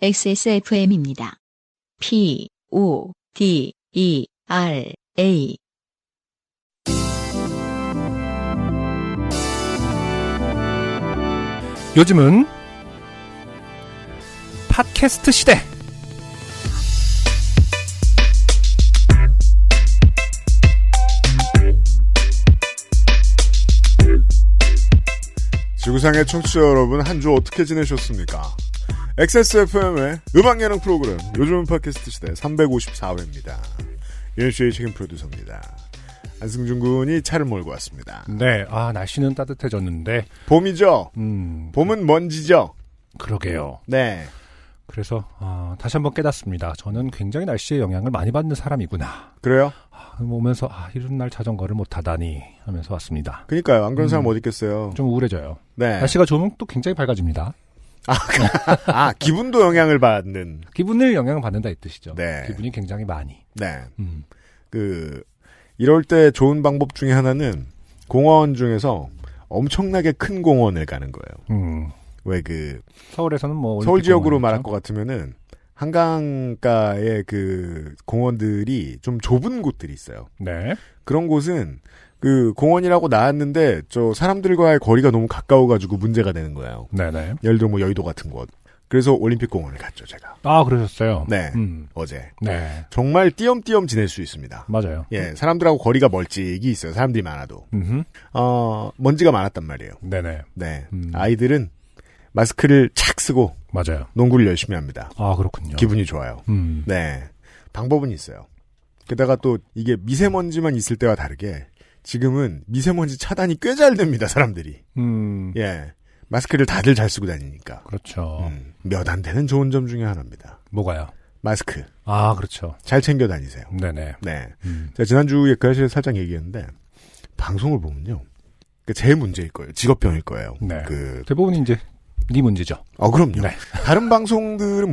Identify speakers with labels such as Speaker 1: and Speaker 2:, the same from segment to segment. Speaker 1: XSFM입니다. P, O, D, E, R, A.
Speaker 2: 요즘은 팟캐스트 시대.
Speaker 3: 지구상의 청취자 여러분 한 주 어떻게 지내셨습니까? XSFM의 음악 예능 프로그램 요즘은 팟캐스트 시대 354회입니다. 윤씨의 책임 프로듀서입니다. 안승준 군이 차를 몰고 왔습니다.
Speaker 2: 네, 아 날씨는 따뜻해졌는데,
Speaker 3: 봄이죠?
Speaker 2: 음,
Speaker 3: 봄은 먼지죠?
Speaker 2: 그러게요.
Speaker 3: 네.
Speaker 2: 그래서 아, 다시 한번 깨닫습니다. 저는 굉장히 날씨의 영향을 많이 받는 사람이구나.
Speaker 3: 그래요?
Speaker 2: 아, 오면서 아, 이런 날 자전거를 못 타다니 하면서 왔습니다.
Speaker 3: 그니까요. 안 그런 사람
Speaker 2: 음.
Speaker 3: 어디 있겠어요?
Speaker 2: 좀 우울해져요.
Speaker 3: 네.
Speaker 2: 날씨가 좋으면 또 굉장히 밝아집니다.
Speaker 3: 아, 기분도 영향을 받는.
Speaker 2: 기분을 영향을 받는다 이 뜻이죠.
Speaker 3: 네.
Speaker 2: 기분이 굉장히 많이.
Speaker 3: 네.
Speaker 2: 음.
Speaker 3: 그, 이럴 때 좋은 방법 중에 하나는 공원 중에서 엄청나게 큰 공원을 가는 거예요.
Speaker 2: 음.
Speaker 3: 왜 그,
Speaker 2: 서울에서는 뭐 올림픽
Speaker 3: 서울 지역으로 말할
Speaker 2: 공원이죠.
Speaker 3: 것 같으면은 한강가의 그 공원들이 좀 좁은 곳들이 있어요.
Speaker 2: 네.
Speaker 3: 그런 곳은 그 공원이라고 나왔는데 저 사람들과의 거리가 너무 가까워 가지고 문제가 되는 거예요.
Speaker 2: 네, 네.
Speaker 3: 예를 들어 뭐 여의도 같은 곳. 그래서 올림픽 공원을 갔죠, 제가.
Speaker 2: 아, 그러셨어요.
Speaker 3: 네.
Speaker 2: 음.
Speaker 3: 어제.
Speaker 2: 네.
Speaker 3: 정말 띄엄띄엄 지낼 수 있습니다.
Speaker 2: 맞아요.
Speaker 3: 예, 사람들하고 거리가 멀찍이 있어요. 사람들이 많아도.
Speaker 2: 음.
Speaker 3: 어, 먼지가 많았단 말이에요.
Speaker 2: 네, 네.
Speaker 3: 네.
Speaker 2: 음.
Speaker 3: 아이들은 마스크를 착 쓰고
Speaker 2: 맞아요.
Speaker 3: 농구를 열심히 합니다.
Speaker 2: 아 그렇군요.
Speaker 3: 기분이 좋아요.
Speaker 2: 음.
Speaker 3: 네. 방법은 있어요. 게다가 또 이게 미세먼지만 있을 때와 다르게 지금은 미세먼지 차단이 꽤 잘 됩니다, 사람들이.
Speaker 2: 음.
Speaker 3: 예. 음. 마스크를 다들 잘 쓰고 다니니까.
Speaker 2: 그렇죠.
Speaker 3: 몇 안 되는 좋은 점 중에 하나입니다.
Speaker 2: 뭐가요?
Speaker 3: 마스크.
Speaker 2: 아 그렇죠.
Speaker 3: 잘 챙겨 다니세요.
Speaker 2: 네네.
Speaker 3: 네.
Speaker 2: 음.
Speaker 3: 제가 지난주에 그 사실 살짝 얘기했는데, 방송을 보면요. 그제 문제일 거예요. 직업병일 거예요.
Speaker 2: 네.
Speaker 3: 그,
Speaker 2: 대부분 이제 네 문제죠.
Speaker 3: 어, 그럼요.
Speaker 2: 네.
Speaker 3: 다른 방송들은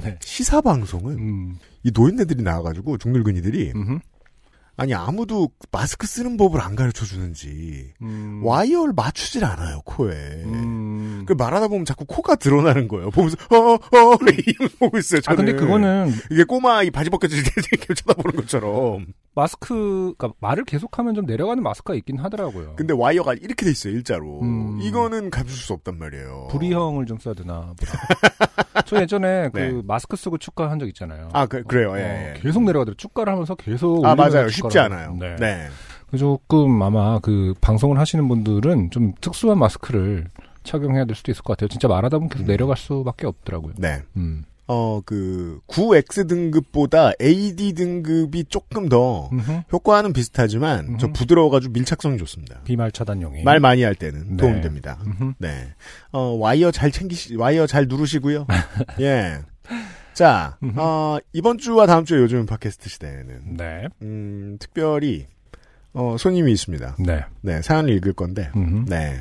Speaker 2: 네.
Speaker 3: 시사방송은
Speaker 2: 음.
Speaker 3: 이 노인네들이 나와가지고, 중늙은이들이,
Speaker 2: 음흠.
Speaker 3: 아니 아무도 마스크 쓰는 법을 안 가르쳐 주는지
Speaker 2: 음.
Speaker 3: 와이어를 맞추질 않아요 코에.
Speaker 2: 음.
Speaker 3: 그 말하다 보면 자꾸 코가 드러나는 거예요. 보면서 어어 이러면서 보고 있어요.
Speaker 2: 아
Speaker 3: 저는.
Speaker 2: 근데 그거는
Speaker 3: 이게 꼬마 이 바지 벗겨질 때 이렇게 쳐다보는
Speaker 2: 음.
Speaker 3: 것처럼.
Speaker 2: 마스크 그러니까 말을 계속하면 좀 내려가는 마스크가 있긴 하더라고요.
Speaker 3: 근데 와이어가 이렇게 돼 있어요 일자로.
Speaker 2: 음.
Speaker 3: 이거는 감출 수 없단 말이에요.
Speaker 2: 불이형을 좀 써야 되나 보다. 저 예전에 그
Speaker 3: 네. 마스크
Speaker 2: 마스크 쓰고 축가 한 적 있잖아요.
Speaker 3: 아 그, 래요
Speaker 2: 어,
Speaker 3: 예. 예.
Speaker 2: 계속 내려가더라. 축가를 하면서 계속
Speaker 3: 아
Speaker 2: 올리면서
Speaker 3: 맞아요.
Speaker 2: 축가를
Speaker 3: 쉽지
Speaker 2: 하고.
Speaker 3: 않아요.
Speaker 2: 네.
Speaker 3: 네.
Speaker 2: 그 조금 아마 그 방송을 하시는 분들은 좀 특수한 마스크를 착용해야 될 수도 있을 것 같아요. 진짜 말하다 보면 계속
Speaker 3: 음.
Speaker 2: 내려갈 수밖에 없더라고요.
Speaker 3: 네.
Speaker 2: 음.
Speaker 3: 어그 9X 등급보다 AD 등급이 조금 더
Speaker 2: 음흠.
Speaker 3: 효과는 비슷하지만 저
Speaker 2: 음.
Speaker 3: 부드러워가지고 밀착성이 좋습니다.
Speaker 2: 비말 차단용이.
Speaker 3: 말 많이 할
Speaker 2: 네.
Speaker 3: 때는 도움이 됩니다.
Speaker 2: 음흠.
Speaker 3: 네. 어, 와이어 잘 챙기시, 와이어 잘 누르시고요. 예. 자,
Speaker 2: 음흠.
Speaker 3: 어, 이번 주와 다음 주에 요즘 팟캐스트 시대에는,
Speaker 2: 네.
Speaker 3: 음, 특별히, 어, 손님이 있습니다.
Speaker 2: 네.
Speaker 3: 네, 사연을 읽을 건데,
Speaker 2: 음흠.
Speaker 3: 네.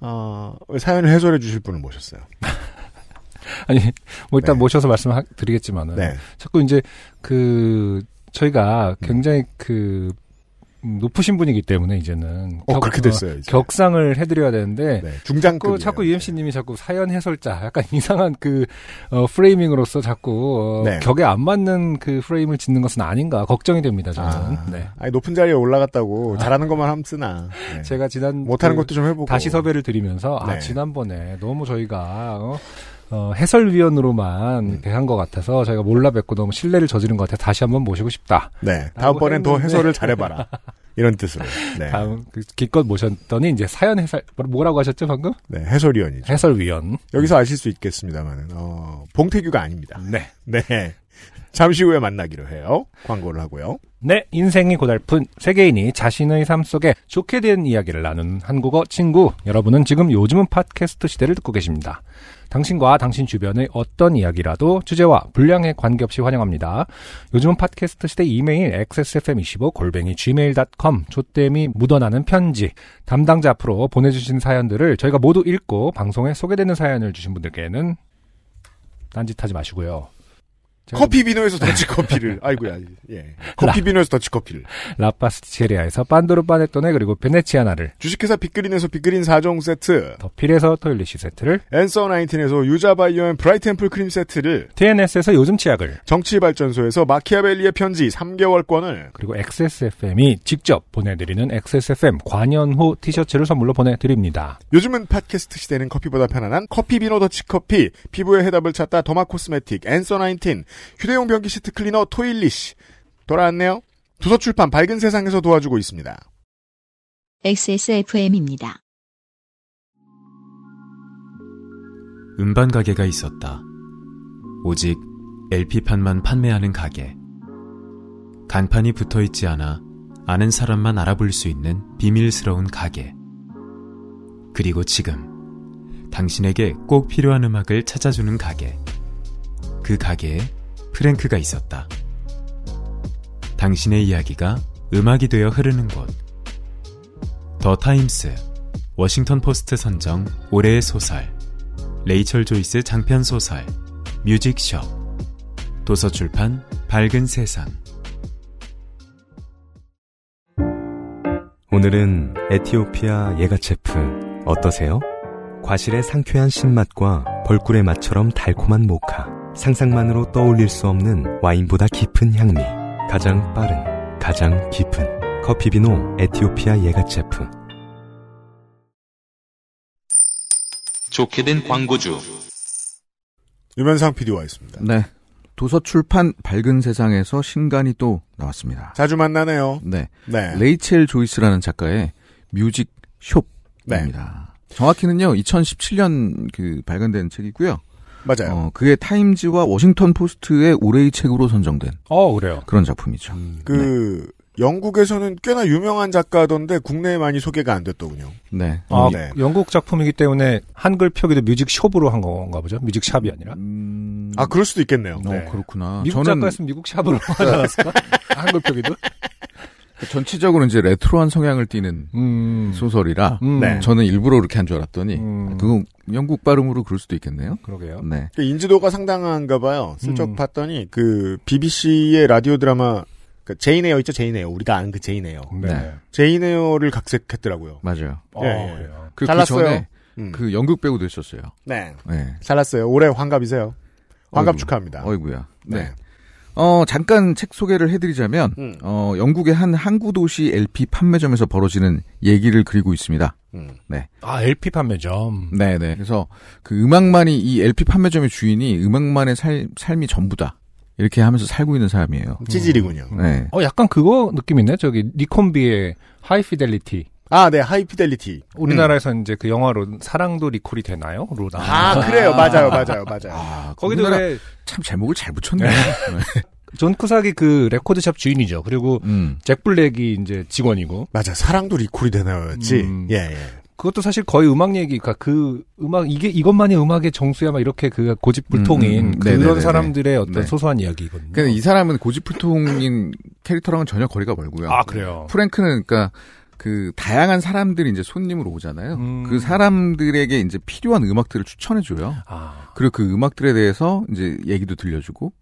Speaker 3: 어, 사연을 해설해 주실 분을 모셨어요.
Speaker 2: 아니, 뭐 일단
Speaker 3: 네.
Speaker 2: 모셔서 말씀드리겠지만은.
Speaker 3: 네.
Speaker 2: 자꾸 이제 그 저희가
Speaker 3: 음.
Speaker 2: 굉장히 그 음, 높으신 분이기 때문에 이제는
Speaker 3: 어, 그렇게 됐어요, 이제.
Speaker 2: 격상을 해드려야 되는데
Speaker 3: 네. 중장급.
Speaker 2: 그 자꾸, 자꾸 UMC님이 자꾸 사연 해설자, 약간 이상한 그, 어, 프레이밍으로서 자꾸, 어,
Speaker 3: 네.
Speaker 2: 격에 안 맞는 그 프레임을 짓는 것은 아닌가, 걱정이 됩니다, 저는.
Speaker 3: 아,
Speaker 2: 네. 아.
Speaker 3: 아니, 높은 자리에 올라갔다고 잘하는 것만 하면 쓰나. 네.
Speaker 2: 제가 지난.
Speaker 3: 못하는
Speaker 2: 그
Speaker 3: 것도 좀 해보고.
Speaker 2: 다시 섭외를 드리면서, 아,
Speaker 3: 네.
Speaker 2: 지난번에 너무 저희가, 어, 어, 해설위원으로만
Speaker 3: 음.
Speaker 2: 이렇게 한 것 같아서 저희가 몰라 뵙고 너무 신뢰를 저지른 것 같아서 다시 한번 모시고 싶다.
Speaker 3: 네. 다음번엔 더
Speaker 2: 했는데.
Speaker 3: 해설을 잘해봐라. 이런 뜻으로. 네.
Speaker 2: 다음, 그 기껏 모셨더니 이제 사연 해설, 뭐라고 하셨죠, 방금?
Speaker 3: 네, 해설위원이죠.
Speaker 2: 해설위원.
Speaker 3: 여기서 아실 수 있겠습니다만, 어, 봉태규가 아닙니다.
Speaker 2: 네.
Speaker 3: 네. 잠시 후에 만나기로 해요. 광고를 하고요.
Speaker 2: 네, 인생이 고달픈 세계인이 자신의 삶 속에 좋게 된 이야기를 나눈 한국어 친구. 여러분은 지금 요즘은 팟캐스트 시대를 듣고 계십니다. 당신과 당신 주변의 어떤 이야기라도 주제와 분량에 관계없이 환영합니다. 요즘은 팟캐스트 시대 이메일 xsfm25골뱅이 gmail.com 조땜이 묻어나는 편지 담당자 앞으로 보내주신 사연들을 저희가 모두 읽고 방송에 소개되는 사연을 주신 분들께는 딴짓하지 마시고요. 제가
Speaker 3: 커피 비노에서 더치 커피를. 아이고야. 예. 커피 비노에서 더치 커피를.
Speaker 2: 라파스티체리아에서 빤도르 빠네토네 그리고 베네치아나를
Speaker 3: 주식회사 빅그린에서 빅그린 4종 세트.
Speaker 2: 더필에서 토일리시 세트를
Speaker 3: 앤서 19에서 유자바이오 앤 브라이템플 크림 세트를.
Speaker 2: TNS에서 요즘 치약을
Speaker 3: 정치발전소에서 마키아벨리의 편지 3개월권을.
Speaker 2: 그리고 XSFM이 직접 보내드리는 XSFM 관현호 티셔츠를 선물로 보내드립니다.
Speaker 3: 요즘은 팟캐스트 시대는 커피보다 편안한 커피 비노 더치 커피. 피부의 해답을 찾다 더마 코스메틱 앤서 19. 휴대용 변기 시트 클리너 토일리시. 돌아왔네요. 도서출판 밝은 세상에서 도와주고 있습니다.
Speaker 1: XSFM입니다.
Speaker 4: 음반 가게가 있었다. 오직 LP판만 판매하는 가게. 간판이 붙어 있지 않아 아는 사람만 알아볼 수 있는 비밀스러운 가게. 그리고 지금 당신에게 꼭 필요한 음악을 찾아주는 가게. 그 가게에 프랭크가 있었다. 당신의 이야기가 음악이 되어 흐르는 곳. 더 타임스, 워싱턴 포스트 선정 올해의 소설. 레이철 조이스 장편 소설 뮤직숍 도서출판 밝은 세상
Speaker 5: 오늘은 에티오피아 예가체프 어떠세요? 과실의 상쾌한 신맛과 벌꿀의 맛처럼 달콤한 모카. 상상만으로 떠올릴 수 없는 와인보다 깊은 향미. 가장 빠른, 가장 깊은 커피비노 에티오피아 예가체프.
Speaker 6: 좋게 된 광고주.
Speaker 3: 유면상 PD와 있습니다.
Speaker 7: 네. 도서출판 밝은 세상에서 신간이 또 나왔습니다.
Speaker 3: 자주 만나네요.
Speaker 7: 네.
Speaker 3: 네.
Speaker 7: 레이첼 조이스라는 작가의 뮤직 숍입니다. 정확히는요, 2017년 그 발간된 책이고요.
Speaker 3: 맞아요.
Speaker 7: 어, 그의 타임즈와 워싱턴 포스트의 올해의 책으로 선정된
Speaker 2: 어 그래요.
Speaker 7: 그런 작품이죠.
Speaker 3: 그
Speaker 7: 네.
Speaker 3: 영국에서는 꽤나 유명한 작가던데 국내에 많이 소개가 안 됐더군요.
Speaker 7: 네.
Speaker 2: 아,
Speaker 3: 네.
Speaker 2: 영국 작품이기 때문에 한글 표기도 뮤직숍으로 한 건가 보죠. 뮤직샵이 아니라.
Speaker 7: 음,
Speaker 3: 아 그럴 수도 있겠네요.
Speaker 7: 어,
Speaker 3: 네.
Speaker 7: 그렇구나.
Speaker 2: 미국
Speaker 7: 저는
Speaker 2: 작가였으면 미국 샵으로 하지 않았을까? 한글 표기도?
Speaker 7: 전체적으로 이제 레트로한 성향을 띠는
Speaker 2: 음.
Speaker 7: 소설이라
Speaker 2: 음.
Speaker 3: 네.
Speaker 7: 저는 일부러 이렇게 한 줄 알았더니
Speaker 2: 음.
Speaker 7: 그건 영국 발음으로 그럴 수도 있겠네요.
Speaker 2: 그러게요.
Speaker 7: 네.
Speaker 3: 그 인지도가 상당한가 봐요. 슬쩍
Speaker 2: 음.
Speaker 3: 봤더니 그 BBC의 라디오 드라마 그 제이네어 있죠 제이네어 우리가 아는 그 제이네어
Speaker 2: 네.
Speaker 7: 네.
Speaker 3: 제이네어를 각색했더라고요.
Speaker 7: 맞아요.
Speaker 2: 어,
Speaker 3: 예, 예.
Speaker 2: 그래요.
Speaker 7: 그, 그
Speaker 3: 잘났어요.
Speaker 7: 전에
Speaker 3: 음.
Speaker 7: 그 연극 배우도 있었어요.
Speaker 3: 네
Speaker 7: 네.
Speaker 3: 잘났어요. 올해 환갑이세요. 환갑
Speaker 7: 어이구.
Speaker 2: 아.
Speaker 3: 축하합니다.
Speaker 7: 어이구야. 네.
Speaker 3: 네.
Speaker 7: 어, 잠깐 책 소개를 해드리자면,
Speaker 3: 음.
Speaker 7: 어, 영국의 한 항구 도시 LP 판매점에서 벌어지는 얘기를 그리고 있습니다.
Speaker 3: 음.
Speaker 2: 아, LP 판매점.
Speaker 7: 네네. 그래서 그 음악만이 이 LP 판매점의 주인이 음악만의 살, 삶이 전부다. 이렇게 하면서 살고 있는 사람이에요.
Speaker 3: 음. 찌질이군요.
Speaker 7: 네.
Speaker 2: 어, 약간 그거 느낌이네. 저기, 니콘비의 하이 피델리티.
Speaker 3: 아 네 하이피델리티.
Speaker 2: 우리나라에서 이제 그 영화로 사랑도 리콜이 되나요? 로 나.
Speaker 3: 아 그래요 맞아요 맞아요 맞아요.
Speaker 7: 아,
Speaker 2: 거기도
Speaker 7: 우리나라
Speaker 2: 왜,
Speaker 7: 참 제목을 잘 붙였네요. 네.
Speaker 2: 존 쿠삭이 그 레코드샵 주인이죠. 그리고
Speaker 7: 음.
Speaker 2: 잭 블랙이 이제 직원이고.
Speaker 3: 맞아 사랑도 리콜이 되나였지.
Speaker 2: 음.
Speaker 3: 예, 예.
Speaker 2: 그것도 사실 거의 음악 얘기가 그 음악 이게 이것만이 음악의 정수야 막 이렇게 그 고집불통인
Speaker 7: 음, 음, 음.
Speaker 2: 그런
Speaker 7: 네네네네.
Speaker 2: 사람들의 어떤
Speaker 7: 네.
Speaker 2: 소소한 이야기거든요.
Speaker 7: 근데 이 사람은 고집불통인 캐릭터랑은 전혀 거리가 멀고요.
Speaker 2: 아 그래요.
Speaker 7: 프랭크는 그러니까 그 다양한 사람들이 이제 손님으로 오잖아요.
Speaker 2: 음.
Speaker 7: 그 사람들에게 이제 필요한 음악들을 추천해 줘요.
Speaker 2: 아
Speaker 7: 그리고 그 음악들에 대해서 이제 얘기도 들려주고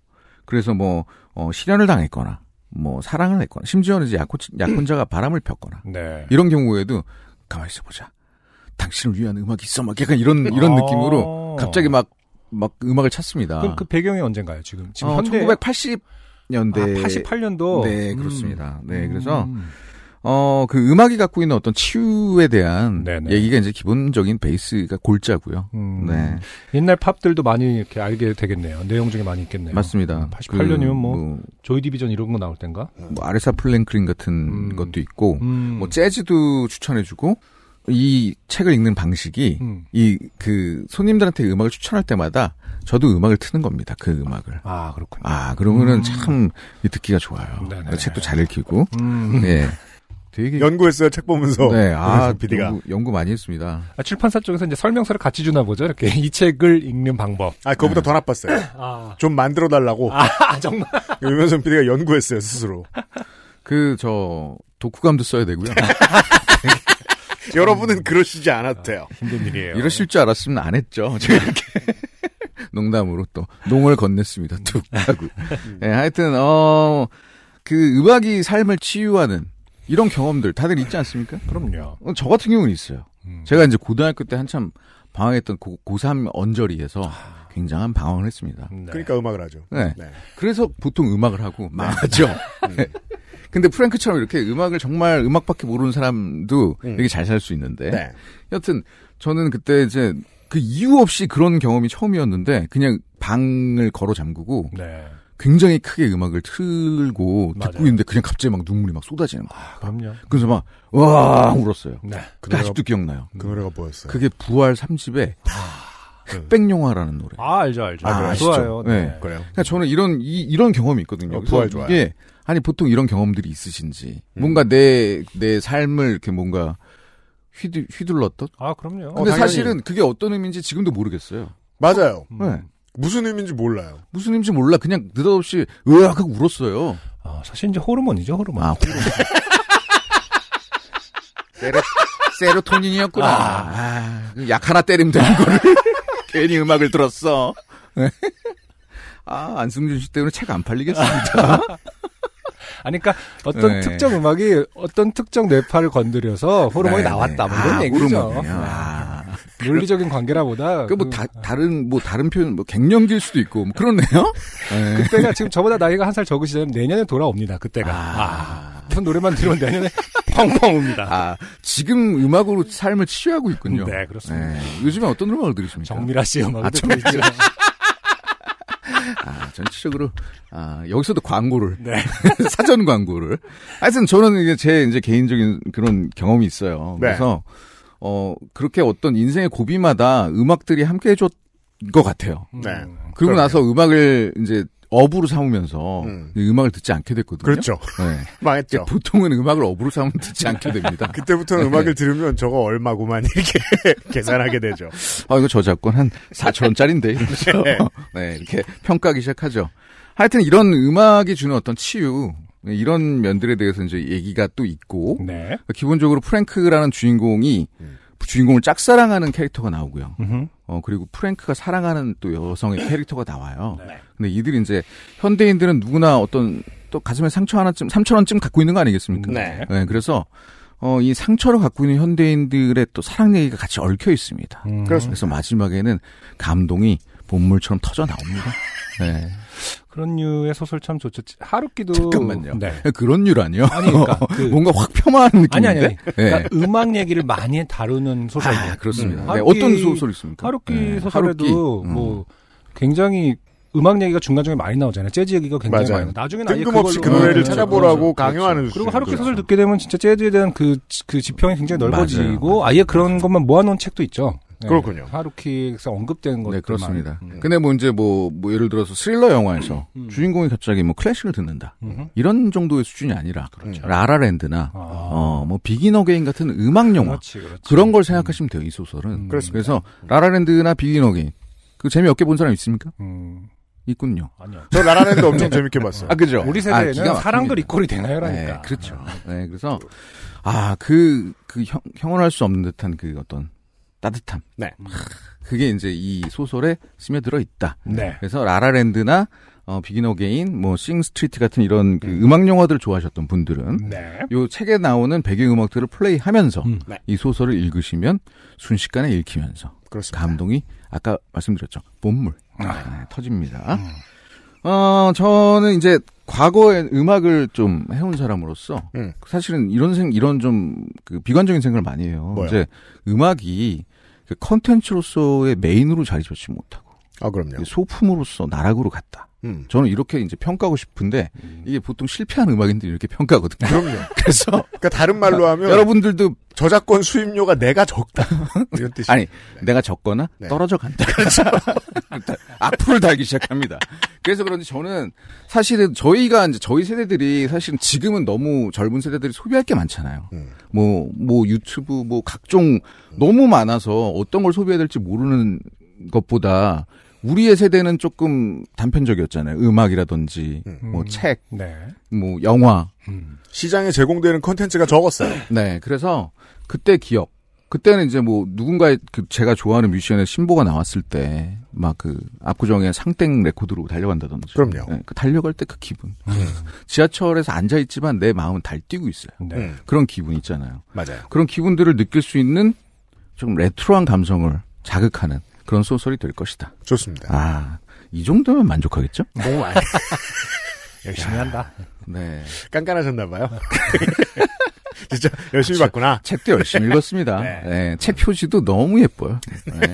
Speaker 7: 그래서 뭐 어, 실현을 당했거나 뭐 사랑을 했거나 심지어는 이제 약혼 약혼자가 바람을 폈거나
Speaker 2: 네.
Speaker 7: 이런 경우에도 가만히 있어 보자. 당신을 위한 음악이 있어 막 약간 이런 이런
Speaker 2: 아.
Speaker 7: 느낌으로 갑자기 막 막 음악을 찾습니다.
Speaker 2: 그럼 그 배경이 언젠가요? 지금 지금
Speaker 7: 어,
Speaker 2: 현대
Speaker 7: 1980년대
Speaker 2: 아, 88년도 음.
Speaker 7: 네, 그렇습니다. 네, 그래서 어, 그 음악이 갖고 있는 어떤 치유에 대한
Speaker 2: 네네.
Speaker 7: 얘기가 이제 기본적인 베이스가 골자고요.
Speaker 2: 음.
Speaker 7: 네.
Speaker 2: 옛날 팝들도 많이 이렇게 알게 되겠네요. 내용 중에 많이 있겠네요.
Speaker 7: 맞습니다.
Speaker 2: 88 년이면 뭐.
Speaker 7: 뭐,
Speaker 2: 조이 디비전 이런 거 나올 땐가?
Speaker 7: 뭐 아레사 플랭클린 같은
Speaker 2: 음.
Speaker 7: 것도 있고
Speaker 2: 음.
Speaker 7: 뭐 재즈도 추천해 주고 이 책을 읽는 방식이
Speaker 2: 음.
Speaker 7: 이 그 손님들한테 음악을 추천할 때마다 저도 음악을 트는 겁니다. 그 음악을.
Speaker 2: 아 그렇군요.
Speaker 7: 아, 그러면은
Speaker 2: 음.
Speaker 7: 참 듣기가 좋아요.
Speaker 2: 네네.
Speaker 7: 책도 잘 읽히고.
Speaker 2: 음.
Speaker 7: 네. 되게
Speaker 3: 연구했어요 책 보면서.
Speaker 7: 네, 아,
Speaker 3: PD가.
Speaker 7: 연구, 연구 많이 했습니다.
Speaker 2: 아, 출판사 쪽에서 이제 설명서를 같이 주나 보죠. 이렇게 이 책을 읽는 방법.
Speaker 3: 아, 그거보다 더 나빴어요.
Speaker 2: 아,
Speaker 3: 좀 만들어 달라고
Speaker 2: 아 정말.
Speaker 3: 유명선 PD가 연구했어요 스스로.
Speaker 7: 그 저 독후감도 써야 되고요.
Speaker 3: 여러분은 그러시지 않았대요.
Speaker 2: 힘든 일이에요.
Speaker 7: 이러실 줄 알았으면 안 했죠. 제가 이렇게 농담으로 또 농을 건넸습니다. 툭 하고. 예, 하여튼 어, 그 음악이 삶을 치유하는 이런 경험들 다들 있지 않습니까?
Speaker 2: 그럼요.
Speaker 7: 어, 저 같은 경우는 있어요.
Speaker 2: 음.
Speaker 7: 제가 이제 고등학교 때 한참 방황했던 고, 고3 언저리에서 굉장한 방황을 했습니다.
Speaker 2: 네.
Speaker 3: 그러니까 음악을 하죠.
Speaker 7: 네.
Speaker 3: 네.
Speaker 7: 그래서 보통 음악을 하고 망하죠. 네. 근데 프랭크처럼 이렇게 음악을 정말 음악밖에 모르는 사람도
Speaker 3: 음.
Speaker 7: 되게 잘 살 수 있는데.
Speaker 3: 네.
Speaker 7: 여튼 저는 그때 이제 그 이유 없이 그런 경험이 처음이었는데 그냥 방을 걸어 잠그고
Speaker 2: 네.
Speaker 7: 굉장히 크게 음악을 틀고
Speaker 2: 맞아요.
Speaker 7: 듣고 있는데 그냥 갑자기 막 눈물이 막 쏟아지는 거예요.
Speaker 2: 아, 그럼요.
Speaker 7: 그래서 막와 울었어요.
Speaker 2: 네.
Speaker 3: 그 노래가,
Speaker 7: 아직도 기억나요.
Speaker 3: 그 노래가 뭐였어요?
Speaker 7: 그게 부활 3집의
Speaker 3: 아, 네.
Speaker 7: 흑백영화라는 노래.
Speaker 2: 아, 알죠, 알죠.
Speaker 7: 아,
Speaker 2: 네,
Speaker 7: 아시죠?
Speaker 2: 좋아요.
Speaker 7: 네.
Speaker 3: 그래요.
Speaker 7: 그러니까 저는 이런 이, 이런 경험이 있거든요.
Speaker 3: 어, 부활
Speaker 7: 그래서
Speaker 3: 좋아요.
Speaker 7: 이게 아니 보통 이런 경험들이 있으신지
Speaker 3: 음.
Speaker 7: 뭔가 내 내 삶을 이렇게 뭔가 휘둘 휘둘렀던.
Speaker 2: 아, 그럼요.
Speaker 7: 근데
Speaker 3: 어, 당연히.
Speaker 7: 사실은 그게 어떤 의미인지 지금도 모르겠어요.
Speaker 3: 맞아요.
Speaker 2: 음.
Speaker 7: 네.
Speaker 3: 무슨 의미인지 몰라요.
Speaker 7: 무슨 의미인지 몰라. 그냥 느닷없이 으악 하고 울었어요.
Speaker 2: 아, 사실 이제 호르몬이죠, 호르몬.
Speaker 7: 아, 세로, 세로토닌이었구나. 아, 그약 하나 때리면 되는 거를 괜히 음악을 들었어. 네. 아, 안승준 씨 때문에 책 안
Speaker 2: 아,
Speaker 7: 팔리겠습니다.
Speaker 2: 아니, 그러니까 어떤
Speaker 7: 네.
Speaker 2: 특정 음악이 어떤 특정 뇌파를 건드려서 호르몬이
Speaker 7: 네,
Speaker 2: 나왔다. 뭐
Speaker 7: 네.
Speaker 2: 이런
Speaker 7: 아,
Speaker 2: 얘기죠.
Speaker 7: 호르몬이요. 아.
Speaker 2: 물리적인 관계라보다
Speaker 7: 그뭐 다, 다른 뭐 다른 표현 뭐 갱년기일 수도 있고 뭐 그렇네요. 네.
Speaker 2: 그때가 지금 저보다 나이가 한 살 적으시다면 내년에 돌아옵니다. 그때가. 아. 무슨 노래만 들으면 내년에 펑펑 옵니다.
Speaker 7: 아 지금 음악으로 삶을 치유하고 있군요.
Speaker 2: 네, 그렇습니다.
Speaker 7: 네. 요즘에 어떤 음악을 들으십니까?
Speaker 2: 정미라 씨 음악도
Speaker 7: 아,
Speaker 2: 또 있죠.
Speaker 7: 아, 전체적으로 아 여기서도 광고를
Speaker 2: 네.
Speaker 7: 사전 광고를. 하여튼 저는 이게 제 이제 개인적인 그런 경험이 있어요.
Speaker 3: 네.
Speaker 7: 그래서 어 그렇게 어떤 인생의 고비마다 음악들이 함께 해줬 것 같아요.
Speaker 3: 네.
Speaker 7: 그리고
Speaker 3: 그럼요.
Speaker 7: 나서 음악을 이제 업으로 삼으면서
Speaker 3: 음.
Speaker 7: 음악을 듣지 않게 됐거든요.
Speaker 3: 그렇죠.
Speaker 7: 네.
Speaker 3: 망했죠.
Speaker 7: 보통은 음악을 업으로 삼으면 듣지 않게 됩니다.
Speaker 3: 그때부터는
Speaker 7: 네.
Speaker 3: 음악을 들으면 저거 얼마구만 이렇게 계산하게 되죠.
Speaker 7: 아, 이거 저작권 한 4천원짜리인데. 이러면서. 네, 이렇게 평가하기 시작하죠. 하여튼 이런 음악이 주는 어떤 치유, 네, 이런 면들에 대해서 이제 얘기가 또 있고,
Speaker 2: 네.
Speaker 7: 기본적으로 프랭크라는 주인공이 주인공을 짝사랑하는 캐릭터가 나오고요.
Speaker 2: 음흠.
Speaker 7: 어, 그리고 프랭크가 사랑하는 또 여성의 캐릭터가 나와요.
Speaker 2: 네.
Speaker 7: 근데 이들이 이제 현대인들은 누구나 어떤 또 가슴에 상처 하나쯤, 3천원쯤 갖고 있는 거 아니겠습니까?
Speaker 3: 네.
Speaker 7: 네, 그래서 어, 이 상처를 갖고 있는 현대인들의 또 사랑 얘기가 같이 얽혀 있습니다.
Speaker 2: 음.
Speaker 7: 그래서 마지막에는 감동이 본물처럼 터져 나옵니다. 네.
Speaker 2: 그런 류의 소설 참 좋죠. 하루키도
Speaker 7: 잠깐만요.
Speaker 2: 네.
Speaker 7: 그런 일 아니요?
Speaker 2: 아니, 그러니까 그-
Speaker 7: 뭔가 확 폄하한
Speaker 2: 아니
Speaker 7: 느낌인데.
Speaker 2: 아니. 아니.
Speaker 7: 네.
Speaker 2: 그러니까 음악 얘기를 많이 다루는 소설이에요.
Speaker 7: 아, 그렇습니다.
Speaker 2: 음.
Speaker 7: 네,
Speaker 2: 하루키-
Speaker 7: 어떤 소설이 있습니까?
Speaker 2: 하루키
Speaker 7: 네,
Speaker 2: 소설에도
Speaker 7: 하루키. 음.
Speaker 2: 뭐 굉장히 음악 얘기가 중간중에 많이 나오잖아요. 재즈 얘기가 굉장히
Speaker 3: 맞아요.
Speaker 2: 많이 나와요. 나중에는 아예
Speaker 3: 뜬금없이 그
Speaker 2: 그걸로-
Speaker 3: 노래를
Speaker 2: 네,
Speaker 3: 찾아보라고
Speaker 7: 그렇죠.
Speaker 3: 강요하는
Speaker 2: 그리고 하루키
Speaker 3: 수준이죠.
Speaker 2: 소설 듣게 되면 진짜 재즈에 대한 그, 지- 그 지평이 굉장히 넓어지고
Speaker 7: 맞아요.
Speaker 2: 아예 그런 것만 모아놓은 책도 있죠. 네.
Speaker 3: 그렇군요.
Speaker 2: 하루키에서 언급된 음. 것들
Speaker 7: 네, 그렇습니다. 근데 뭐 이제 뭐, 뭐 예를 들어서 스릴러 영화에서
Speaker 2: 음.
Speaker 7: 주인공이 갑자기 뭐 클래식을 듣는다. 이런 정도의 수준이 아니라
Speaker 2: 그렇죠. 아.
Speaker 7: 라라랜드나 어, 뭐 비긴 어게인 같은 음악 영화
Speaker 2: 그렇지, 음. 그렇지.
Speaker 7: 그런 걸 생각하시면 돼요, 이 소설은.
Speaker 3: 그렇습니다.
Speaker 7: 그래서 라라랜드나 비긴 어게인 그 재미없게 본 사람 있습니까?
Speaker 2: 음,
Speaker 7: 있군요.
Speaker 2: 아니요.
Speaker 3: 저 라라랜드 엄청 재밌게 봤어요.
Speaker 7: 아, 그죠?
Speaker 2: 우리
Speaker 7: 아,
Speaker 2: 세대에는
Speaker 7: 기가 막힙니다.
Speaker 2: 사랑도 리콜이 되나요라니까.
Speaker 7: 네, 그렇죠. 네, 그래서 아, 그, 그 형, 형언할 수 없는 듯한 그 어떤 따뜻함.
Speaker 3: 네.
Speaker 7: 하, 그게 이제 이 소설에 스며들어 있다.
Speaker 2: 네.
Speaker 7: 그래서 라라랜드나 어, 비긴 어게인, 뭐 싱스트리트 같은 이런 그 음악 영화들을 좋아하셨던 분들은
Speaker 2: 네.
Speaker 7: 요 책에 나오는 배경 음악들을 플레이하면서
Speaker 2: 음.
Speaker 3: 네.
Speaker 7: 이 소설을 읽으시면 순식간에 읽히면서
Speaker 3: 그렇습니다.
Speaker 7: 감동이 아까 말씀드렸죠 본물 네, 터집니다. 어 저는 이제 과거에 음악을 좀 해온 사람으로서
Speaker 3: 음.
Speaker 7: 사실은 이런 생 이런 좀 그 비관적인 생각을 많이 해요.
Speaker 3: 뭐요?
Speaker 7: 이제 음악이 그 컨텐츠로서의 메인으로 자리 잡지 못하고
Speaker 3: 아, 그럼요.
Speaker 7: 소품으로서 나락으로 갔다.
Speaker 3: 음.
Speaker 7: 저는 이렇게 이제 평가하고 싶은데 이게 보통 실패한 음악인들 이렇게 평가하거든요.
Speaker 3: 그럼요.
Speaker 7: 그래서
Speaker 3: 그러니까 다른 말로 하면
Speaker 7: 여러분들도
Speaker 3: 저작권 수입료가 내가 적다. 이런 뜻이
Speaker 7: 아니 내가 졌거나
Speaker 3: 네.
Speaker 7: 떨어져 간다. 그렇죠. 악플을 달기 시작합니다. 그래서 그런지 저는 사실은 저희가 이제 저희 세대들이 사실은 지금은 너무 젊은 세대들이 소비할 게 많잖아요.
Speaker 3: 음.
Speaker 7: 뭐 뭐 유튜브 뭐 각종 너무 많아서 어떤 걸 소비해야 될지 모르는 것보다 우리의 세대는 조금 단편적이었잖아요. 음악이라든지 뭐 책,
Speaker 2: 네.
Speaker 7: 뭐 영화
Speaker 3: 시장에 제공되는 컨텐츠가 적었어요.
Speaker 7: 네, 그래서 그때 기억. 그때는 이제 뭐 누군가의 그 제가 좋아하는 뮤지션의 신보가 나왔을 때 막 그 압구정에 상땡 레코드로 달려간다든지.
Speaker 3: 그럼요. 네.
Speaker 7: 예, 그 달려갈 때 그 기분. 지하철에서 앉아 있지만 내 마음은 달뛰고 있어요.
Speaker 2: 네.
Speaker 3: 음,
Speaker 7: 그런 기분 있잖아요.
Speaker 3: 맞아요.
Speaker 7: 그런 기분들을 느낄 수 있는 좀 레트로한 감성을 자극하는 그런 소설이 될 것이다.
Speaker 3: 좋습니다.
Speaker 7: 아, 이 정도면 만족하겠죠?
Speaker 3: 너무 많이
Speaker 2: 열심히 한다.
Speaker 7: 네.
Speaker 3: 깐깐하셨나봐요.
Speaker 7: 아.
Speaker 3: 진짜 열심히 봤구나.
Speaker 7: 책도 열심히 읽었습니다.
Speaker 3: 네.
Speaker 7: 네. 책 표지도 너무 예뻐요. 네.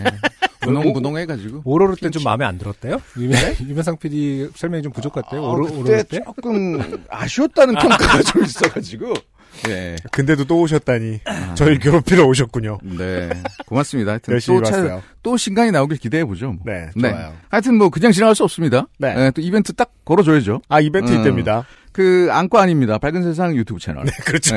Speaker 7: 분홍분홍해가지고.
Speaker 2: 오로로 때 좀 마음에 안 들었대요? 유명, 상 PD 설명이 좀 부족했대요? 오로,
Speaker 7: 네. 아,
Speaker 2: 오로로
Speaker 7: 그때
Speaker 2: 때?
Speaker 7: 조금 아쉬웠다는 평가가 좀 있어가지고. 네.
Speaker 3: 근데도 또 오셨다니
Speaker 7: 아,
Speaker 3: 저희 괴롭히러 오셨군요.
Speaker 7: 네. 고맙습니다. 하여튼
Speaker 3: 열심히
Speaker 7: 또 찾아-
Speaker 3: 봤어요.
Speaker 7: 또 신간이 나오길 기대해보죠. 뭐.
Speaker 3: 네, 좋아요.
Speaker 7: 하여튼 뭐 그냥 지나갈 수 없습니다.
Speaker 3: 네.
Speaker 7: 네, 또 이벤트 딱 걸어줘야죠.
Speaker 3: 아 이벤트
Speaker 7: 음.
Speaker 3: 이때입니다.
Speaker 7: 그 안과 아닙니다. 밝은 세상 유튜브 채널. 네,
Speaker 3: 그렇죠.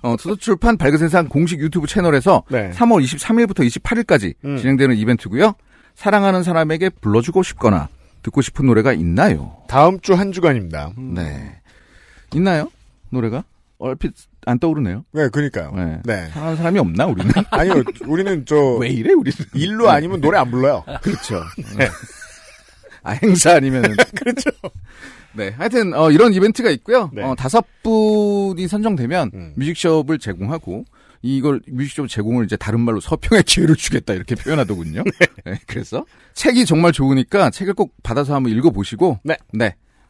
Speaker 7: 어, 수도출판 밝은 세상 공식 유튜브 채널에서
Speaker 3: 네.
Speaker 7: 3월 23일부터 28일까지
Speaker 3: 음.
Speaker 7: 진행되는 이벤트고요. 사랑하는 사람에게 불러주고 싶거나 듣고 싶은 노래가 있나요?
Speaker 3: 다음 주 한 주간입니다.
Speaker 7: 네. 있나요? 노래가? 얼핏 안 떠오르네요.
Speaker 3: 네, 그니까요.
Speaker 7: 네.
Speaker 3: 네.
Speaker 7: 사랑하는 사람이 없나 우리는?
Speaker 3: 아니요, 우리는 저
Speaker 7: 왜 이래 우리는?
Speaker 3: 어. 일로 아니면 노래 안 불러요. 그렇죠.
Speaker 7: 네. 아, 행사 아니면은.
Speaker 3: 그렇죠.
Speaker 7: 네. 하여튼, 어, 이런 이벤트가 있고요.
Speaker 3: 네.
Speaker 7: 어, 다섯 분이 선정되면
Speaker 3: 음.
Speaker 7: 뮤직숍을 제공하고, 이걸 뮤직숍 제공을 이제 다른 말로 서평의 기회를 주겠다 이렇게 표현하더군요. 네, 그래서 책이 정말 좋으니까 책을 꼭 받아서 한번 읽어보시고,
Speaker 3: 네.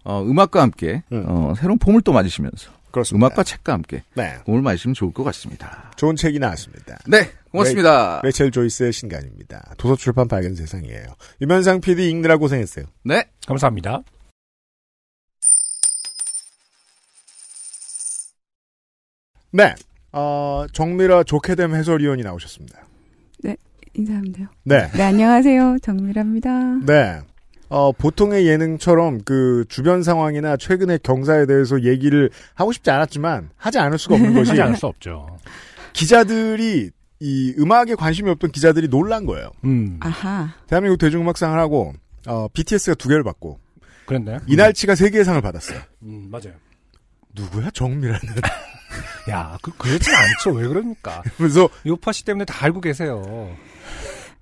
Speaker 7: 어, 음악과 함께
Speaker 3: 음.
Speaker 7: 어, 새로운 봄을 또 맞으시면서
Speaker 3: 그렇습니다.
Speaker 7: 음악과 책과 함께
Speaker 3: 네,
Speaker 7: 봄을 맞으시면 좋을 것 같습니다.
Speaker 3: 좋은 책이 나왔습니다.
Speaker 7: 네, 고맙습니다.
Speaker 3: 레이첼 조이스의 신간입니다. 도서출판 밝은 세상이에요. 유면상 PD 읽느라 고생했어요.
Speaker 7: 네.
Speaker 2: 감사합니다.
Speaker 3: 네, 어, 정미라 좋게됨 해설위원이 나오셨습니다.
Speaker 8: 인사하면 돼요.
Speaker 3: 네,
Speaker 8: 네, 안녕하세요. 정미라입니다.
Speaker 3: 네. 어, 보통의 예능처럼 그 주변 상황이나 최근의 경사에 대해서 얘기를 하고 싶지 않았지만 하지 않을 수가 없는 것이
Speaker 2: 하지 않을 수 없죠.
Speaker 3: 기자들이 이 음악에 관심이 없던 기자들이 놀란 거예요.
Speaker 2: 음,
Speaker 8: 아하.
Speaker 3: 대한민국 대중음악상을 하고 어, BTS가 두 개를 받고
Speaker 2: 그랬나요?
Speaker 3: 이날치가 세 개의 상을 받았어요.
Speaker 2: 음, 맞아요.
Speaker 3: 누구야 정미라는?
Speaker 2: 야, 그, 그렇진 않죠. 왜 그럽니까?
Speaker 3: 그래서
Speaker 2: 요파 씨 때문에 다 알고 계세요.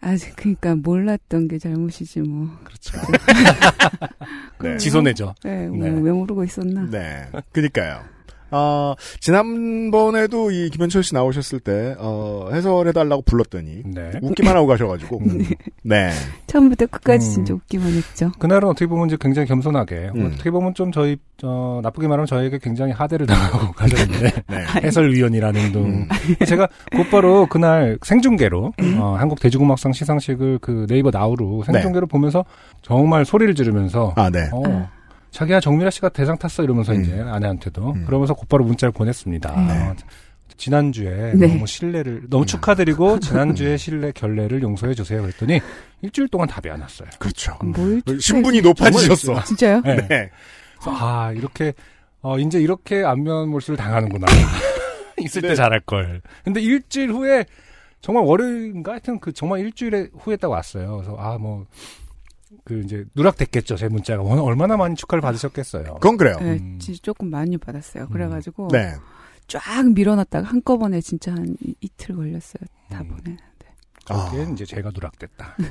Speaker 8: 아, 저- 그러니까 몰랐던 게 잘못이지 뭐.
Speaker 2: 그렇죠. 네.
Speaker 3: 네.
Speaker 2: 지소내죠.
Speaker 8: 네, 뭐,
Speaker 2: 네.
Speaker 8: 왜 모르고 있었나?
Speaker 3: 네, 그니까요. 어, 지난번에도 이 김현철 씨 나오셨을 때 어, 해설해달라고 불렀더니
Speaker 2: 네.
Speaker 3: 웃기만 하고 가셔가지고 네,
Speaker 8: 처음부터 끝까지
Speaker 2: 음.
Speaker 8: 진짜 웃기만 했죠.
Speaker 2: 그날은 어떻게 보면 이제 굉장히 겸손하게 뭐
Speaker 3: 음.
Speaker 2: 어떻게 보면 좀 저희 어, 나쁘게 말하면 저에게 굉장히 하대를 당하고 가셨는데
Speaker 3: 네. 음.
Speaker 2: 해설위원이라는 둥 제가 곧바로 그날 생중계로 어, 한국 대중음악상 시상식을 그 네이버 나우로 생중계로 보면서 정말 소리를 지르면서
Speaker 3: 아 네,
Speaker 2: 어,
Speaker 8: 아.
Speaker 2: 자기야 정미라 씨가 대상 탔어 이러면서
Speaker 3: 음.
Speaker 2: 이제 아내한테도
Speaker 3: 음.
Speaker 2: 그러면서 곧바로 문자를 보냈습니다.
Speaker 8: 네.
Speaker 2: 어, 지난주에
Speaker 8: 네.
Speaker 2: 너무 신뢰를 너무 축하드리고 지난주에 신뢰 결례를 용서해 주세요 그랬더니 일주일 동안 답이 안 왔어요.
Speaker 3: 그렇죠.
Speaker 2: 음.
Speaker 8: 뭘
Speaker 3: 신분이 높아지셨어.
Speaker 8: 진짜요?
Speaker 2: 네.
Speaker 3: 네,
Speaker 2: 그래서 아 이렇게 어 이제 이렇게 안면 몰수를 당하는구나 있을 때 잘할 걸 근데 일주일 후에 정말 월요일인가 하여튼 그 정말 일주일 후에 딱 왔어요 그래서 아 뭐 그 이제 누락됐겠죠 제 문자가 워낙 얼마나 많이 축하를 받으셨겠어요
Speaker 3: 그건 그래요.
Speaker 8: 네,
Speaker 2: 음.
Speaker 8: 진짜 조금 많이 받았어요. 그래가지고
Speaker 3: 네,
Speaker 8: 쫙 밀어놨다가 한꺼번에 진짜 한 이, 이틀 걸렸어요. 다
Speaker 2: 음.
Speaker 8: 보내는데.
Speaker 3: 아.
Speaker 2: 그게 이제 제가 누락됐다
Speaker 8: 네.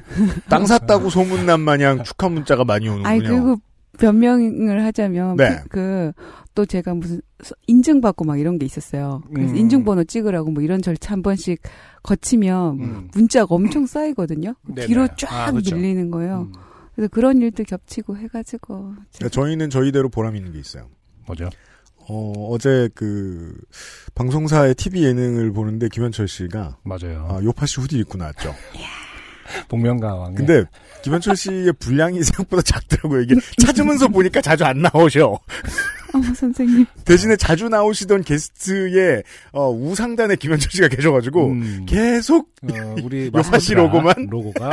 Speaker 3: 땅 샀다고 소문난 마냥 축하 문자가 많이 오는군요.
Speaker 8: 아니 그리고 변명을 하자면
Speaker 3: 네.
Speaker 8: 그 또 제가 무슨 서- 인증받고 막 이런 게 있었어요. 그래서
Speaker 2: 음.
Speaker 8: 인증번호 찍으라고 뭐 이런 절차 한 번씩 거치면
Speaker 2: 음.
Speaker 8: 문자가 엄청 쌓이거든요.
Speaker 2: 네네.
Speaker 8: 뒤로 쫙
Speaker 2: 아, 그렇죠.
Speaker 8: 밀리는 거예요.
Speaker 2: 음, 그렇죠.
Speaker 8: 그래서 그런 일도 겹치고 해가지고
Speaker 3: 그러니까 저희는 저희대로 보람 있는 게 있어요.
Speaker 2: 뭐죠
Speaker 3: 어, 어제 그 방송사의 TV 예능을 보는데 김현철 씨가
Speaker 2: 맞아요
Speaker 3: 아, 요파 씨 후디 입고 나왔죠.
Speaker 2: 복면가왕
Speaker 8: 네.
Speaker 3: 근데 김현철 씨의 분량이 생각보다 작더라고요. 이게 찾으면서 보니까 자주 안 나오셔.
Speaker 8: 어머 선생님
Speaker 3: 대신에 자주 나오시던 게스트의 어, 우상단에 김현철 씨가 계셔가지고
Speaker 8: 음.
Speaker 3: 계속
Speaker 2: 음, 어, 우리
Speaker 3: 요파 씨
Speaker 2: 마스코트가-
Speaker 3: 로고만?
Speaker 2: 로고가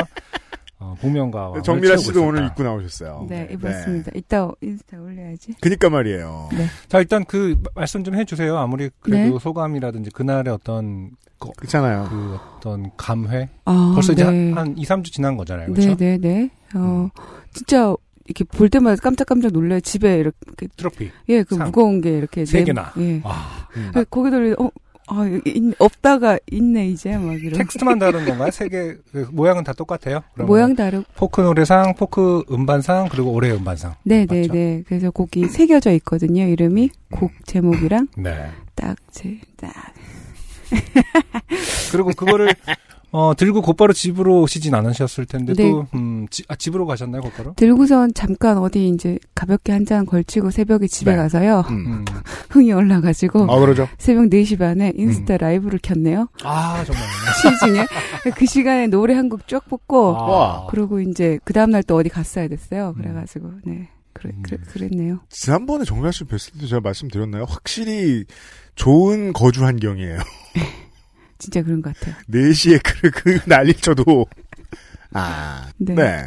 Speaker 2: 어,
Speaker 8: 아,
Speaker 2: 복면가왕
Speaker 3: 정미라 씨도 오늘 입고 나오셨어요.
Speaker 8: 네 입었습니다. 이따 인스타 올려야지.
Speaker 3: 그니까 말이에요.
Speaker 2: 자 일단 그 마- 말씀 좀 해주세요. 아무리 그래도
Speaker 8: 네.
Speaker 2: 소감이라든지 그날의 어떤
Speaker 3: 그렇잖아요.
Speaker 2: 그 어떤 감회
Speaker 8: 아,
Speaker 2: 벌써 이제
Speaker 8: 네.
Speaker 2: 한, 한 2, 3주 지난 거잖아요. 그렇죠? 음.
Speaker 8: 네네네. 어 진짜 이렇게 볼 때마다 깜짝깜짝 놀라요. 집에 이렇게
Speaker 2: 트로피.
Speaker 8: 예 그
Speaker 2: 상.
Speaker 8: 무거운 게 이렇게
Speaker 2: 세
Speaker 8: 네-
Speaker 2: 개나.
Speaker 8: 예.
Speaker 2: 와.
Speaker 8: 그 고개 돌리 어 아, 여기 있- 없다가 있네 이제 막 이런.
Speaker 2: 텍스트만 다른 건가요? 세개 모양은 다 똑같아요? 그러면
Speaker 8: 모양 다르고.
Speaker 2: 포크 노래상, 포크 음반상, 그리고 올해 음반상.
Speaker 8: 네네네.
Speaker 2: 맞죠?
Speaker 8: 그래서 곡이 새겨져 있거든요. 이름이 곡 제목이랑
Speaker 2: 네.
Speaker 8: 딱 제 딱.
Speaker 2: 그리고 그거를 어, 들고 곧바로 집으로 오시진 않으셨을 텐데
Speaker 8: 네.
Speaker 2: 또 음, 지- 아, 집으로 가셨나요 곧바로?
Speaker 8: 들고선 잠깐 어디 이제 가볍게 한 잔 걸치고 새벽에 집에
Speaker 2: 네.
Speaker 8: 가서요.
Speaker 2: 음.
Speaker 8: 흥이 올라가지고
Speaker 3: 아, 그러죠.
Speaker 8: 새벽 4시 반에 인스타 라이브를 켰네요.
Speaker 2: 아 정말.
Speaker 8: 시중에 그 시간에 노래 한 곡 쫙 뽑고
Speaker 2: 아.
Speaker 3: 와.
Speaker 8: 그러고 이제 그 다음 날 또 어디 갔어야
Speaker 2: 음.
Speaker 8: 됐어요. 그래가지고 네 그래, 그래 그랬네요.
Speaker 3: 지난번에 정라 씨 뵀을 때 제가 말씀드렸나요? 확실히 좋은 거주 환경이에요.
Speaker 8: 진짜 그런 것 같아요.
Speaker 3: 4시에 그, 그 난리 쳐도. 아.
Speaker 8: 네.
Speaker 3: 네.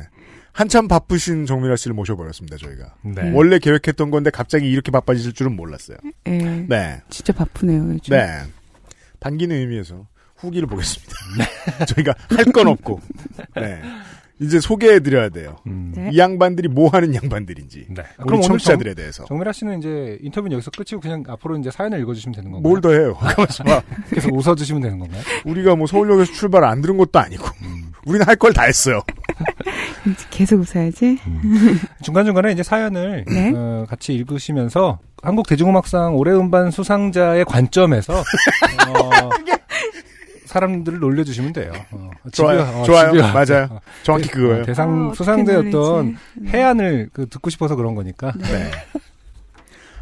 Speaker 3: 한참 바쁘신 정미라 씨를 모셔버렸습니다, 저희가.
Speaker 2: 네. 음.
Speaker 3: 원래 계획했던 건데 갑자기 이렇게 바빠지실 줄은 몰랐어요.
Speaker 8: 예.
Speaker 3: 네.
Speaker 8: 진짜 바쁘네요 요즘.
Speaker 3: 네. 반기는 의미에서 후기를 보겠습니다.
Speaker 2: 네.
Speaker 3: 저희가 할 건 없고. 네. 이제 소개해드려야 돼요.
Speaker 2: 음.
Speaker 8: 네.
Speaker 3: 이 양반들이 뭐 하는 양반들인지.
Speaker 2: 네.
Speaker 3: 우리
Speaker 2: 오늘 정-
Speaker 3: 청취자들에 대해서.
Speaker 2: 정미라 씨는 이제 인터뷰는 여기서 끝이고 그냥 앞으로 이제 사연을 읽어주시면 되는 건가요? 아,
Speaker 3: 뭘 더 해요? 가만있어 봐.
Speaker 2: 계속 웃어주시면 되는 건가요?
Speaker 3: 우리가 뭐 서울역에서 출발 안 들은 것도 아니고.
Speaker 2: 음.
Speaker 3: 우리는 할 걸 다 했어요.
Speaker 8: 이제 계속 웃어야지.
Speaker 2: 중간중간에 이제 사연을
Speaker 8: 네.
Speaker 2: 어, 같이 읽으시면서 한국 대중음악상 올해 음반 수상자의 관점에서 어, 사람들을 놀려주시면 돼요. 어,
Speaker 3: 좋아요.
Speaker 2: 집요- 어,
Speaker 3: 좋아요.
Speaker 2: 집요하게.
Speaker 3: 맞아요.
Speaker 2: 어,
Speaker 3: 정확히 그거예요.
Speaker 8: 아,
Speaker 2: 대상
Speaker 8: 어떻게
Speaker 2: 수상자였던
Speaker 8: 놀리지. 네.
Speaker 2: 해안을 그 듣고 싶어서 그런 거니까.
Speaker 3: 네.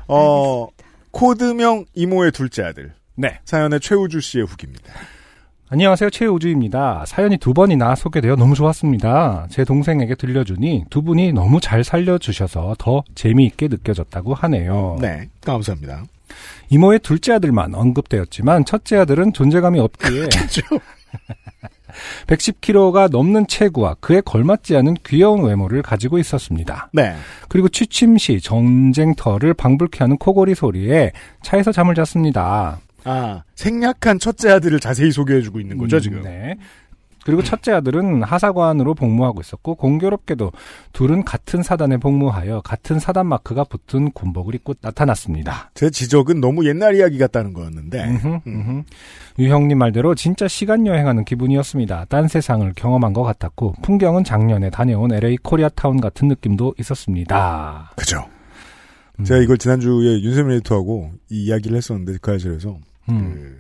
Speaker 3: 어, 코드명 이모의 둘째 아들.
Speaker 2: 네.
Speaker 3: 사연의 최우주 씨의 후기입니다.
Speaker 2: 안녕하세요. 최우주입니다. 사연이 두 번이나 소개되어 너무 좋았습니다. 제 동생에게 들려주니 두 분이 너무 잘 살려주셔서 더 재미있게 느껴졌다고 하네요.
Speaker 3: 네. 감사합니다.
Speaker 2: 이모의 둘째 아들만 언급되었지만 첫째 아들은 존재감이 없기에 110kg가 넘는 체구와 그에 걸맞지 않은 귀여운 외모를 가지고 있었습니다.
Speaker 3: 네.
Speaker 2: 그리고 취침 시 정쟁터를 방불케 하는 코골이 소리에 차에서 잠을 잤습니다.
Speaker 3: 아, 생략한 첫째 아들을 자세히 소개해주고 있는 거죠,
Speaker 2: 음,
Speaker 3: 지금.
Speaker 2: 네. 그리고 첫째 아들은 하사관으로 복무하고 있었고 공교롭게도 둘은 같은 사단에 복무하여 같은 사단 마크가 붙은 군복을 입고 나타났습니다.
Speaker 3: 제 지적은 너무 옛날 이야기 같다는 거였는데.
Speaker 2: 음흠, 음흠. 유형님 말대로 진짜 시간 여행하는 기분이었습니다. 딴 세상을 경험한 것 같았고 풍경은 작년에 다녀온 LA 코리아타운 같은 느낌도 있었습니다.
Speaker 3: 그죠.
Speaker 2: 음.
Speaker 3: 제가 이걸 지난주에 윤세민 에디터하고 이 이야기를 했었는데, 그 아실에서.
Speaker 2: 음.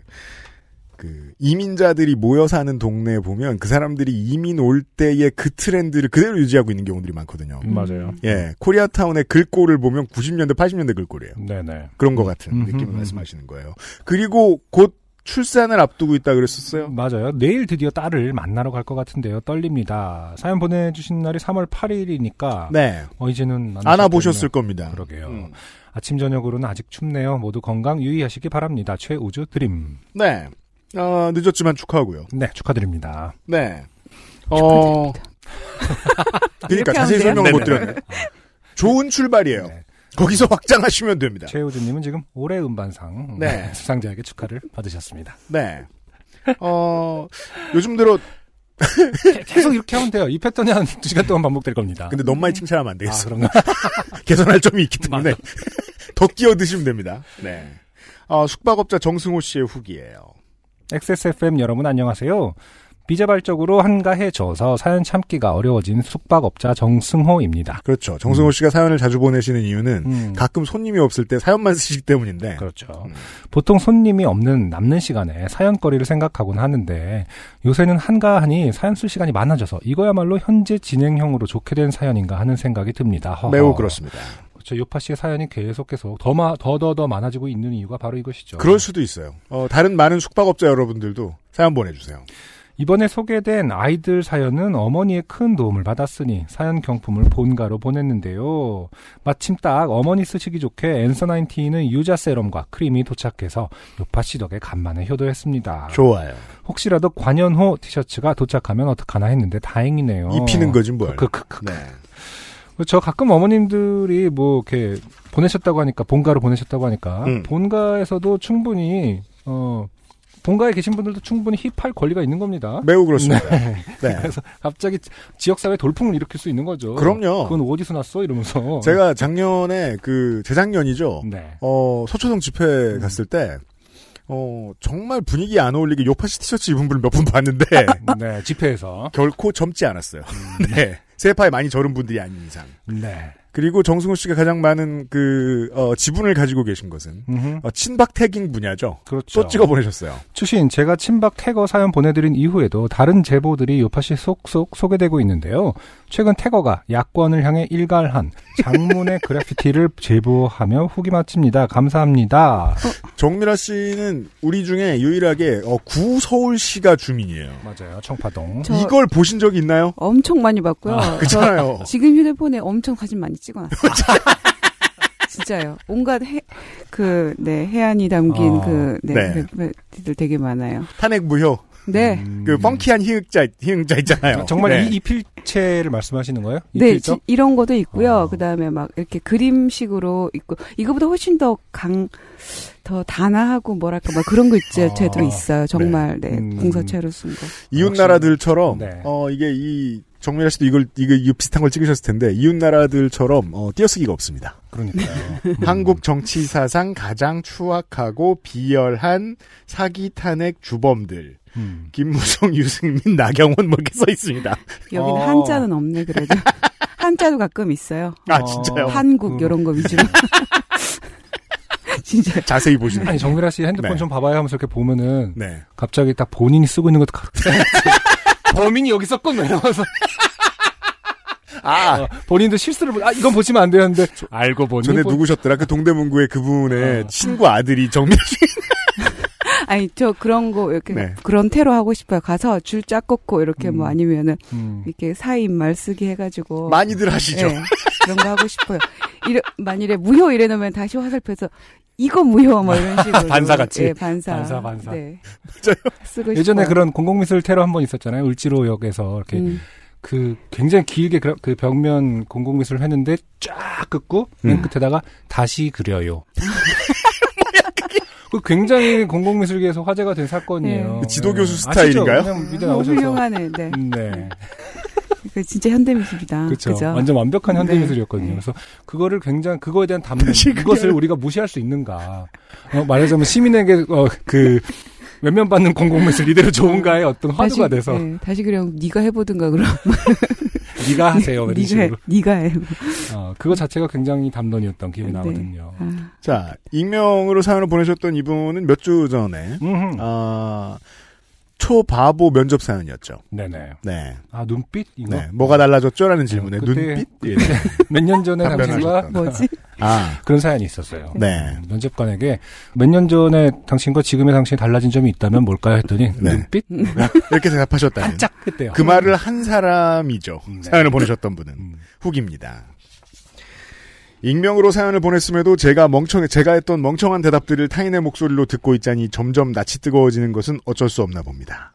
Speaker 3: 그 이민자들이 모여 사는 동네에 보면 그 사람들이 이민 올 때의 그 트렌드를 그대로 유지하고 있는 경우들이 많거든요.
Speaker 8: 음.
Speaker 2: 맞아요.
Speaker 3: 예, 코리아타운의 글꼴을 보면 90년대, 80년대 글꼴이에요.
Speaker 2: 네네.
Speaker 3: 그런 것 같은
Speaker 2: 음,
Speaker 3: 느낌을
Speaker 2: 음, 음.
Speaker 3: 말씀하시는 거예요. 그리고 곧 출산을 앞두고 있다 그랬었어요.
Speaker 2: 맞아요. 내일 드디어 딸을 만나러 갈 것 같은데요. 떨립니다. 사연 보내주신 날이 3월 8일이니까
Speaker 3: 네,
Speaker 2: 어, 이제는 만날 수
Speaker 3: 안아보셨을
Speaker 2: 있겠네요.
Speaker 3: 겁니다.
Speaker 2: 그러게요.
Speaker 3: 음.
Speaker 2: 아침 저녁으로는 아직 춥네요. 모두 건강 유의하시기 바랍니다. 최우주 드림.
Speaker 3: 네, 어, 늦었지만 축하하고요.
Speaker 2: 네, 축하드립니다.
Speaker 3: 네, 어, 그러니까 자세히
Speaker 8: 이렇게 하면
Speaker 3: 설명을 못 드렸네. 좋은 출발이에요.
Speaker 2: 네.
Speaker 3: 거기서 확장하시면 됩니다.
Speaker 2: 최우주님은 지금 올해 음반상
Speaker 3: 네.
Speaker 2: 수상자에게 축하를 받으셨습니다.
Speaker 3: 네, 어, 요즘 들어
Speaker 2: 계속 이렇게 하면 돼요. 이 패턴이 한 두 시간 동안 반복될 겁니다.
Speaker 3: 근데 너무 많이 칭찬하면 안
Speaker 2: 아,
Speaker 3: 되겠어.
Speaker 2: 그런가?
Speaker 3: 개선할 점이 있기 때문에 더 끼어 드시면 됩니다. 네. 어, 숙박업자 정승호 씨의 후기예요.
Speaker 2: XSFM 여러분 안녕하세요. 비자발적으로 한가해져서 사연 참기가 어려워진 숙박업자 정승호입니다.
Speaker 3: 그렇죠. 정승호 씨가 사연을 자주 보내시는 이유는
Speaker 2: 음.
Speaker 3: 가끔 손님이 없을 때 사연만 쓰시기 때문인데
Speaker 2: 그렇죠.
Speaker 3: 음.
Speaker 2: 보통 손님이 없는 남는 시간에 사연거리를 생각하곤 하는데 요새는 한가하니 사연 쓸 시간이 많아져서 이거야말로 현재 진행형으로 좋게 된 사연인가 하는 생각이 듭니다. 허허.
Speaker 3: 매우 그렇습니다.
Speaker 2: 그렇죠. 요파 씨의 사연이 계속 계속 더마 더더 더 많아지고 있는 이유가 바로 이것이죠.
Speaker 3: 그럴 수도 있어요. 어, 다른 많은 숙박업자 여러분들도 사연 보내주세요.
Speaker 2: 이번에 소개된 아이들 사연은 어머니의 큰 도움을 받았으니 사연 경품을 본가로 보냈는데요. 마침 딱 어머니 쓰시기 좋게 엔서 19은 유자 세럼과 크림이 도착해서 요파 씨 덕에 간만에 효도했습니다.
Speaker 3: 좋아요.
Speaker 2: 혹시라도 관현호 티셔츠가 도착하면 어떡하나 했는데 다행이네요. 그,
Speaker 3: 입히는 거지 뭘.
Speaker 2: 크크크.
Speaker 3: 네.
Speaker 2: 저 가끔 어머님들이 뭐 이렇게 보내셨다고 하니까 본가로 보내셨다고 하니까
Speaker 3: 음.
Speaker 2: 본가에서도 충분히 어 본가에 계신 분들도 충분히 힙할 권리가 있는 겁니다.
Speaker 3: 매우 그렇습니다. 네.
Speaker 2: 그래서 갑자기 지역사회 돌풍을 일으킬 수 있는 거죠.
Speaker 3: 그럼요.
Speaker 2: 그건 어디서 났어? 이러면서.
Speaker 3: 제가 작년에 그 재작년이죠.
Speaker 2: 네. 음.
Speaker 3: 어, 서초동 집회 갔을 때 어, 정말 분위기 안 어울리게 요파시 티셔츠 입은 분을 몇 분 봤는데
Speaker 2: 네, 집회에서.
Speaker 3: 결코 젊지 않았어요.
Speaker 2: 음.
Speaker 3: 네. 세파에 많이 젊은 분들이 아닌 이상.
Speaker 2: 네.
Speaker 3: 그리고 정승호 씨가 가장 많은 그 어, 지분을 가지고 계신 것은
Speaker 2: 음흠.
Speaker 3: 어, 친박 태깅 분야죠.
Speaker 2: 그렇죠.
Speaker 3: 또 찍어 보내셨어요.
Speaker 2: 추신, 제가 친박 태거 사연 보내드린 이후에도 다른 제보들이 요파시 속속 소개되고 있는데요. 최근 태거가 야권을 향해 일갈한 장문의 그래피티를 제보하며 후기 마칩니다. 감사합니다.
Speaker 3: 정미라 씨는 우리 중에 유일하게 어, 구서울시가 주민이에요.
Speaker 2: 맞아요. 청파동.
Speaker 8: 저 어.
Speaker 3: 이걸 보신 적 있나요?
Speaker 8: 엄청 많이 봤고요. 저
Speaker 3: 그렇잖아요.
Speaker 8: 지금 휴대폰에 엄청 사진 많이 찍어놨어요. 진짜요. 온갖 해, 그, 네, 해안이 담긴
Speaker 2: 아,
Speaker 8: 그, 네,
Speaker 3: 네.
Speaker 8: 그, 들 되게 많아요.
Speaker 3: 탄핵 무효.
Speaker 8: 네.
Speaker 2: 음,
Speaker 3: 그 펑키한 희극자 희극자 있잖아요.
Speaker 2: 정말
Speaker 3: 네.
Speaker 2: 이, 이 필체를 말씀하시는 거예요? 이
Speaker 8: 네,
Speaker 2: 필적?
Speaker 8: 지- 이런 것도 있고요.
Speaker 2: 어.
Speaker 8: 그 다음에 막 이렇게 그림식으로 있고, 이거보다 훨씬 더 강, 더 단아하고 뭐랄까, 막 그런 거 있죠.
Speaker 2: 아.
Speaker 8: 제도 있어요. 정말, 네.
Speaker 2: 음.
Speaker 8: 공사체로 쓴 거.
Speaker 3: 이웃 나라들처럼
Speaker 2: 네.
Speaker 3: 어 이게 이 정미라 씨도 이걸 이거 이거 비슷한 걸 찍으셨을 텐데 이웃 나라들처럼 어, 띄어쓰기가 없습니다.
Speaker 2: 그러니까요.
Speaker 8: 네.
Speaker 3: 한국 정치 사상 가장 추악하고 비열한 사기 탄핵 주범들
Speaker 2: 음.
Speaker 3: 김무성, 유승민, 나경원 뭐 이렇게 써 있습니다.
Speaker 8: 여기는
Speaker 2: 어.
Speaker 8: 한자는 없네, 그래도. 한자도 가끔 있어요.
Speaker 3: 아 진짜요?
Speaker 2: 어.
Speaker 8: 한국,
Speaker 2: 음.
Speaker 8: 요런 거 위주로. 진짜.
Speaker 3: 자세히 보시는.
Speaker 2: 아니 정미라 씨 핸드폰
Speaker 3: 네.
Speaker 2: 좀 봐봐요 하면서 이렇게 보면은
Speaker 3: 네.
Speaker 2: 갑자기 딱 본인이 쓰고 있는 것도 각- 범인이 여기 썼군요. 이러면서
Speaker 3: 아
Speaker 2: 어, 본인도 실수를 보- 아 이건 보시면 안 되는데 알고 보니
Speaker 3: 전에
Speaker 2: 본-
Speaker 3: 누구셨더라? 그 동대문구의 그분의
Speaker 2: 어.
Speaker 3: 친구 아들이 정미라 씨.
Speaker 8: 아니, 저 그런 거, 이렇게,
Speaker 3: 네.
Speaker 8: 그런 테러 하고 싶어요. 가서 줄 쫙 꺾고, 이렇게 뭐
Speaker 2: 음.
Speaker 8: 아니면은,
Speaker 2: 음.
Speaker 8: 이렇게 사인 말 쓰기
Speaker 2: 어.
Speaker 8: 해가지고.
Speaker 3: 많이들 하시죠.
Speaker 2: 네.
Speaker 8: 예, 그런 거 하고 싶어요. 이래, 만일에 무효 이래놓으면 다시 화살표에서 이거 무효 뭐 이런 식으로
Speaker 2: 반사같이.
Speaker 8: 예, 반사
Speaker 2: 반사, 반사.
Speaker 8: 네.
Speaker 3: 맞아요.
Speaker 8: 쓰고
Speaker 2: 예전에
Speaker 8: 싶어요.
Speaker 2: 그런 공공미술 테러 한 번 있었잖아요. 울지로역에서 이렇게
Speaker 8: 음,
Speaker 2: 그 굉장히 길게 그, 그 벽면 공공미술을 했는데 쫙 긋고 맨
Speaker 3: 음.
Speaker 2: 끝에다가 다시 그려요. 그 굉장히 공공미술계에서 화제가 된 사건이에요.
Speaker 8: 네.
Speaker 3: 그 지도교수
Speaker 2: 아시죠?
Speaker 3: 스타일인가요?
Speaker 2: 그냥 밑에
Speaker 8: 너무
Speaker 2: 음, 나오셔서.
Speaker 8: 훌륭하네. 네.
Speaker 2: 음, 네.
Speaker 8: 그 진짜 현대미술이다.
Speaker 2: 그렇죠.
Speaker 8: 아, 그죠?
Speaker 2: 완전 완벽한 현대
Speaker 8: 네.
Speaker 2: 미술이었거든요. 그래서 그거를 굉장히 그거에 대한 담론
Speaker 3: 다시
Speaker 2: 그것을 우리가 무시할 수 있는가? 어, 말하자면 시민에게 어, 그 외면받는 공공미술 이대로 좋은가의 어떤
Speaker 8: 다시,
Speaker 2: 화두가 돼서
Speaker 8: 네, 다시 그냥 네가 해보든가 그럼.
Speaker 2: 네가 하세요 이런
Speaker 8: 네가 해,
Speaker 2: 식으로
Speaker 8: 네가 해.
Speaker 2: 어, 그거 자체가 굉장히 담론이었던 기억이
Speaker 8: 네.
Speaker 2: 나거든요.
Speaker 8: 아,
Speaker 3: 자 익명으로 사연을 보내셨던 이분은 몇 주 전에
Speaker 2: 음흠.
Speaker 3: 아 초바보 면접 사연이었죠.
Speaker 2: 네네.
Speaker 3: 네.
Speaker 2: 아 눈빛 이거
Speaker 3: 네. 뭐가 달라졌죠라는 질문에
Speaker 2: 그때-
Speaker 3: 눈빛. 예.
Speaker 2: 몇 년 전에 당신과
Speaker 3: 답변하셨던.
Speaker 8: 뭐지?
Speaker 3: 아,
Speaker 2: 그런 사연이 있었어요.
Speaker 3: 네.
Speaker 2: 음, 면접관에게 몇 년 전에 당신과 지금의 당신이 달라진 점이 있다면 뭘까요 했더니
Speaker 3: 네.
Speaker 2: 눈빛
Speaker 8: 음.
Speaker 3: 이렇게 대답하셨다는.
Speaker 2: 짝 그때요.
Speaker 3: 그 말을 한 사람이죠.
Speaker 2: 네.
Speaker 3: 사연을 보내셨던 분은
Speaker 2: 음.
Speaker 3: 후기입니다. 익명으로 사연을 보냈음에도 제가 멍청 제가 했던 멍청한 대답들을 타인의 목소리로 듣고 있자니 점점 낯이 뜨거워지는 것은 어쩔 수 없나 봅니다.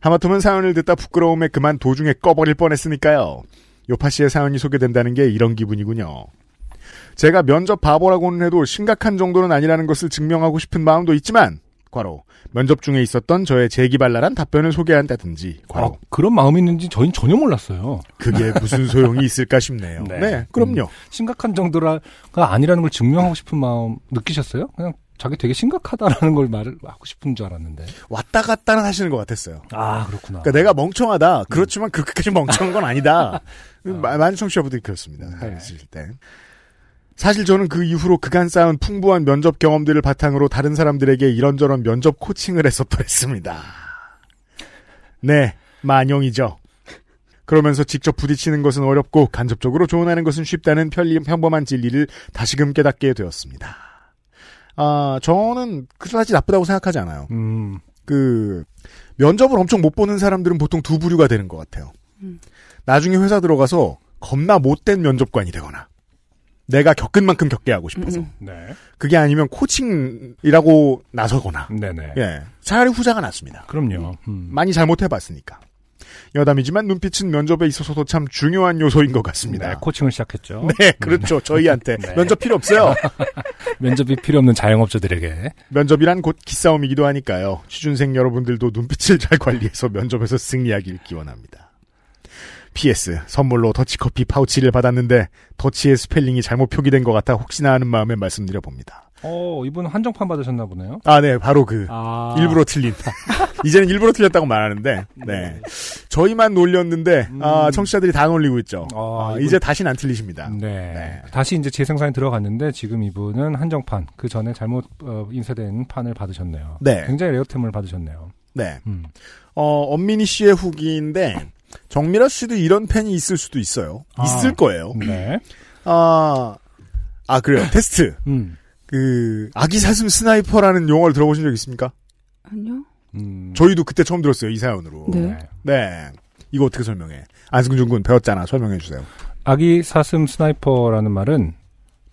Speaker 3: 하마터면 사연을 듣다 부끄러움에 그만 도중에 꺼버릴 뻔했으니까요. 요파 씨의 사연이 소개된다는 게 이런 기분이군요. 제가 면접 바보라고는 해도 심각한 정도는 아니라는 것을 증명하고 싶은 마음도 있지만, 과로 면접 중에 있었던 저의 재기발랄한 답변을 소개한다든지,
Speaker 2: 아,
Speaker 3: 과로
Speaker 2: 그런 마음이 있는지 저희는 전혀 몰랐어요.
Speaker 3: 그게 무슨 소용이 있을까 싶네요.
Speaker 2: 네.
Speaker 3: 네, 그럼요.
Speaker 2: 심각한 정도가 아니라는 걸 증명하고 싶은 마음 느끼셨어요? 그냥 자기 되게 심각하다라는 걸 말을 하고 싶은 줄 알았는데.
Speaker 3: 왔다 갔다는 하시는 것 같았어요.
Speaker 2: 아 그렇구나.
Speaker 3: 그러니까 내가 멍청하다. 그렇지만 그렇게까지 멍청한 건 아니다. 마- 많은 청취자분들이 그렇습니다.
Speaker 2: 네.
Speaker 3: 하실 때. 사실 저는 그 이후로 그간 쌓은 풍부한 면접 경험들을 바탕으로 다른 사람들에게 이런저런 면접 코칭을 했었더랬습니다. 네, 만용이죠. 그러면서 직접 부딪히는 것은 어렵고 간접적으로 조언하는 것은 쉽다는 편리, 평범한 진리를 다시금 깨닫게 되었습니다. 아, 저는 그다지 나쁘다고 생각하지 않아요.
Speaker 2: 음,
Speaker 3: 그 면접을 엄청 못 보는 사람들은 보통 두 부류가 되는 것 같아요.
Speaker 8: 음.
Speaker 3: 나중에 회사 들어가서 겁나 못된 면접관이 되거나 내가 겪은 만큼 겪게 하고 싶어서
Speaker 8: 음,
Speaker 2: 네,
Speaker 3: 그게 아니면 코칭이라고 나서거나
Speaker 2: 네네.
Speaker 3: 예 차라리 후자가 낫습니다.
Speaker 2: 그럼요. 음.
Speaker 3: 많이 잘못해봤으니까 여담이지만 눈빛은 면접에 있어서도 참 중요한 요소인 것 같습니다.
Speaker 2: 네, 코칭을 시작했죠.
Speaker 3: 네, 그렇죠. 저희한테
Speaker 2: 네.
Speaker 3: 면접 필요 없어요.
Speaker 2: 면접이 필요 없는 자영업자들에게.
Speaker 3: 면접이란 곧 기싸움이기도 하니까요. 취준생 여러분들도 눈빛을 잘 관리해서 면접에서 승리하길 기원합니다. PS 선물로 더치커피 파우치를 받았는데 더치의 스펠링이 잘못 표기된 것 같아 혹시나 하는 마음에 말씀드려 봅니다.
Speaker 2: 어, 이분 한정판 받으셨나 보네요.
Speaker 3: 아, 네, 바로 그.
Speaker 2: 아.
Speaker 3: 일부러 틀린. 이제는 일부러 틀렸다고 말하는데, 네. 저희만 놀렸는데, 아, 청취자들이 다 놀리고 있죠.
Speaker 2: 음. 아,
Speaker 3: 아,
Speaker 2: 이분-
Speaker 3: 이제 다신 안 틀리십니다.
Speaker 2: 네.
Speaker 3: 네.
Speaker 2: 다시 이제 재생산에 들어갔는데 지금 이분은 한정판 그 전에 잘못 어, 인쇄된 판을 받으셨네요.
Speaker 3: 네.
Speaker 2: 굉장히 레어템을 받으셨네요.
Speaker 3: 네.
Speaker 2: 음.
Speaker 3: 어, 엄민희 씨의 후기인데, 정미라 씨도 이런 팬이 있을 수도 있어요.
Speaker 2: 아.
Speaker 3: 있을 거예요.
Speaker 2: 네.
Speaker 3: 아, 아, 그래요. 테스트.
Speaker 2: 음.
Speaker 3: 그, 아기 사슴 스나이퍼라는 용어를 들어보신 적 있습니까?
Speaker 8: 아니요.
Speaker 2: 음.
Speaker 3: 저희도 그때 처음 들었어요. 이 사연으로.
Speaker 8: 네.
Speaker 3: 네. 이거 어떻게 설명해? 안승준 군 배웠잖아. 설명해주세요.
Speaker 2: 아기 사슴 스나이퍼라는 말은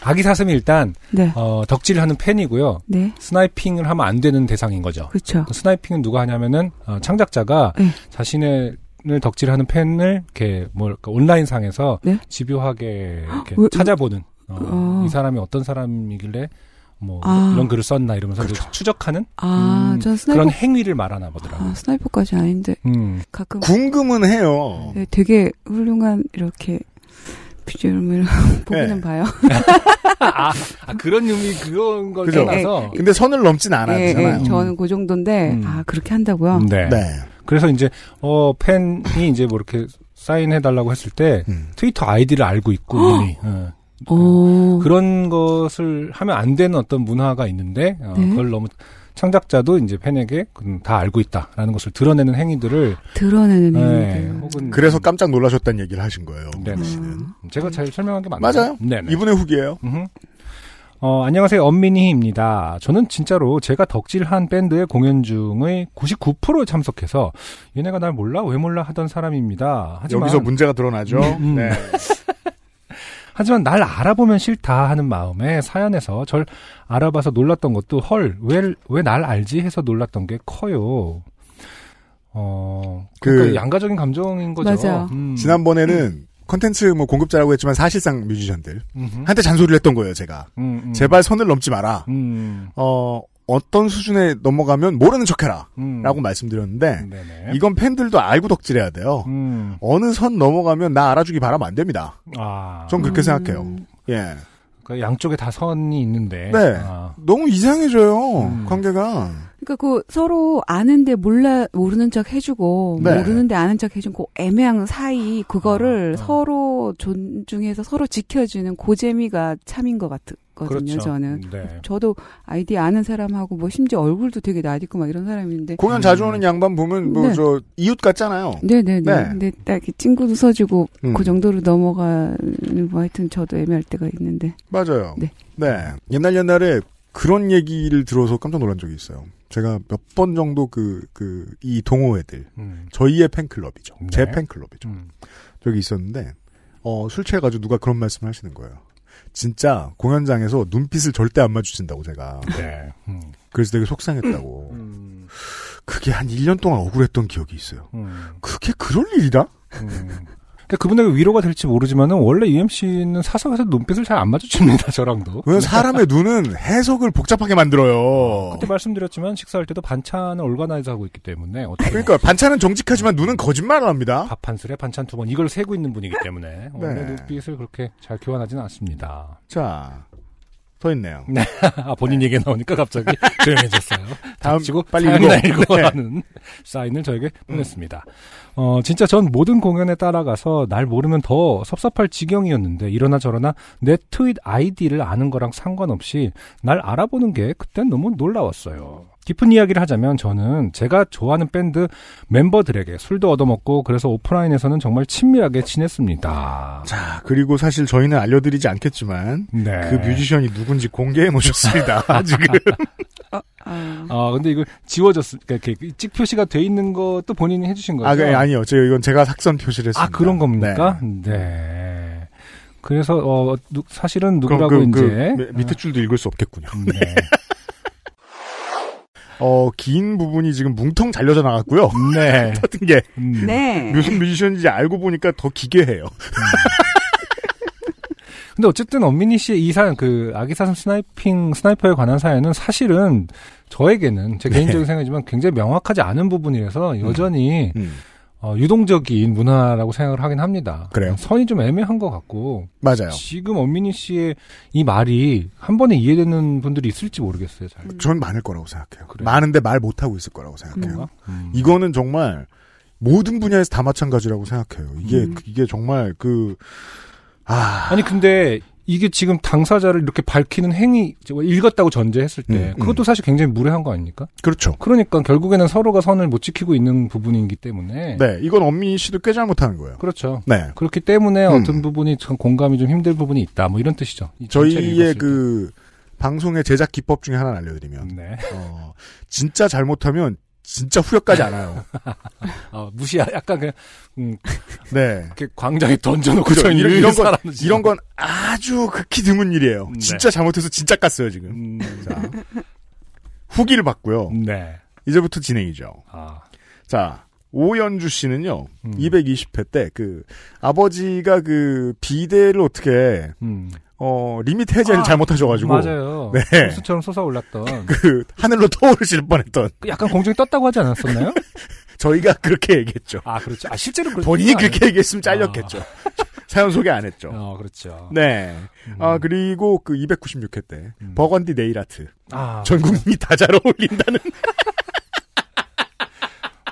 Speaker 2: 아기 사슴이 일단
Speaker 8: 네.
Speaker 2: 어, 덕질하는 팬이고요.
Speaker 8: 네.
Speaker 2: 스나이핑을 하면 안 되는 대상인 거죠.
Speaker 8: 그렇죠.
Speaker 2: 스나이핑은 누가 하냐면은 어, 창작자가
Speaker 8: 네.
Speaker 2: 자신의 을 덕질하는 팬을 이렇게 뭐랄까 온라인 상에서
Speaker 8: 네?
Speaker 2: 집요하게 이렇게
Speaker 8: 왜-
Speaker 2: 찾아보는 어,
Speaker 8: 어.
Speaker 2: 이 사람이 어떤 사람이길래 뭐
Speaker 8: 아.
Speaker 2: 이런 글을 썼나 이러면서 이제 추적하는
Speaker 8: 아,
Speaker 2: 음,
Speaker 8: 전 스나이퍼
Speaker 2: 그런 행위를 말하나 보더라고요.
Speaker 8: 아, 스나이퍼까지 아닌데
Speaker 2: 음.
Speaker 8: 가끔
Speaker 3: 궁금은 해요.
Speaker 8: 네, 되게 훌륭한 이렇게 비주얼을 보기는
Speaker 3: 네.
Speaker 8: 봐요.
Speaker 2: 아, 아, 그런 의미 그런 걸
Speaker 3: 그죠.
Speaker 2: 떠나서
Speaker 3: 근데 선을 넘진 않아야
Speaker 8: 예,
Speaker 3: 되잖아요.
Speaker 8: 예, 저는 그 정도인데
Speaker 2: 음.
Speaker 8: 아 그렇게 한다고요?
Speaker 2: 네.
Speaker 3: 네.
Speaker 2: 그래서 이제 어 팬이 이제 뭐 이렇게 사인해 달라고 했을 때
Speaker 3: 음.
Speaker 2: 트위터 아이디를 알고 있고 이미 어,
Speaker 8: 오,
Speaker 2: 그런 것을 하면 안 되는 어떤 문화가 있는데 어,
Speaker 8: 네.
Speaker 2: 그걸 너무 창작자도 이제 팬에게 그건 다 알고 있다라는 것을 드러내는 행위들을
Speaker 8: 드러내는
Speaker 2: 네,
Speaker 8: 의미들.
Speaker 2: 혹은
Speaker 3: 그래서 깜짝 놀라셨다는 얘기를 하신 거예요.
Speaker 2: 네.
Speaker 8: 아,
Speaker 2: 제가 잘 설명한 게 맞나요?
Speaker 3: 맞아요.
Speaker 2: 네, 네.
Speaker 3: 이분의 후기예요.
Speaker 2: 음흠. 어, 안녕하세요. 엄민희입니다. 저는 진짜로 제가 덕질한 밴드의 공연 중의 99% 참석해서 얘네가 날 몰라 왜 몰라 하던 사람입니다. 하지만
Speaker 3: 여기서 문제가 드러나죠.
Speaker 2: 음, 음.
Speaker 3: 네.
Speaker 2: 하지만 날 알아보면 싫다 하는 마음에 사연에서 절 알아봐서 놀랐던 것도 헐, 왜, 왜 날 알지? 해서 놀랐던 게 커요. 어, 그러니까
Speaker 3: 그-
Speaker 2: 양가적인 감정인 거죠.
Speaker 8: 맞아요.
Speaker 2: 음.
Speaker 3: 지난번에는 컨텐츠 뭐 공급자라고 했지만 사실상 뮤지션들
Speaker 2: 음흠.
Speaker 3: 한테 잔소리를 했던 거예요. 제가
Speaker 2: 음, 음.
Speaker 3: 제발 선을 넘지 마라.
Speaker 2: 음,
Speaker 3: 어 어떤 수준에 넘어가면 모르는 척해라라고
Speaker 2: 음.
Speaker 3: 말씀드렸는데
Speaker 2: 네네.
Speaker 3: 이건 팬들도 알고 덕질해야 돼요.
Speaker 2: 음.
Speaker 3: 어느 선 넘어가면 나 알아주기 바라면 안 됩니다.
Speaker 2: 아.
Speaker 3: 전 그렇게
Speaker 8: 음.
Speaker 3: 생각해요. 예.
Speaker 2: 그 양쪽에 다 선이 있는데.
Speaker 3: 네.
Speaker 2: 아,
Speaker 3: 너무 이상해져요.
Speaker 2: 음.
Speaker 3: 관계가.
Speaker 8: 그러니까 그 서로 아는데 몰라 모르는 척 해주고
Speaker 3: 네.
Speaker 8: 모르는데 아는 척 해준 그 애매한 사이 그거를
Speaker 2: 아, 아.
Speaker 8: 서로 존중해서 서로 지켜주는 그 재미가 참인 것 같거든요.
Speaker 2: 그렇죠.
Speaker 8: 저는
Speaker 2: 네.
Speaker 8: 저도 아이디 아는 사람하고 뭐 심지어 얼굴도 되게 낯익고 막 이런 사람인데
Speaker 3: 공연 자주 오는 양반 보면 뭐
Speaker 8: 네.
Speaker 3: 저 이웃 같잖아요.
Speaker 8: 네네네.
Speaker 3: 네.
Speaker 8: 근데 딱 이렇게 친구도 서주고
Speaker 3: 음.
Speaker 8: 그 정도로 넘어가는 뭐 하여튼 저도 애매할 때가 있는데
Speaker 3: 맞아요.
Speaker 8: 네.
Speaker 3: 네. 옛날 옛날에 그런 얘기를 들어서 깜짝 놀란 적이 있어요. 제가 몇 번 정도 그, 그, 이 동호회들,
Speaker 2: 음.
Speaker 3: 저희의 팬클럽이죠.
Speaker 2: 네.
Speaker 3: 제 팬클럽이죠.
Speaker 2: 음.
Speaker 3: 저기 있었는데, 어, 술 취해가지고 누가 그런 말씀을 하시는 거예요. 진짜 공연장에서 눈빛을 절대 안 마주친다고 제가.
Speaker 2: 네. 음.
Speaker 3: 그래서 되게 속상했다고.
Speaker 2: 음.
Speaker 3: 네. 그게 한 1년 동안 억울했던 기억이 있어요.
Speaker 2: 음.
Speaker 3: 그게 그럴 일이라?
Speaker 2: 음. 근데 그분에게 위로가 될지 모르지만은 원래 UMC는 사석에서 눈빛을 잘 안 마주칩니다 저랑도.
Speaker 3: 왜 사람의 눈은 해석을 복잡하게 만들어요.
Speaker 2: 그때 말씀드렸지만 식사할 때도 반찬을 올가나이즈 하고 있기 때문에 어떻게
Speaker 3: 그러니까 반찬은 정직하지만 눈은 거짓말을 합니다.
Speaker 2: 밥 한 술에 반찬 두 번 이걸 세고 있는 분이기 때문에 원래
Speaker 3: 네.
Speaker 2: 눈빛을 그렇게 잘 교환하지는 않습니다.
Speaker 3: 자, 더 있네요.
Speaker 2: 아, 본인 얘기 나오니까 갑자기 조용해졌어요.
Speaker 3: 다음
Speaker 2: 닥치고
Speaker 3: 빨리
Speaker 2: 사연이나
Speaker 3: 읽어.
Speaker 2: 읽어라는 네. 음. 사인을 저에게 보냈습니다. 어, 진짜 전 모든 공연에 따라가서 날 모르면 더 섭섭할 지경이었는데 이러나 저러나 내 트윗 아이디를 아는 거랑 상관없이 날 알아보는 게 그땐 너무 놀라웠어요. 깊은 이야기를 하자면 저는 제가 좋아하는 밴드 멤버들에게 술도 얻어먹고 그래서 오프라인에서는 정말 친밀하게 지냈습니다.
Speaker 3: 자, 그리고 사실 저희는 알려드리지 않겠지만
Speaker 2: 네.
Speaker 3: 그 뮤지션이 누군지 공개해 놓으셨습니다. 지금
Speaker 8: 아,
Speaker 2: 아, 근데 이거 지워졌을, 그러니까 이렇게 찍 표시가 돼 있는 것도 본인이 해주신 거죠?
Speaker 3: 아, 그, 아니요, 저 이건 제가 삭선 표시를 했습니다.
Speaker 2: 아, 그런 겁니까?
Speaker 3: 네.
Speaker 2: 네. 그래서, 어, 누- 사실은
Speaker 3: 그럼
Speaker 2: 누구라고
Speaker 3: 그, 그
Speaker 2: 이제.
Speaker 3: 미- 밑에 줄도 읽을 수 없겠군요.
Speaker 2: 네.
Speaker 3: 어, 긴 부분이 지금 뭉텅 잘려져 나갔고요.
Speaker 2: 네.
Speaker 3: 같은 게
Speaker 2: 음.
Speaker 8: 네.
Speaker 3: 무슨 뮤지션인지 알고 보니까 더 기괴해요.
Speaker 2: 근데 어쨌든 엄민희 씨의 이 사연, 그, 아기사슴 스나이핑, 스나이퍼에 관한 사연은 사실은
Speaker 3: 네.
Speaker 2: 저에게는, 제 개인적인 생각이지만 굉장히 명확하지 않은 부분이라서 여전히,
Speaker 3: 음.
Speaker 2: 어, 유동적인 문화라고 생각을 하긴 합니다.
Speaker 3: 그래요?
Speaker 2: 선이 좀 애매한 것 같고
Speaker 3: 맞아요.
Speaker 2: 지금 엄민희 씨의 이 말이 한 번에 이해되는 분들이 있을지 모르겠어요. 잘.
Speaker 3: 전 많을 거라고 생각해요.
Speaker 2: 그래요?
Speaker 3: 많은데 말 못하고 있을 거라고 생각해요.
Speaker 2: 그런가? 음.
Speaker 3: 이거는 정말 모든 분야에서 다 마찬가지라고 생각해요. 이게
Speaker 2: 음.
Speaker 3: 이게 정말 그 아,
Speaker 2: 아니 근데 이게 지금 당사자를 이렇게 밝히는 행위 제가 읽었다고 전제했을 때
Speaker 3: 음, 음.
Speaker 2: 그것도 사실 굉장히 무례한 거 아닙니까?
Speaker 3: 그렇죠.
Speaker 2: 그러니까 결국에는 서로가 선을 못 지키고 있는 부분이기 때문에
Speaker 3: 네, 이건 엄민희 씨도 꽤 잘못하는 거예요.
Speaker 2: 그렇죠.
Speaker 3: 네.
Speaker 2: 그렇기 때문에
Speaker 3: 음.
Speaker 2: 어떤 부분이 참 공감이 좀 힘들 부분이 있다. 뭐 이런 뜻이죠. 이 전체를
Speaker 3: 저희의
Speaker 2: 읽었을
Speaker 3: 그 방송의 제작 기법 중에 하나는
Speaker 2: 때.
Speaker 3: 알려드리면
Speaker 2: 네.
Speaker 3: 어, 진짜 잘못하면 진짜 후회까지 안 와요.
Speaker 2: 어, 무시 약간 그냥 음,
Speaker 3: 네.
Speaker 2: 이렇게 광장에 던져놓고
Speaker 3: 그죠.
Speaker 2: 저희
Speaker 3: 그렇죠. 이런,
Speaker 2: 이런
Speaker 3: 이런 건,
Speaker 2: 사람은
Speaker 3: 이런 건 아주 극히 드문 일이에요.
Speaker 2: 네.
Speaker 3: 진짜 잘못해서 진짜 깠어요, 지금.
Speaker 2: 음,
Speaker 3: 자. 후기를 받고요.
Speaker 2: 네.
Speaker 3: 이제부터 진행이죠.
Speaker 2: 아,
Speaker 3: 자, 오연주 씨는요,
Speaker 2: 음.
Speaker 3: 220회 때, 그, 아버지가 그, 비대를 어떻게,
Speaker 2: 음.
Speaker 3: 어, 리밋 해제를
Speaker 2: 아,
Speaker 3: 잘못하셔가지고.
Speaker 2: 맞아요.
Speaker 3: 네.
Speaker 2: 수처럼 솟아올랐던 그
Speaker 3: 그, 하늘로 떠오르실 뻔했던,
Speaker 2: 약간 공중에 떴다고 하지 않았었나요?
Speaker 3: 저희가 그렇게 얘기했죠.
Speaker 2: 아 그렇죠. 아 실제로 그렇죠.
Speaker 3: 본인이 그렇게 얘기했으면 잘렸겠죠.
Speaker 2: 아.
Speaker 3: 사연 소개 안 했죠.
Speaker 2: 어 그렇죠.
Speaker 3: 네.
Speaker 2: 음.
Speaker 3: 아, 그리고 그 296회 때,
Speaker 2: 음.
Speaker 3: 버건디 네일 아트.
Speaker 2: 아,
Speaker 3: 전 국민이 다 잘 어울린다는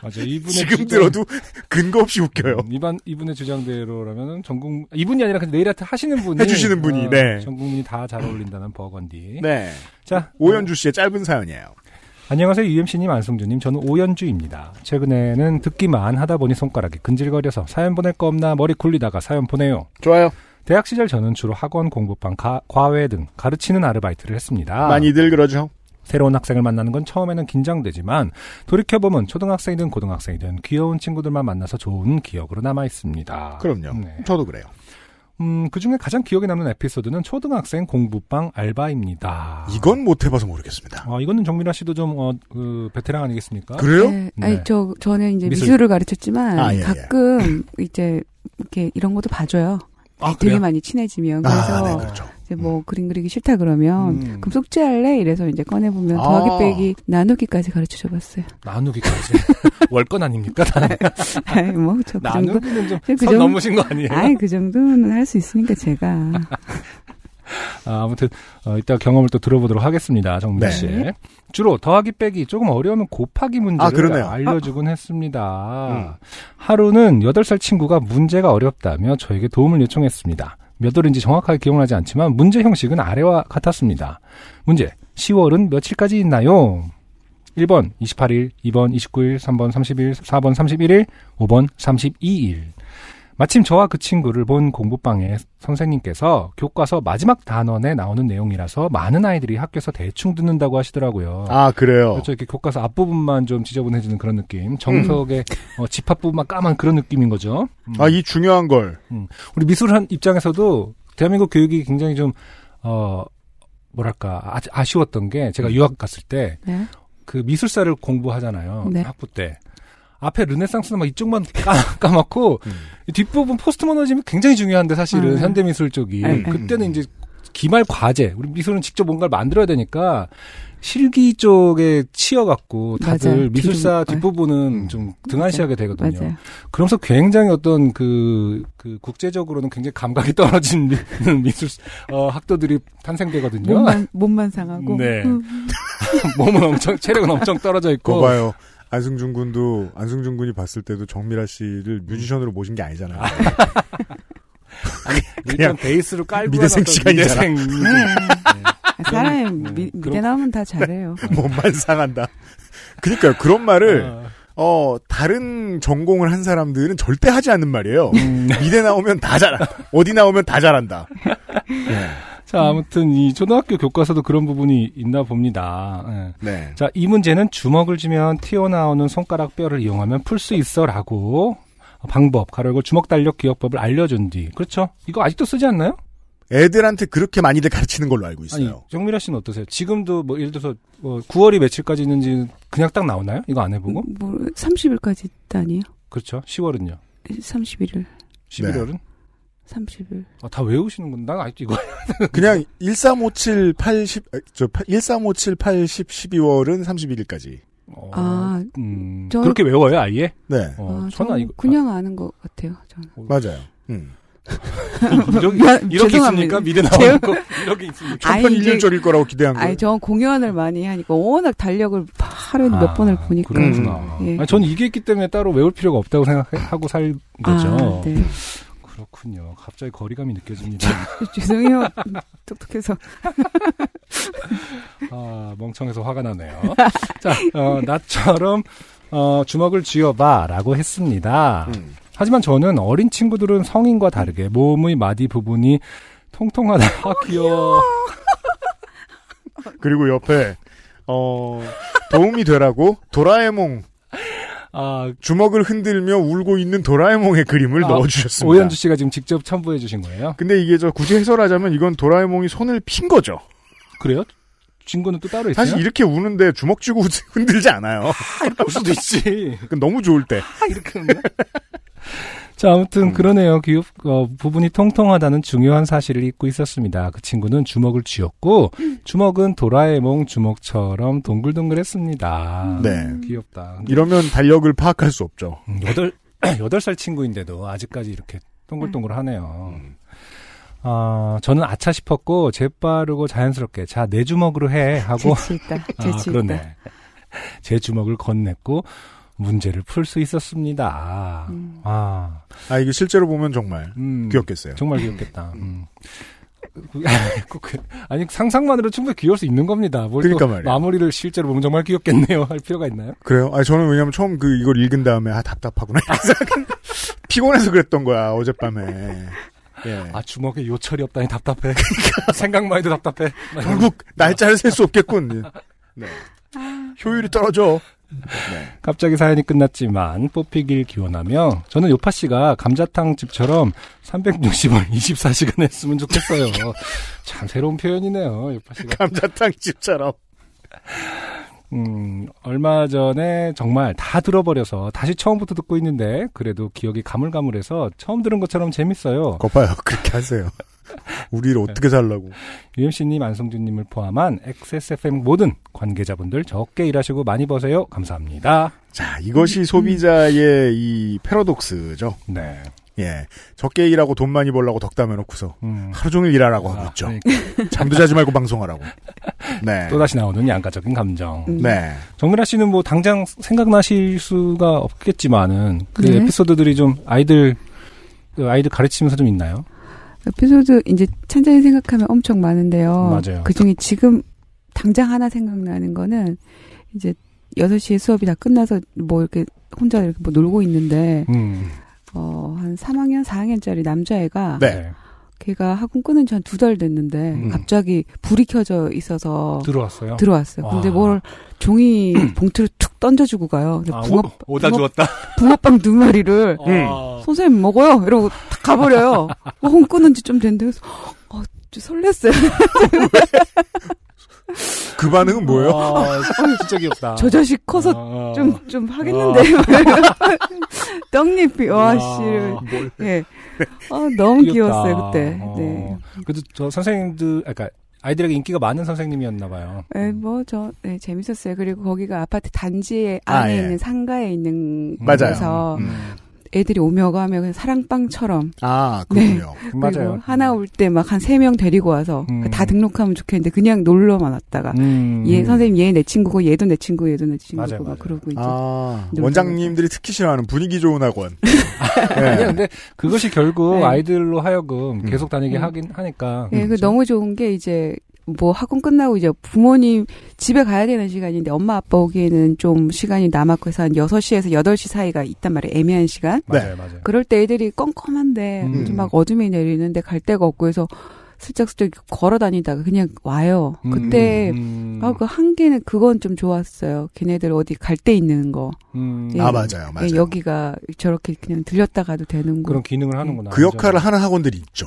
Speaker 2: 맞아. 이분의
Speaker 3: 지금
Speaker 2: 주장-
Speaker 3: 들어도 근거 없이 웃겨요.
Speaker 2: 음, 이반 이분의 주장대로라면은 전국 이분이 아니라 그냥 네일아트 하시는 분이
Speaker 3: 해주시는 분이,
Speaker 2: 어,
Speaker 3: 네.
Speaker 2: 전 국민이 다 잘 어울린다는 버건디.
Speaker 3: 네.
Speaker 2: 자 어,
Speaker 3: 오연주 씨의 짧은 사연이에요.
Speaker 2: 안녕하세요 UMC님 안승준님 저는 오연주입니다. 최근에는 듣기만 하다 보니 손가락이 근질거려서 사연 보낼 거 없나 머리 굴리다가 사연 보내요.
Speaker 3: 좋아요.
Speaker 2: 대학 시절 저는 주로 학원 공부방 가- 과외 등 가르치는 아르바이트를 했습니다.
Speaker 3: 많이들 그러죠.
Speaker 2: 새로운 학생을 만나는 건 처음에는 긴장되지만 돌이켜보면 초등학생이든 고등학생이든 귀여운 친구들만 만나서 좋은 기억으로 남아 있습니다.
Speaker 3: 그럼요.
Speaker 2: 네.
Speaker 3: 저도 그래요.
Speaker 2: 음, 그 중에 가장 기억에 남는 에피소드는 초등학생 공부방 알바입니다.
Speaker 3: 이건 못 해봐서 모르겠습니다.
Speaker 2: 어, 이거는 정민아 씨도 좀, 어, 그, 베테랑 아니겠습니까?
Speaker 3: 그래요?
Speaker 8: 네. 아니
Speaker 2: 네.
Speaker 8: 저 저는 이제
Speaker 2: 미술.
Speaker 8: 미술. 을 가르쳤지만
Speaker 3: 아, 예, 예.
Speaker 8: 가끔 이제 이렇게 이런 것도 봐줘요.
Speaker 2: 아,
Speaker 8: 되게
Speaker 2: 그래요?
Speaker 8: 많이 친해지면
Speaker 3: 아,
Speaker 8: 그래서
Speaker 3: 네, 그렇죠.
Speaker 8: 이제 뭐 그림 그리기 싫다 그러면
Speaker 2: 음.
Speaker 8: 그럼 숙제할래 이래서 이제 꺼내 보면
Speaker 3: 아.
Speaker 8: 더하기 빼기 나누기까지 가르쳐 줘봤어요.
Speaker 2: 나누기까지. 월건 아닙니까? 다
Speaker 8: 아이 뭐저그 정도.
Speaker 2: 나누기는 좀,
Speaker 8: 그
Speaker 2: 선
Speaker 8: 정도-
Speaker 2: 넘으신 거 아니에요?
Speaker 8: 아이 그 정도는 할 수 있으니까 제가
Speaker 2: 아, 아무튼 어, 이따 경험을 또 들어보도록 하겠습니다. 정민
Speaker 3: 네.
Speaker 2: 씨. 주로 더하기 빼기 조금 어려우면 곱하기
Speaker 3: 아,
Speaker 2: 문제를
Speaker 3: 그러네요. 음.
Speaker 2: 알려주곤 했습니다. 하루는 8살 친구가 문제가 어렵다며 저에게 도움을 요청했습니다. 몇 월인지 정확하게 기억나지 않지만 문제 형식은 아래와 같았습니다. 문제 10월은 며칠까지 있나요? 1번 28일, 2번 29일, 3번 30일, 4번 31일, 5번 32일. 마침 저와 그 친구를 본 공부방에 선생님께서 교과서 마지막 단원에 나오는 내용이라서 많은 아이들이 학교에서 대충 듣는다고 하시더라고요.
Speaker 3: 아, 그래요.
Speaker 2: 어. 그렇죠. 이렇게 교과서 앞부분만 좀 지저분해지는 그런 느낌. 정석의 어, 집합부분만 까만 그런 느낌인 거죠. 음.
Speaker 3: 아, 이 중요한 걸.
Speaker 2: 우리 미술한 입장에서도 대한민국 교육이 굉장히 좀, 어, 뭐랄까, 아, 아쉬웠던 게 제가 유학 갔을 때
Speaker 8: 네.
Speaker 2: 그 미술사를 공부하잖아요.
Speaker 8: 네.
Speaker 2: 학부 때. 앞에 르네상스나 막 이쪽만 까, 까맣고 이 뒷부분 포스트모더니즘이 굉장히 중요한데 사실은
Speaker 8: 음.
Speaker 2: 현대미술 쪽이
Speaker 8: 음.
Speaker 2: 그때는 이제 기말 과제 우리 미술은 직접 뭔가를 만들어야 되니까 실기 쪽에 치여갖고 다들
Speaker 8: 맞아요.
Speaker 2: 미술사
Speaker 8: 뒤로-
Speaker 2: 뒷부분은
Speaker 3: 음.
Speaker 2: 좀 등한시하게 되거든요.
Speaker 8: 맞아요.
Speaker 2: 그러면서 굉장히 어떤 그, 그 국제적으로는 굉장히 감각이 떨어진 미, 미술 어, 학도들이 탄생되거든요.
Speaker 8: 몸만 몸만 상하고
Speaker 2: 네.
Speaker 8: 음.
Speaker 2: 몸은 엄청 체력은 엄청 떨어져
Speaker 3: 그거
Speaker 2: 있고
Speaker 3: 봐요. 안승준 군도, 안승준 군이 봤을 때도 정미라 씨를 뮤지션으로 모신 게 아니잖아요. 그냥
Speaker 2: 일단 베이스로 깔고
Speaker 3: 미대생
Speaker 2: 해놨던
Speaker 3: 시간이잖아. 음.
Speaker 2: 미대생
Speaker 8: 네.
Speaker 2: 그런-
Speaker 8: 아, 사람
Speaker 2: 네,
Speaker 8: 미,
Speaker 2: 그런-
Speaker 8: 미대 나오면 다 잘해요.
Speaker 3: 몸만 상한다. 그니까요, 그런 말을,
Speaker 2: 어,
Speaker 3: 어, 다른 전공을 한 사람들은 절대 하지 않는 말이에요. 미대 나오면 다 잘한다. 어디 나오면 다 잘한다.
Speaker 2: 자 아무튼 이 초등학교 교과서도 그런 부분이 있나 봅니다. 예.
Speaker 3: 네.
Speaker 2: 자, 이 문제는 주먹을 쥐면 튀어나오는 손가락 뼈를 이용하면 풀 수 있어라고 방법, 가로열고 주먹 달력 기억법을 알려준 뒤. 그렇죠? 이거 아직도 쓰지 않나요?
Speaker 3: 애들한테 그렇게 많이들 가르치는 걸로 알고
Speaker 2: 아니,
Speaker 3: 있어요.
Speaker 2: 정미라 씨는 어떠세요? 지금도 뭐 예를 들어서 뭐 9월이 며칠까지 있는지 그냥 딱 나오나요? 이거 안
Speaker 3: 음.
Speaker 2: 해보고?
Speaker 8: 뭐 30일까지 있다니요?
Speaker 2: 그렇죠. 10월은요.
Speaker 8: 31일,
Speaker 2: 11월은?
Speaker 3: 네.
Speaker 2: 아,
Speaker 8: 30일.
Speaker 2: 다 외우시는 건, 난 아직도 이거.
Speaker 3: 그냥 아, 1357 80, 저 1357 80 12월은 31일까지.
Speaker 2: 어,
Speaker 8: 아,
Speaker 2: 음,
Speaker 8: 저-
Speaker 2: 그렇게 외워요 아예?
Speaker 3: 네.
Speaker 2: 어,
Speaker 8: 아,
Speaker 2: 저는
Speaker 8: 저는
Speaker 2: 아니고
Speaker 8: 그냥 아는 것 같아요. 저는.
Speaker 3: 맞아요. 음.
Speaker 2: 아, 이런-
Speaker 8: 미안,
Speaker 2: 이렇게
Speaker 8: 죄송합니다.
Speaker 2: 있으니까 미리 나오고 이렇게 있으니까
Speaker 8: 아니,
Speaker 3: 첫편
Speaker 8: 이게-
Speaker 3: 1일절일 거라고 기대한 거예요.
Speaker 8: 아니, 전 공연을 많이 하니까 워낙 달력을 하루에
Speaker 2: 아,
Speaker 8: 몇 번을 보니까.
Speaker 2: 그렇구나.
Speaker 8: 음, 예.
Speaker 2: 아니, 전 이게 있기 때문에 따로 외울 필요가 없다고 생각하고 살 거죠.
Speaker 8: 아, 네.
Speaker 2: 그렇군요. 갑자기 거리감이 느껴집니다.
Speaker 8: 죄송해요. 똑똑해서.
Speaker 2: 아, 멍청해서 화가 나네요. 자, 어, 나처럼 어, 주먹을 쥐어봐라고 했습니다.
Speaker 3: 음.
Speaker 2: 하지만 저는 어린 친구들은 성인과 다르게 몸의 마디 부분이 통통하다. 아,
Speaker 8: 어,
Speaker 2: 귀여워.
Speaker 3: 그리고 옆에 어, 도움이 되라고 도라에몽
Speaker 2: 아,
Speaker 3: 주먹을 흔들며 울고 있는 도라에몽의 그림을
Speaker 2: 아,
Speaker 3: 넣어주셨습니다.
Speaker 2: 오현주 씨가 지금 직접 첨부해 주신 거예요?
Speaker 3: 근데 이게 저 굳이 해설하자면 이건 도라에몽이 손을 핀 거죠.
Speaker 2: 그래요? 친구는 또 따로 있어요?
Speaker 3: 사실 이렇게 우는데 주먹 쥐고 우- 흔들지 않아요.
Speaker 2: 올 수도 있지.
Speaker 3: 그건 너무 좋을 때.
Speaker 2: 이렇게 하면. 자, 아무튼
Speaker 3: 음.
Speaker 2: 그러네요. 기업 어, 부분이 통통하다는 중요한 사실을 잊고 있었습니다. 그 친구는 주먹을 쥐었고 주먹은 도라에몽 주먹처럼 동글동글했습니다.
Speaker 3: 네.
Speaker 2: 귀엽다.
Speaker 3: 이러면 달력을 파악할 수 없죠.
Speaker 2: 음, 여덟 여덟 살 친구인데도 아직까지 이렇게 동글동글하네요.
Speaker 3: 음.
Speaker 2: 아, 저는 아차 싶었고 재빠르고 자연스럽게 자 내 주먹으로 해 하고
Speaker 8: 재치 있다.
Speaker 2: 아,
Speaker 8: 재치 있다.
Speaker 2: 그러네. 제 주먹을 건넸고 문제를 풀 수 있었습니다.
Speaker 8: 음.
Speaker 2: 아,
Speaker 3: 아 이게 실제로 보면 정말
Speaker 2: 음,
Speaker 3: 귀엽겠어요.
Speaker 2: 정말 귀엽겠다. 음. 그- 그- 그- 아니 상상만으로 충분히 귀여울 수 있는 겁니다. 뭘또
Speaker 3: 그러니까 말이에요.
Speaker 2: 마무리를 실제로 보면 정말 귀엽겠네요. 할 필요가 있나요?
Speaker 3: 그래요? 아 저는 왜냐면 처음 그 이걸 읽은 다음에 아 답답하구나. 이렇게 생각했는데 피곤해서 그랬던 거야 어젯밤에. 예.
Speaker 2: 아 주먹에 요철이 없다니 답답해. 그러니까 생각만 해도 답답해.
Speaker 3: 결국 날짜를 셀 수 없겠군. 네. 효율이 떨어져.
Speaker 2: 갑자기 사연이 끝났지만 뽑히길 기원하며 저는 요파 씨가 감자탕 집처럼 360원 24시간 했으면 좋겠어요. 참 새로운 표현이네요. 요파 씨가.
Speaker 3: 감자탕 집처럼.
Speaker 2: 음, 얼마 전에 정말 다 들어버려서 다시 처음부터 듣고 있는데 그래도 기억이 가물가물해서 처음 들은 것처럼 재밌어요.
Speaker 3: 거봐요 그렇게 하세요. 우리를 어떻게 살라고?
Speaker 2: UMC님, 안성준님을 포함한 XSFM 모든 관계자분들 적게 일하시고 많이 버세요. 감사합니다.
Speaker 3: 자
Speaker 2: 음.
Speaker 3: 이것이 소비자의 이 패러독스죠.
Speaker 2: 네.
Speaker 3: 예. 적게 일하고 돈 많이 벌라고 덕담해 놓고서
Speaker 2: 음.
Speaker 3: 하루 종일 일하라고 하고
Speaker 2: 아,
Speaker 3: 있죠.
Speaker 2: 그러니까
Speaker 3: 잠도 자지 말고 방송하라고. 네.
Speaker 2: 또다시 나오는 양가적인 감정.
Speaker 8: 음.
Speaker 3: 네.
Speaker 2: 정민아 씨는 뭐 당장 생각나실 수가 없겠지만은 그
Speaker 8: 네.
Speaker 2: 에피소드들이 좀 아이들 그 아이들 가르치면서 좀 있나요?
Speaker 8: 에피소드 이제 찬찬히 생각하면 엄청 많은데요.
Speaker 2: 맞아요.
Speaker 8: 그 중에 지금 당장 하나 생각나는 거는 이제 6시에 수업이 다 끝나서 뭐 이렇게 혼자 이렇게 뭐 놀고 있는데
Speaker 2: 음.
Speaker 8: 어, 한 3학년, 4학년짜리 남자애가
Speaker 3: 네.
Speaker 8: 걔가 학원 끊은 지 한 두 달 됐는데
Speaker 2: 음.
Speaker 8: 갑자기 불이 켜져 있어서
Speaker 2: 들어왔어요.
Speaker 8: 들어왔어요. 근데
Speaker 2: 와.
Speaker 8: 뭘 종이 봉투를 툭 던져주고 가요. 근데
Speaker 2: 아,
Speaker 8: 붕어,
Speaker 2: 오, 오다
Speaker 8: 붕어-
Speaker 2: 주었다.
Speaker 8: 붕어빵 두 마리를
Speaker 3: 음.
Speaker 2: 아.
Speaker 8: 선생님 먹어요. 이러고 탁 가버려요. 어, 혼 끊은 지 좀 됐는데 그래서 어, 좀 설렜어요.
Speaker 3: 그 반응은 뭐예요?
Speaker 2: 아, 진짜 귀엽다.
Speaker 8: 저 자식 커서
Speaker 2: 아,
Speaker 8: 좀, 좀 하겠는데. 떡잎이, 와, 씨.
Speaker 2: 뭘.
Speaker 8: 예. 아, 너무
Speaker 2: 아. 네. 귀엽다.
Speaker 8: 귀여웠어요, 그때. 네.
Speaker 2: 어. 그래도 저 선생님들, 아까 그러니까 아이들에게 인기가 많은 선생님이었나봐요.
Speaker 8: 예, 뭐, 저, 예, 재밌었어요. 그리고 거기가 아파트 단지에 안에
Speaker 3: 아, 예.
Speaker 8: 있는 상가에 있는
Speaker 2: 음.
Speaker 3: 맞아요.
Speaker 8: 그래서
Speaker 3: 음.
Speaker 8: 애들이 오며 가며 그냥 사랑방처럼
Speaker 3: 아,
Speaker 2: 네.
Speaker 3: 그렇군요.
Speaker 2: 맞아요.
Speaker 8: 그리고 하나 올 때 막 한 세 명 데리고 와서
Speaker 2: 음.
Speaker 8: 다 등록하면 좋겠는데 그냥 놀러만 왔다가
Speaker 2: 음.
Speaker 8: 얘 예, 선생님 얘 내 친구고 얘도 내 친구 얘도 내 친구고
Speaker 2: 맞아요,
Speaker 8: 막
Speaker 2: 맞아요.
Speaker 8: 그러고 이제
Speaker 3: 아,
Speaker 8: 놀고
Speaker 3: 원장님들이 특히 싫어하는 분위기 좋은 학원. 네.
Speaker 2: 아니, 근데 그것이 결국
Speaker 8: 네.
Speaker 2: 아이들로 하여금 계속 다니게
Speaker 8: 음.
Speaker 2: 하긴 하니까.
Speaker 8: 예, 그
Speaker 2: 그렇죠?
Speaker 8: 너무 좋은 게 이제 뭐 학원 끝나고 이제 부모님 집에 가야 되는 시간인데 엄마 아빠 오기에는 좀 시간이 남았고 해서 한 6시에서 8시 사이가 있단 말이에요. 애매한 시간.
Speaker 3: 네.
Speaker 2: 맞아요, 맞아요.
Speaker 8: 그럴 때 애들이 껌껌한데
Speaker 2: 음.
Speaker 8: 좀막 어둠이 내리는데 갈 데가 없고 해서 슬쩍슬쩍 걸어 다니다가 그냥 와요.
Speaker 2: 음,
Speaker 8: 그때
Speaker 2: 음,
Speaker 8: 아, 그 한계는 그건 좀 좋았어요. 걔네들 어디 갈 데 있는 거.
Speaker 2: 음,
Speaker 8: 예.
Speaker 3: 아, 맞아요.
Speaker 8: 예,
Speaker 3: 맞아요.
Speaker 8: 여기가 저렇게 그냥 들렸다 가도 되는 거.
Speaker 2: 그런 기능을 하는구나.
Speaker 3: 그 역할을 하는 학원들이 있죠.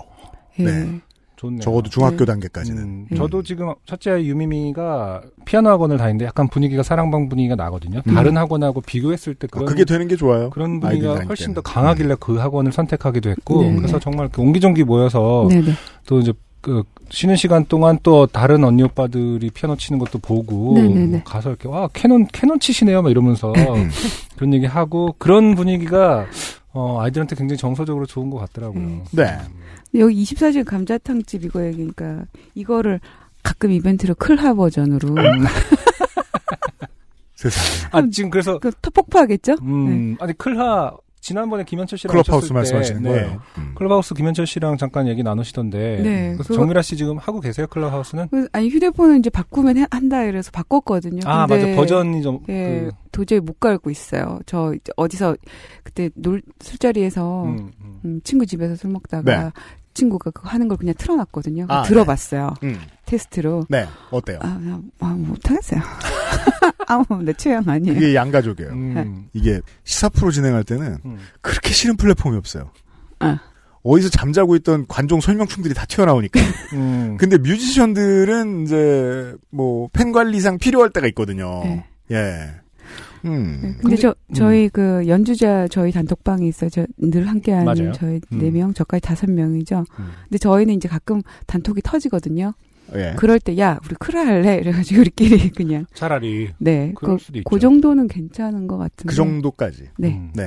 Speaker 8: 예.
Speaker 3: 네.
Speaker 2: 아, 좋네요.
Speaker 3: 적어도 중학교
Speaker 8: 네.
Speaker 3: 단계까지는. 아,
Speaker 2: 음,
Speaker 8: 음.
Speaker 2: 저도 지금 첫째 아이 유미미가 피아노 학원을 다니는데 약간 분위기가 사랑방 분위기가 나거든요.
Speaker 8: 음.
Speaker 2: 다른 학원하고 비교했을 때
Speaker 3: 아,
Speaker 2: 그런
Speaker 3: 그게 되는 게 좋아요.
Speaker 2: 그런
Speaker 3: 아이들
Speaker 2: 분위기가
Speaker 3: 다닐
Speaker 2: 훨씬 더
Speaker 3: 때는.
Speaker 2: 강하길래 그 학원을 선택하기도 했고
Speaker 8: 네.
Speaker 2: 어. 그래서 정말 이렇게 옹기종기 모여서
Speaker 8: 네네.
Speaker 2: 또 이제 그 쉬는 시간 동안 또 다른 언니 오빠들이 피아노 치는 것도 보고
Speaker 8: 네네네.
Speaker 2: 가서 이렇게 와 캐논 캐논 치시네요 막 이러면서 그런 얘기 하고 그런 분위기가 어, 아이들한테 굉장히 정서적으로 좋은 것 같더라고요.
Speaker 8: 음.
Speaker 3: 네.
Speaker 8: 여기 24시간 감자탕집 이거예요. 그러니까 이거를 가끔 이벤트로 클하 버전으로
Speaker 2: 음.
Speaker 3: 세상에.
Speaker 2: 아 지금 그래서
Speaker 8: 그 폭파하겠죠? 네.
Speaker 2: 음 아니 클하 지난번에 김현철 씨랑
Speaker 3: 클럽하우스
Speaker 2: 오셨을
Speaker 3: 말씀하시는
Speaker 2: 때, 네.
Speaker 3: 거예요. 음.
Speaker 2: 클럽하우스 김현철 씨랑 잠깐 얘기 나누시던데
Speaker 8: 네,
Speaker 2: 그래서
Speaker 8: 그거-
Speaker 2: 정미라 씨 지금 하고 계세요 클럽하우스는?
Speaker 8: 그래서 아니 휴대폰은 이제 바꾸면 해- 한다 이래서 바꿨거든요.
Speaker 2: 아
Speaker 8: 네. 근데
Speaker 2: 맞아 버전이 좀
Speaker 8: 예,
Speaker 2: 그,
Speaker 8: 도저히 못 갈고 있어요. 저 이제 어디서 그때 놀 술자리에서
Speaker 2: 음, 음.
Speaker 8: 음, 친구 집에서 술 먹다가
Speaker 3: 네.
Speaker 8: 친구가 그거 하는 걸 그냥 틀어놨거든요.
Speaker 3: 아,
Speaker 8: 들어봤어요.
Speaker 3: 음.
Speaker 8: 테스트로.
Speaker 3: 네. 어때요?
Speaker 8: 아, 그냥, 아, 못하겠어요. 아무 내 취향 아니에요.
Speaker 3: 이게
Speaker 8: 네.
Speaker 3: 양가족이에요.
Speaker 2: 음,
Speaker 3: 이게 시사 프로 진행할 때는
Speaker 2: 음.
Speaker 3: 그렇게 싫은 플랫폼이 없어요.
Speaker 8: 아.
Speaker 3: 어디서 잠자고 있던 관종 설명충들이 다 튀어나오니까.
Speaker 2: 음.
Speaker 3: 근데 뮤지션들은 이제 뭐 팬 관리상 필요할 때가 있거든요.
Speaker 8: 네.
Speaker 3: 예.
Speaker 8: 네,
Speaker 3: 음.
Speaker 8: 근데 저
Speaker 2: 어. 음.
Speaker 8: 저희 그 연주자 저희 단톡방이 있어요. 저 늘 함께하는
Speaker 2: 맞아요.
Speaker 8: 저희
Speaker 2: 음.
Speaker 8: 네 명, 저까지 다섯 명이죠.
Speaker 2: 음.
Speaker 8: 근데 저희는 이제 가끔 단톡이 터지거든요.
Speaker 2: 네.
Speaker 3: 예.
Speaker 8: 네. 그럴 때 야 우리 크라 할래 이래가지고 우리끼리 그냥
Speaker 2: 차라리
Speaker 8: 네,
Speaker 2: 그럴
Speaker 8: 그,
Speaker 2: 수도 있죠.
Speaker 8: 그 정도는 괜찮은 것 같은데.
Speaker 3: 그 정도까지.
Speaker 8: 네,
Speaker 2: 음.
Speaker 3: 네.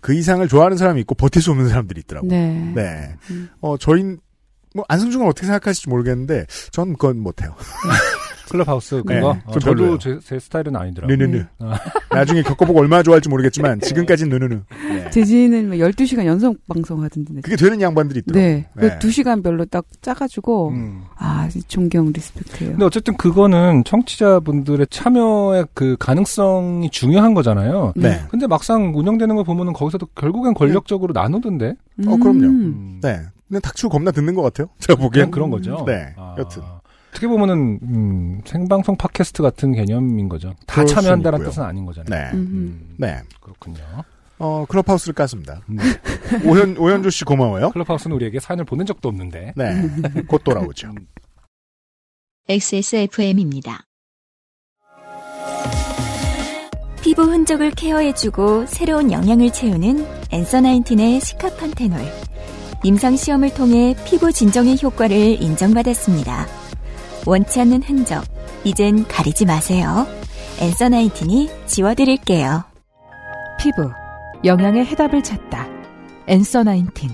Speaker 3: 그 이상을 좋아하는 사람이 있고 버틸 수 없는 사람들이 있더라고요.
Speaker 8: 네,
Speaker 3: 네.
Speaker 8: 음.
Speaker 3: 어, 저희, 뭐, 안승준은 어떻게 생각하실지 모르겠는데, 전 그건 못해요.
Speaker 2: 클럽하우스
Speaker 3: 네,
Speaker 2: 그거
Speaker 3: 좀
Speaker 2: 어,
Speaker 3: 별로예요.
Speaker 2: 저도
Speaker 3: 네.
Speaker 2: 제, 제 스타일은 아니더라고요.
Speaker 3: 느느느.
Speaker 2: 아.
Speaker 3: 나중에 겪어보고 얼마나 좋아할지 모르겠지만, 지금까지는 느느느. 네.
Speaker 8: 재진은 뭐 12시간 연속 방송 하던데.
Speaker 3: 그게 되는 양반들이 있더라고요.
Speaker 8: 네,
Speaker 3: 네.
Speaker 8: 그 2시간별로 딱 짜가지고
Speaker 2: 음.
Speaker 8: 아 진짜 존경 리스펙트해요.
Speaker 2: 근데 어쨌든 그거는 청취자분들의 참여의 그 가능성이 중요한 거잖아요.
Speaker 3: 네.
Speaker 2: 근데 막상 운영되는 걸 보면은 거기서도 결국엔 권력적으로 나누던데.
Speaker 3: 어, 그럼요.
Speaker 8: 네. 음.
Speaker 2: 음.
Speaker 3: 네. 근데 닥치고 겁나 듣는 것 같아요. 제가 보기엔.
Speaker 2: 예, 그냥
Speaker 8: 어?
Speaker 2: 그런 거죠.
Speaker 3: 네,
Speaker 2: 아,
Speaker 3: 여튼.
Speaker 2: 어떻게 보면은 음, 생방송 팟캐스트 같은 개념인 거죠. 다
Speaker 3: 그럴 수는
Speaker 2: 참여한다는
Speaker 3: 있고요.
Speaker 2: 뜻은 아닌 거잖아요.
Speaker 3: 네.
Speaker 8: 음.
Speaker 2: 음,
Speaker 3: 네.
Speaker 2: 그렇군요.
Speaker 3: 어, 클럽하우스를 깠습니다.
Speaker 2: 음.
Speaker 3: 오현, 오현조 씨 고마워요.
Speaker 2: 클럽하우스는 우리에게 사연을 보낸 적도 없는데. 음,
Speaker 3: 네. 곧 돌아오죠.
Speaker 1: XSFM입니다.
Speaker 9: 피부 흔적을 케어해주고 새로운 영양을 채우는 엔서나인틴의 시카판테놀. 임상 시험을 통해 피부 진정의 효과를 인정받았습니다. 원치 않는 흔적, 이젠 가리지 마세요. 엔서나인틴이 지워드릴게요.
Speaker 10: 피부, 영양의 해답을 찾다. 엔서 19.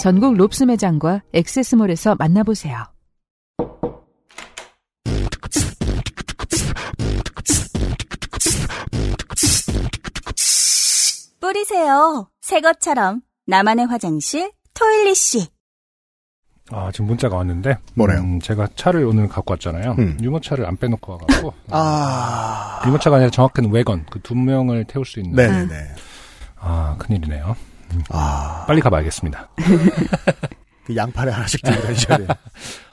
Speaker 10: 전국 롭스 매장과 액세스몰에서 만나보세요.
Speaker 9: 뿌리세요. 새 것처럼. 나만의 화장실, 토일리씨.
Speaker 2: 아, 지금 문자가 왔는데.
Speaker 3: 뭐래요?
Speaker 2: 음, 제가 차를 오늘 갖고 왔잖아요.
Speaker 3: 음.
Speaker 2: 유모차를 안 빼놓고 와가지고. 음,
Speaker 3: 아.
Speaker 2: 유모차가 아니라 정확한 외건. 그 두 명을 태울 수 있는.
Speaker 3: 네네네.
Speaker 2: 아, 큰일이네요.
Speaker 3: 아.
Speaker 2: 빨리 가봐야겠습니다.
Speaker 3: 그 양팔에 하나씩 들고 다니셔야 돼요.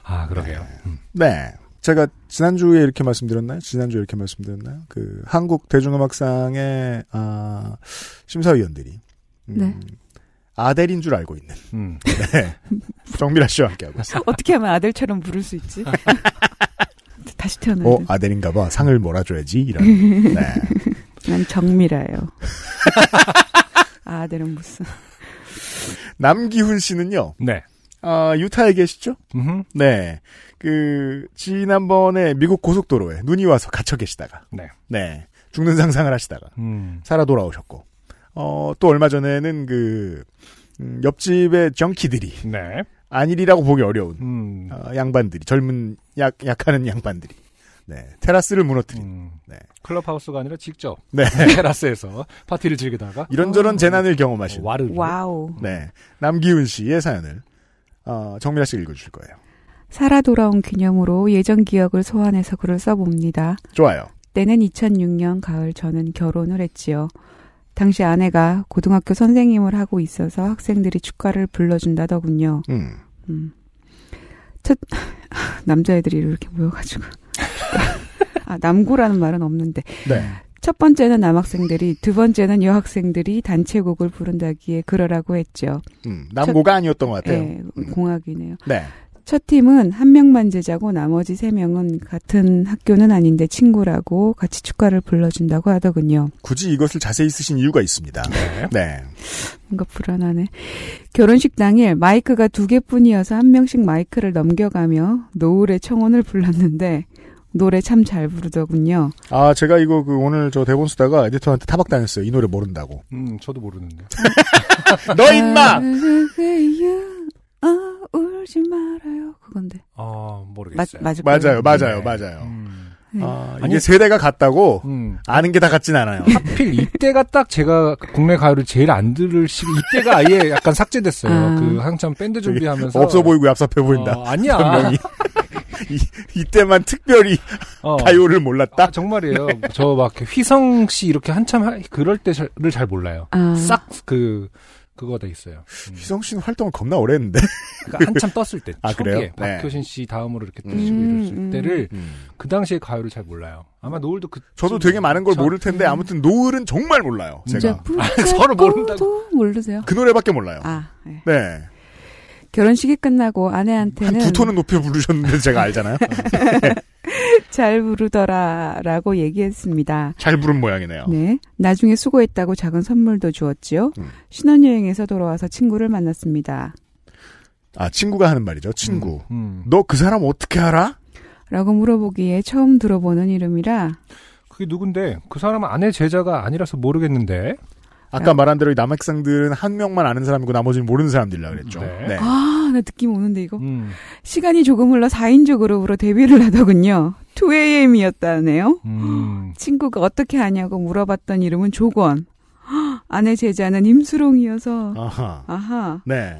Speaker 2: 아, 그러게요.
Speaker 3: 네. 제가 지난주에 이렇게 말씀드렸나요? 지난주에 이렇게 말씀드렸나요? 그, 한국 대중음악상의, 아, 심사위원들이. 음,
Speaker 8: 네.
Speaker 3: 아델인 줄 알고 있는.
Speaker 2: 음.
Speaker 3: 네. 정미라 씨와 함께하고 있어요.
Speaker 8: 어떻게 하면 아들처럼 부를 수 있지? 다시 태어나야
Speaker 3: 어,
Speaker 8: 돼.
Speaker 3: 아델인가 봐. 상을 몰아줘야지. 이런. 네.
Speaker 8: 난 정미라예요. 아, 아들은 무슨.
Speaker 3: 남기훈 씨는요,
Speaker 2: 네.
Speaker 3: 아, 유타에 계시죠?
Speaker 2: 음흠.
Speaker 3: 네. 그, 지난번에 미국 고속도로에 눈이 와서 갇혀 계시다가.
Speaker 2: 네.
Speaker 3: 네. 죽는 상상을 하시다가.
Speaker 2: 음.
Speaker 3: 살아 돌아오셨고, 어, 또 얼마 전에는 그, 음, 옆집의 정키들이,
Speaker 2: 네.
Speaker 3: 아니리라고 보기 어려운,
Speaker 2: 음.
Speaker 3: 어, 양반들이, 젊은, 약, 약하는 양반들이, 네, 테라스를 무너뜨린,
Speaker 2: 음.
Speaker 3: 네.
Speaker 2: 클럽하우스가 아니라 직접
Speaker 3: 네,
Speaker 2: 테라스에서 파티를 즐기다가 음. 어,
Speaker 3: 이런저런 재난을 경험하신,
Speaker 2: 와르르.
Speaker 8: 와우.
Speaker 3: 네, 남기훈 씨의 사연을, 어, 정미라 씨가 읽어주실 거예요.
Speaker 8: 살아 돌아온 기념으로 예전 기억을 소환해서 글을 써봅니다.
Speaker 3: 좋아요.
Speaker 8: 때는 2006년 가을 저는 결혼을 했지요. 당시 아내가 고등학교 선생님을 하고 있어서 학생들이 축가를 불러준다더군요.
Speaker 3: 음.
Speaker 8: 음. 첫 남자애들이 이렇게 모여가지고 아 남고라는 말은 없는데
Speaker 3: 네.
Speaker 8: 첫 번째는 남학생들이 두 번째는 여학생들이 단체곡을 부른다기에 그러라고 했죠. 네.
Speaker 3: 음, 남고가 아니었던 것 같아요.
Speaker 8: 예, 공학이네요.
Speaker 3: 네.
Speaker 8: 첫 팀은 한 명만 제자고 나머지 세 명은 같은 학교는 아닌데 친구라고 같이 축가를 불러준다고 하더군요.
Speaker 3: 굳이 이것을 자세히 쓰신 이유가 있습니다. 네.
Speaker 8: 뭔가 불안하네. 결혼식 당일 마이크가 두 개뿐이어서 한 명씩 마이크를 넘겨가며 노을의 청혼을 불렀는데 노래 참 잘 부르더군요.
Speaker 3: 아, 제가 이거 그 오늘 저 대본 쓰다가 에디터한테 타박당했어요. 이 노래 모른다고.
Speaker 2: 음, 저도 모르는데.
Speaker 3: 너 어, 임마!
Speaker 8: 아, 울지 말아요. 그건데.
Speaker 2: 아,
Speaker 8: 맞,
Speaker 2: 모르겠어요.
Speaker 8: 맞을
Speaker 3: 맞아요,
Speaker 8: 거예요.
Speaker 3: 맞아요, 맞아요.
Speaker 8: 네.
Speaker 3: 아, 이게
Speaker 2: 아니-
Speaker 3: 세대가 같다고
Speaker 2: 음.
Speaker 3: 아는 게 다 같진 않아요.
Speaker 2: 하필 이때가 딱 제가 국내 가요를 제일 안 들을 시기 이때가 아예 약간 삭제됐어요.
Speaker 8: 아.
Speaker 2: 그 한참 밴드
Speaker 3: 되게
Speaker 2: 준비하면서
Speaker 3: 없어 보이고 얍삽해 보인다.
Speaker 2: 어, 아니야.
Speaker 3: 분명히. 이, 이때만 특별히
Speaker 2: 어.
Speaker 3: 가요를 네. 몰랐다?
Speaker 2: 아, 정말이에요. 저 막 휘성 씨 이렇게 한참 하- 그럴 때를 잘 몰라요.
Speaker 8: 아.
Speaker 2: 싹 그 그거 다 있어요.
Speaker 3: 휘성 씨는 활동을 겁나 오래 했는데.
Speaker 2: 그러니까 한참 떴을 때
Speaker 3: 아,
Speaker 2: 초기에
Speaker 3: 그래요? 네.
Speaker 2: 박효신 씨 다음으로 이렇게 뜨시고
Speaker 8: 음,
Speaker 2: 이랬을
Speaker 8: 음.
Speaker 2: 때를 그 당시에 가요를 잘 몰라요. 아마 노을도 그
Speaker 3: 저도 되게 많은 걸 모를 텐데 아무튼 노을은 정말 몰라요. 제가
Speaker 8: 진짜
Speaker 2: 서로 모른다고.
Speaker 8: 붙잡고도 모르세요.
Speaker 3: 그 노래밖에 몰라요.
Speaker 8: 아, 네.
Speaker 3: 네.
Speaker 8: 결혼식이 끝나고
Speaker 3: 한
Speaker 8: 아내한테는
Speaker 3: 두 톤은 높이 부르셨는데 제가 알잖아요.
Speaker 8: 잘 부르더라라고 얘기했습니다.
Speaker 3: 잘 부른 모양이네요.
Speaker 8: 네. 나중에 수고했다고 작은 선물도 주었지요.
Speaker 3: 어. 음.
Speaker 8: 신혼여행에서 돌아와서 친구를 만났습니다.
Speaker 3: 아, 친구가 하는 말이죠. 친구.
Speaker 2: 음.
Speaker 3: 너 그 사람 어떻게 알아?
Speaker 8: 라고 물어보기에 처음 들어보는 이름이라
Speaker 2: 그게 누군데 그 사람은 아내 제자가 아니라서 모르겠는데
Speaker 3: 아까 말한 대로 이 남학생들은 한 명만 아는 사람이고 나머지는 모르는 사람들이라 그랬죠.
Speaker 2: 네.
Speaker 3: 네.
Speaker 8: 아, 나 느낌 오는데 이거.
Speaker 2: 음.
Speaker 8: 시간이 조금 흘러 4인조 그룹으로 데뷔를 하더군요. 2AM이었다네요.
Speaker 2: 음.
Speaker 8: 친구가 어떻게 아냐고 물어봤던 이름은 조건. 헉, 아내 제자는 임수롱이어서
Speaker 3: 아하.
Speaker 8: 아하.
Speaker 3: 네.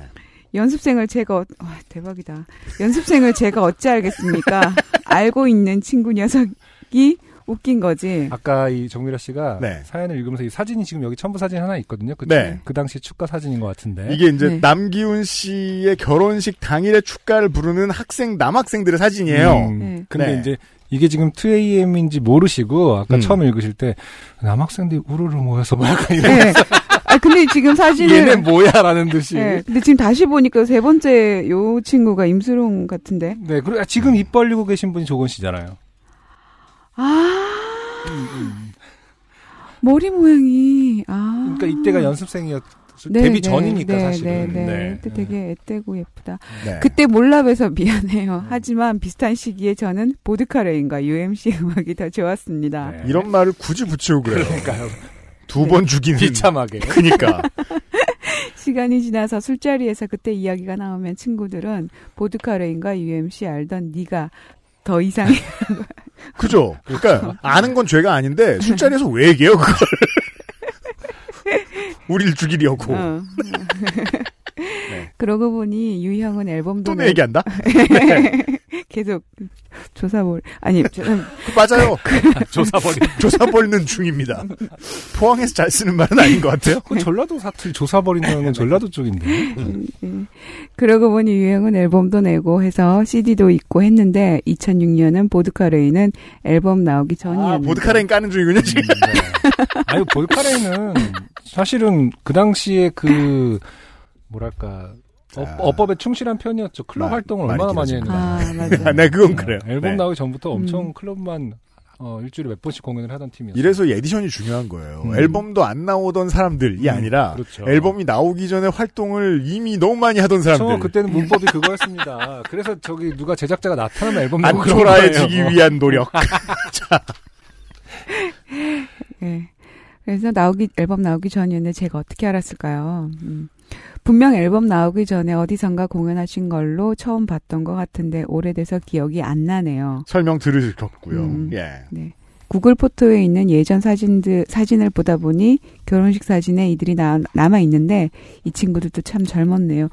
Speaker 8: 연습생을 제가 어, 와, 대박이다. 연습생을 제가 어찌 알겠습니까? 알고 있는 친구 녀석이 웃긴 거지.
Speaker 2: 아까 이 정미라 씨가
Speaker 3: 네.
Speaker 2: 사연을 읽으면서 이 사진이 지금 여기 첨부 사진 하나 있거든요. 그,
Speaker 3: 네.
Speaker 2: 그 당시 축가 사진인 것 같은데.
Speaker 3: 이게 이제
Speaker 8: 네.
Speaker 3: 남기훈 씨의 결혼식 당일에 축가를 부르는 학생 남학생들의 사진이에요.
Speaker 2: 음,
Speaker 8: 네.
Speaker 2: 근데
Speaker 3: 네.
Speaker 2: 이제 이게 지금 2AM인지 모르시고 아까
Speaker 3: 음.
Speaker 2: 처음 읽으실 때 남학생들이 우르르 모여서 막 약간 이런
Speaker 8: 네. 아 근데 지금 사진을
Speaker 2: 얘네 뭐야라는 듯이.
Speaker 8: 네.
Speaker 2: 네.
Speaker 8: 근데 지금 다시 보니까 세 번째 요 친구가 임수롱 같은데.
Speaker 2: 네, 그리고 지금 입 벌리고 계신 분이 조건 씨잖아요.
Speaker 8: 아. 머리 모양이 아.
Speaker 2: 그러니까 이때가 연습생이었
Speaker 8: 네,
Speaker 2: 데뷔
Speaker 8: 네,
Speaker 2: 전이니까
Speaker 8: 네,
Speaker 2: 사실은.
Speaker 8: 네, 네.
Speaker 3: 네.
Speaker 8: 그때 되게 애때고 예쁘다.
Speaker 3: 네.
Speaker 8: 그때 몰라봬서
Speaker 2: 네.
Speaker 8: 미안해요. 하지만 비슷한 시기에 저는 보드카레인과 UMC 음악이 더 좋았습니다.
Speaker 2: 네.
Speaker 3: 이런 말을 굳이 붙이고 그래요.
Speaker 2: 그러니까요.
Speaker 3: 두 번 죽이는.
Speaker 2: 비참하게.
Speaker 3: 그니까.
Speaker 8: 시간이 지나서 술자리에서 그때 이야기가 나오면 친구들은 보드카레인과 UMC 알던 네가 더 이상해.
Speaker 3: 아, 그죠? 그러니까 아는 건 죄가 아닌데 술자리에서 왜 얘기해요 그걸? 우리를 죽이려고
Speaker 8: 어.
Speaker 3: 네.
Speaker 8: 그러고 보니 유형은 앨범도
Speaker 3: 또 내
Speaker 8: 내-
Speaker 3: 얘기한다? 네.
Speaker 8: 계속 조사볼 아니 조-
Speaker 3: 그 맞아요. 조사벌 조사벌는 중입니다. 포항에서 잘 쓰는 말은 아닌 것 같아요.
Speaker 2: 그 전라도 사투리 조사 버린다는 건 전라도 쪽인데.
Speaker 8: 음. 그러고 보니 유형은 앨범도 내고 해서 CD도 있고 했는데 2006년은 보드카레이는 앨범 나오기
Speaker 3: 아,
Speaker 8: 전이었는데
Speaker 3: 보드카레인 까는
Speaker 2: 음,
Speaker 3: 중이군요 지금.
Speaker 2: 네. 아유 볼카레는 사실은 그 당시에 그 뭐랄까 어,
Speaker 3: 아.
Speaker 2: 어법에 충실한 편이었죠. 클럽
Speaker 3: 마-
Speaker 2: 활동을
Speaker 3: 많이
Speaker 2: 얼마나 많이
Speaker 3: 들었습니다.
Speaker 2: 했는가.
Speaker 8: 아 맞아.
Speaker 3: 아, 네, 그건 그래요.
Speaker 2: 앨범
Speaker 3: 네.
Speaker 2: 나오기 전부터 엄청
Speaker 8: 음.
Speaker 2: 클럽만 어, 일주일에 몇 번씩 공연을 하던 팀이었어요.
Speaker 3: 이래서 이 에디션이 중요한 거예요.
Speaker 2: 음.
Speaker 3: 앨범도 안 나오던 사람들이
Speaker 2: 음,
Speaker 3: 아니라
Speaker 2: 그렇죠.
Speaker 3: 앨범이 나오기 전에 활동을 이미 너무 많이 하던
Speaker 2: 저
Speaker 3: 사람들.
Speaker 2: 그때는 문법이 그거였습니다. 그래서 저기 누가 제작자가 나타나면 앨범
Speaker 3: 안
Speaker 2: 나오고 그런
Speaker 3: 초라해지기
Speaker 2: 거예요.
Speaker 3: 위한 노력.
Speaker 8: 네. 그래서 나오기 앨범 나오기 전이었는데 제가 어떻게 알았을까요? 음. 분명 앨범 나오기 전에 어디선가 공연하신 걸로 처음 봤던 것 같은데 오래돼서 기억이 안 나네요.
Speaker 3: 설명 들으셨고요.
Speaker 8: 음.
Speaker 3: 예.
Speaker 8: 구글 포토에 있는 예전 사진들 사진을 보다 보니 결혼식 사진에 이들이 나, 남아 있는데 이 친구들도 참 젊었네요.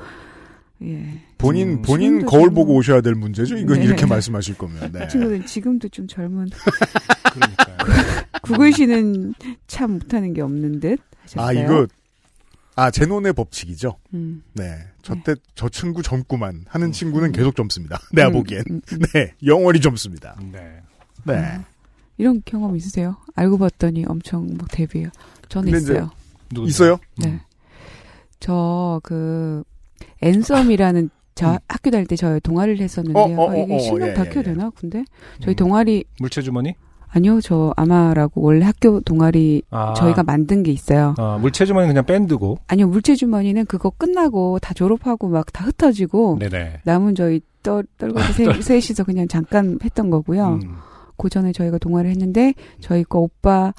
Speaker 8: 예,
Speaker 3: 본인
Speaker 2: 음,
Speaker 3: 본인
Speaker 8: 지금도
Speaker 3: 거울
Speaker 8: 젊어.
Speaker 3: 보고 오셔야 될 문제죠. 이건
Speaker 8: 네.
Speaker 3: 이렇게 말씀하실 거면. 네.
Speaker 8: 이 친구들 지금도 좀 젊은
Speaker 2: 그러니까요.
Speaker 8: 구글 씨는 참 못하는 게 없는 듯 하셨어요.
Speaker 3: 아 이거 아 제논의 법칙이죠.
Speaker 8: 음.
Speaker 3: 네, 저때 저 친구 젊구만 하는 친구는 계속 젊습니다. 내가
Speaker 8: 음,
Speaker 3: 보기엔
Speaker 8: 음, 음.
Speaker 3: 네 영원히 젊습니다.
Speaker 2: 네.
Speaker 3: 네,
Speaker 8: 이런 경험 있으세요? 알고 봤더니 엄청 막 데뷔해요. 저는
Speaker 3: 근데 이제
Speaker 8: 있어요.
Speaker 2: 누군데?
Speaker 3: 있어요?
Speaker 8: 네. 저 그 앤썸이라는 저 학교 다닐 때 저희 동아리를 했었는데요.
Speaker 2: 음. 어, 어,
Speaker 8: 아,
Speaker 2: 어,
Speaker 8: 이게
Speaker 2: 어,
Speaker 8: 실명
Speaker 2: 예, 예,
Speaker 8: 다큐
Speaker 2: 예.
Speaker 8: 되나? 근데 저희 동아리
Speaker 2: 물체 주머니?
Speaker 8: 아니요, 저 아마라고 원래 학교 동아리
Speaker 2: 아.
Speaker 8: 저희가 만든 게 있어요.
Speaker 2: 아, 물체 주머니는 그냥 밴드고.
Speaker 8: 아니요, 물체주머니는 그거 끝나고 다 졸업하고 막 다 흩어지고
Speaker 2: 네네.
Speaker 8: 남은 저희 떨, 떨거지 세- 셋이서 그냥 잠깐 했던
Speaker 2: 음.
Speaker 8: 거고요. 그 전에 저희가 동아리 했는데 저희 거 오빠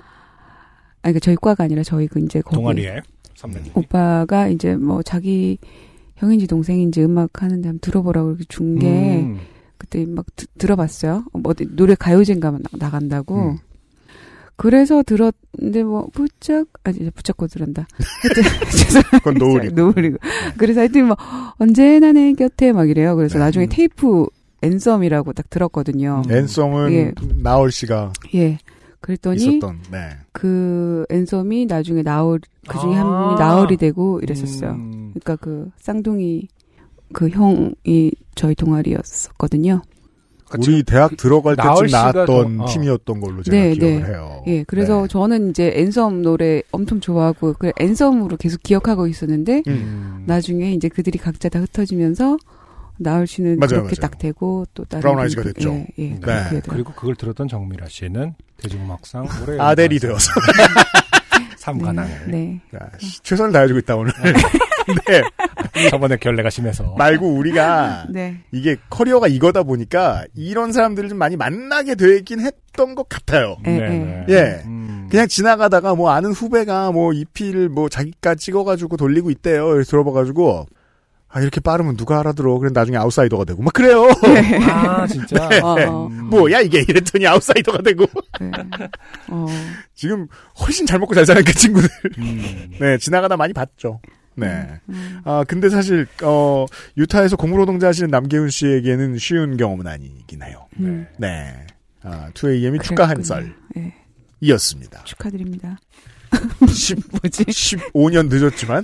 Speaker 8: 아니 그 저희 과가 아니라 저희 그 이제 거기
Speaker 2: 동아리에 선배님.
Speaker 8: 오빠가 이제 뭐 자기 형인지 동생인지 음악 하는데 한번 들어보라고 이렇게 준 게
Speaker 2: 음.
Speaker 8: 그때 막 드- 들어봤어요. 어, 뭐 어디 노래 가요제인가 나- 나간다고.
Speaker 3: 음.
Speaker 8: 그래서 들었는데 뭐 붙잡 아니 이제 붙잡고 들었다.
Speaker 3: 그건 노을이고.
Speaker 8: 노을이고. 그래서 하여튼 뭐 언제나 내 곁에 막 이래요.
Speaker 3: 네.
Speaker 8: 그래서 나중에 테이프 앤썸이라고 딱 들었거든요.
Speaker 3: 앤썸은
Speaker 8: 예.
Speaker 3: 나얼 씨가
Speaker 8: 예. 그랬더니
Speaker 3: 있었던. 네.
Speaker 8: 그 앤섬이 나중에 나얼 그 중에 한
Speaker 3: 아.
Speaker 8: 분이
Speaker 2: 아.
Speaker 8: 나얼이 되고 이랬었어요.
Speaker 3: 음.
Speaker 2: 음.
Speaker 8: 그러니까 그 쌍둥이 그 형이 저희 동아리였었거든요.
Speaker 3: 우리 대학 들어갈
Speaker 8: 그 나얼
Speaker 3: 때쯤
Speaker 8: 씨가
Speaker 3: 나왔던
Speaker 8: 더- 어.
Speaker 3: 팀이었던 걸로 제가 기억을 해요. 네.
Speaker 8: 예, 그래서
Speaker 2: 네.
Speaker 8: 저는 이제 앤섬 노래 엄청 좋아하고 그 앤섬으로 계속 기억하고 있었는데
Speaker 2: 음.
Speaker 8: 나중에 이제 그들이 각자 다 흩어지면서 나얼 씨는
Speaker 2: 맞아요,
Speaker 8: 그렇게
Speaker 2: 맞아요.
Speaker 8: 딱 되고 또 다른
Speaker 2: 브라운 아이즈가
Speaker 8: 분들-
Speaker 2: 됐죠.
Speaker 8: 예, 예,
Speaker 2: 네.
Speaker 8: 그렇게 돼요.
Speaker 2: 그리고 그걸 들었던 정미라 씨는 대중음악상 올해
Speaker 3: 아델이
Speaker 2: 연간
Speaker 3: 되어서. 아,
Speaker 2: 삼관왕을.
Speaker 8: 네.
Speaker 3: 최선을 다해주고 있다 오늘. 네.
Speaker 2: 저번에 결례가
Speaker 8: 어.
Speaker 2: 심해서.
Speaker 3: 말고 우리가
Speaker 8: 네.
Speaker 3: 이게 커리어가 이거다 보니까 이런 사람들을 좀 많이 만나게 되긴 했던 것 같아요.
Speaker 2: 네, 네.
Speaker 3: 예. 그냥 지나가다가 뭐 아는 후배가 뭐 EP를 뭐 자기가 찍어가지고 돌리고 있대요. 이렇게 들어봐가지고 아 이렇게 빠르면 누가 알아들어. 그래 나중에 아웃사이더가 되고 막 그래요.
Speaker 2: 아, 진짜?
Speaker 3: 네.
Speaker 2: 어.
Speaker 3: 뭐야 이게 이랬더니 아웃사이더가 되고.
Speaker 8: 네. 어,
Speaker 3: 지금 훨씬 잘 먹고 잘 사는 그 친구들.
Speaker 2: 음.
Speaker 3: 네 지나가다 많이 봤죠. 네. 아 근데 사실 어 유타에서 공무노동자 하시는 남계훈 씨에게는 쉬운 경험은 아니긴 해요.
Speaker 8: 음.
Speaker 3: 네. 아 2AM이 축가 한 썰.
Speaker 8: 예.
Speaker 3: 이었습니다.
Speaker 8: 축하드립니다.
Speaker 3: 15년 늦었지만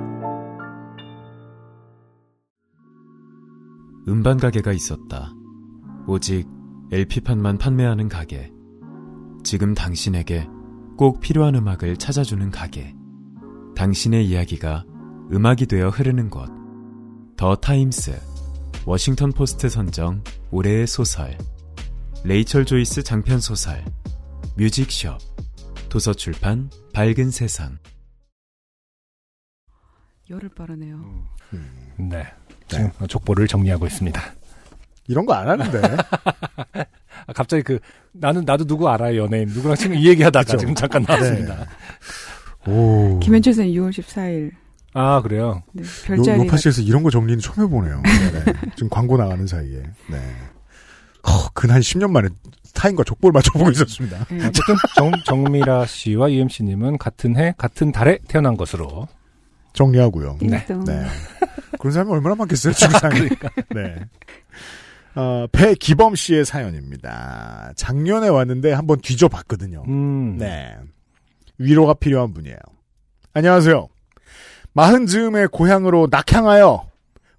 Speaker 4: 음반 가게가 있었다. 오직 LP판만 판매하는 가게. 지금 당신에게 꼭 필요한 음악을 찾아주는 가게. 당신의 이야기가 음악이 되어 흐르는 곳. 더 타임스. 워싱턴 포스트 선정 올해의 소설. 레이철 조이스 장편 소설. 뮤직숍. 도서출판 밝은 세상.
Speaker 8: 열을 빠르네요.
Speaker 2: 음. 네. 지금 족보를 정리하고 있습니다.
Speaker 3: 이런 거 안 하는데.
Speaker 2: 아, 갑자기 그 나는 나도 누구 알아요 연예인 누구랑 지금 이 얘기하다가
Speaker 3: 그죠.
Speaker 2: 지금 잠깐 나왔습니다.
Speaker 3: 오.
Speaker 8: 김현철 선생 6월 14일
Speaker 2: 아 그래요.
Speaker 8: 네, 별자리가
Speaker 3: 요, 요파시에서 이런 거 정리는 처음 해보네요. 네. 지금 광고 나가는 사이에. 네. 어, 근한 10년 만에 타인과 족보를 맞춰보고 있었습니다.
Speaker 8: 네.
Speaker 2: 어쨌든 정, 정미라 씨와 UMC님은 같은 해 같은 달에 태어난 것으로
Speaker 3: 정리하고요.
Speaker 8: 예.
Speaker 2: 네.
Speaker 3: 네. 그런 사람이 얼마나 많겠어요, 지구상에.
Speaker 8: 그러니까.
Speaker 3: 네. 어, 배기범 씨의 사연입니다. 작년에 왔는데 한번 뒤져봤거든요.
Speaker 2: 음,
Speaker 3: 네. 위로가 필요한 분이에요. 안녕하세요. 마흔 즈음에 고향으로 낙향하여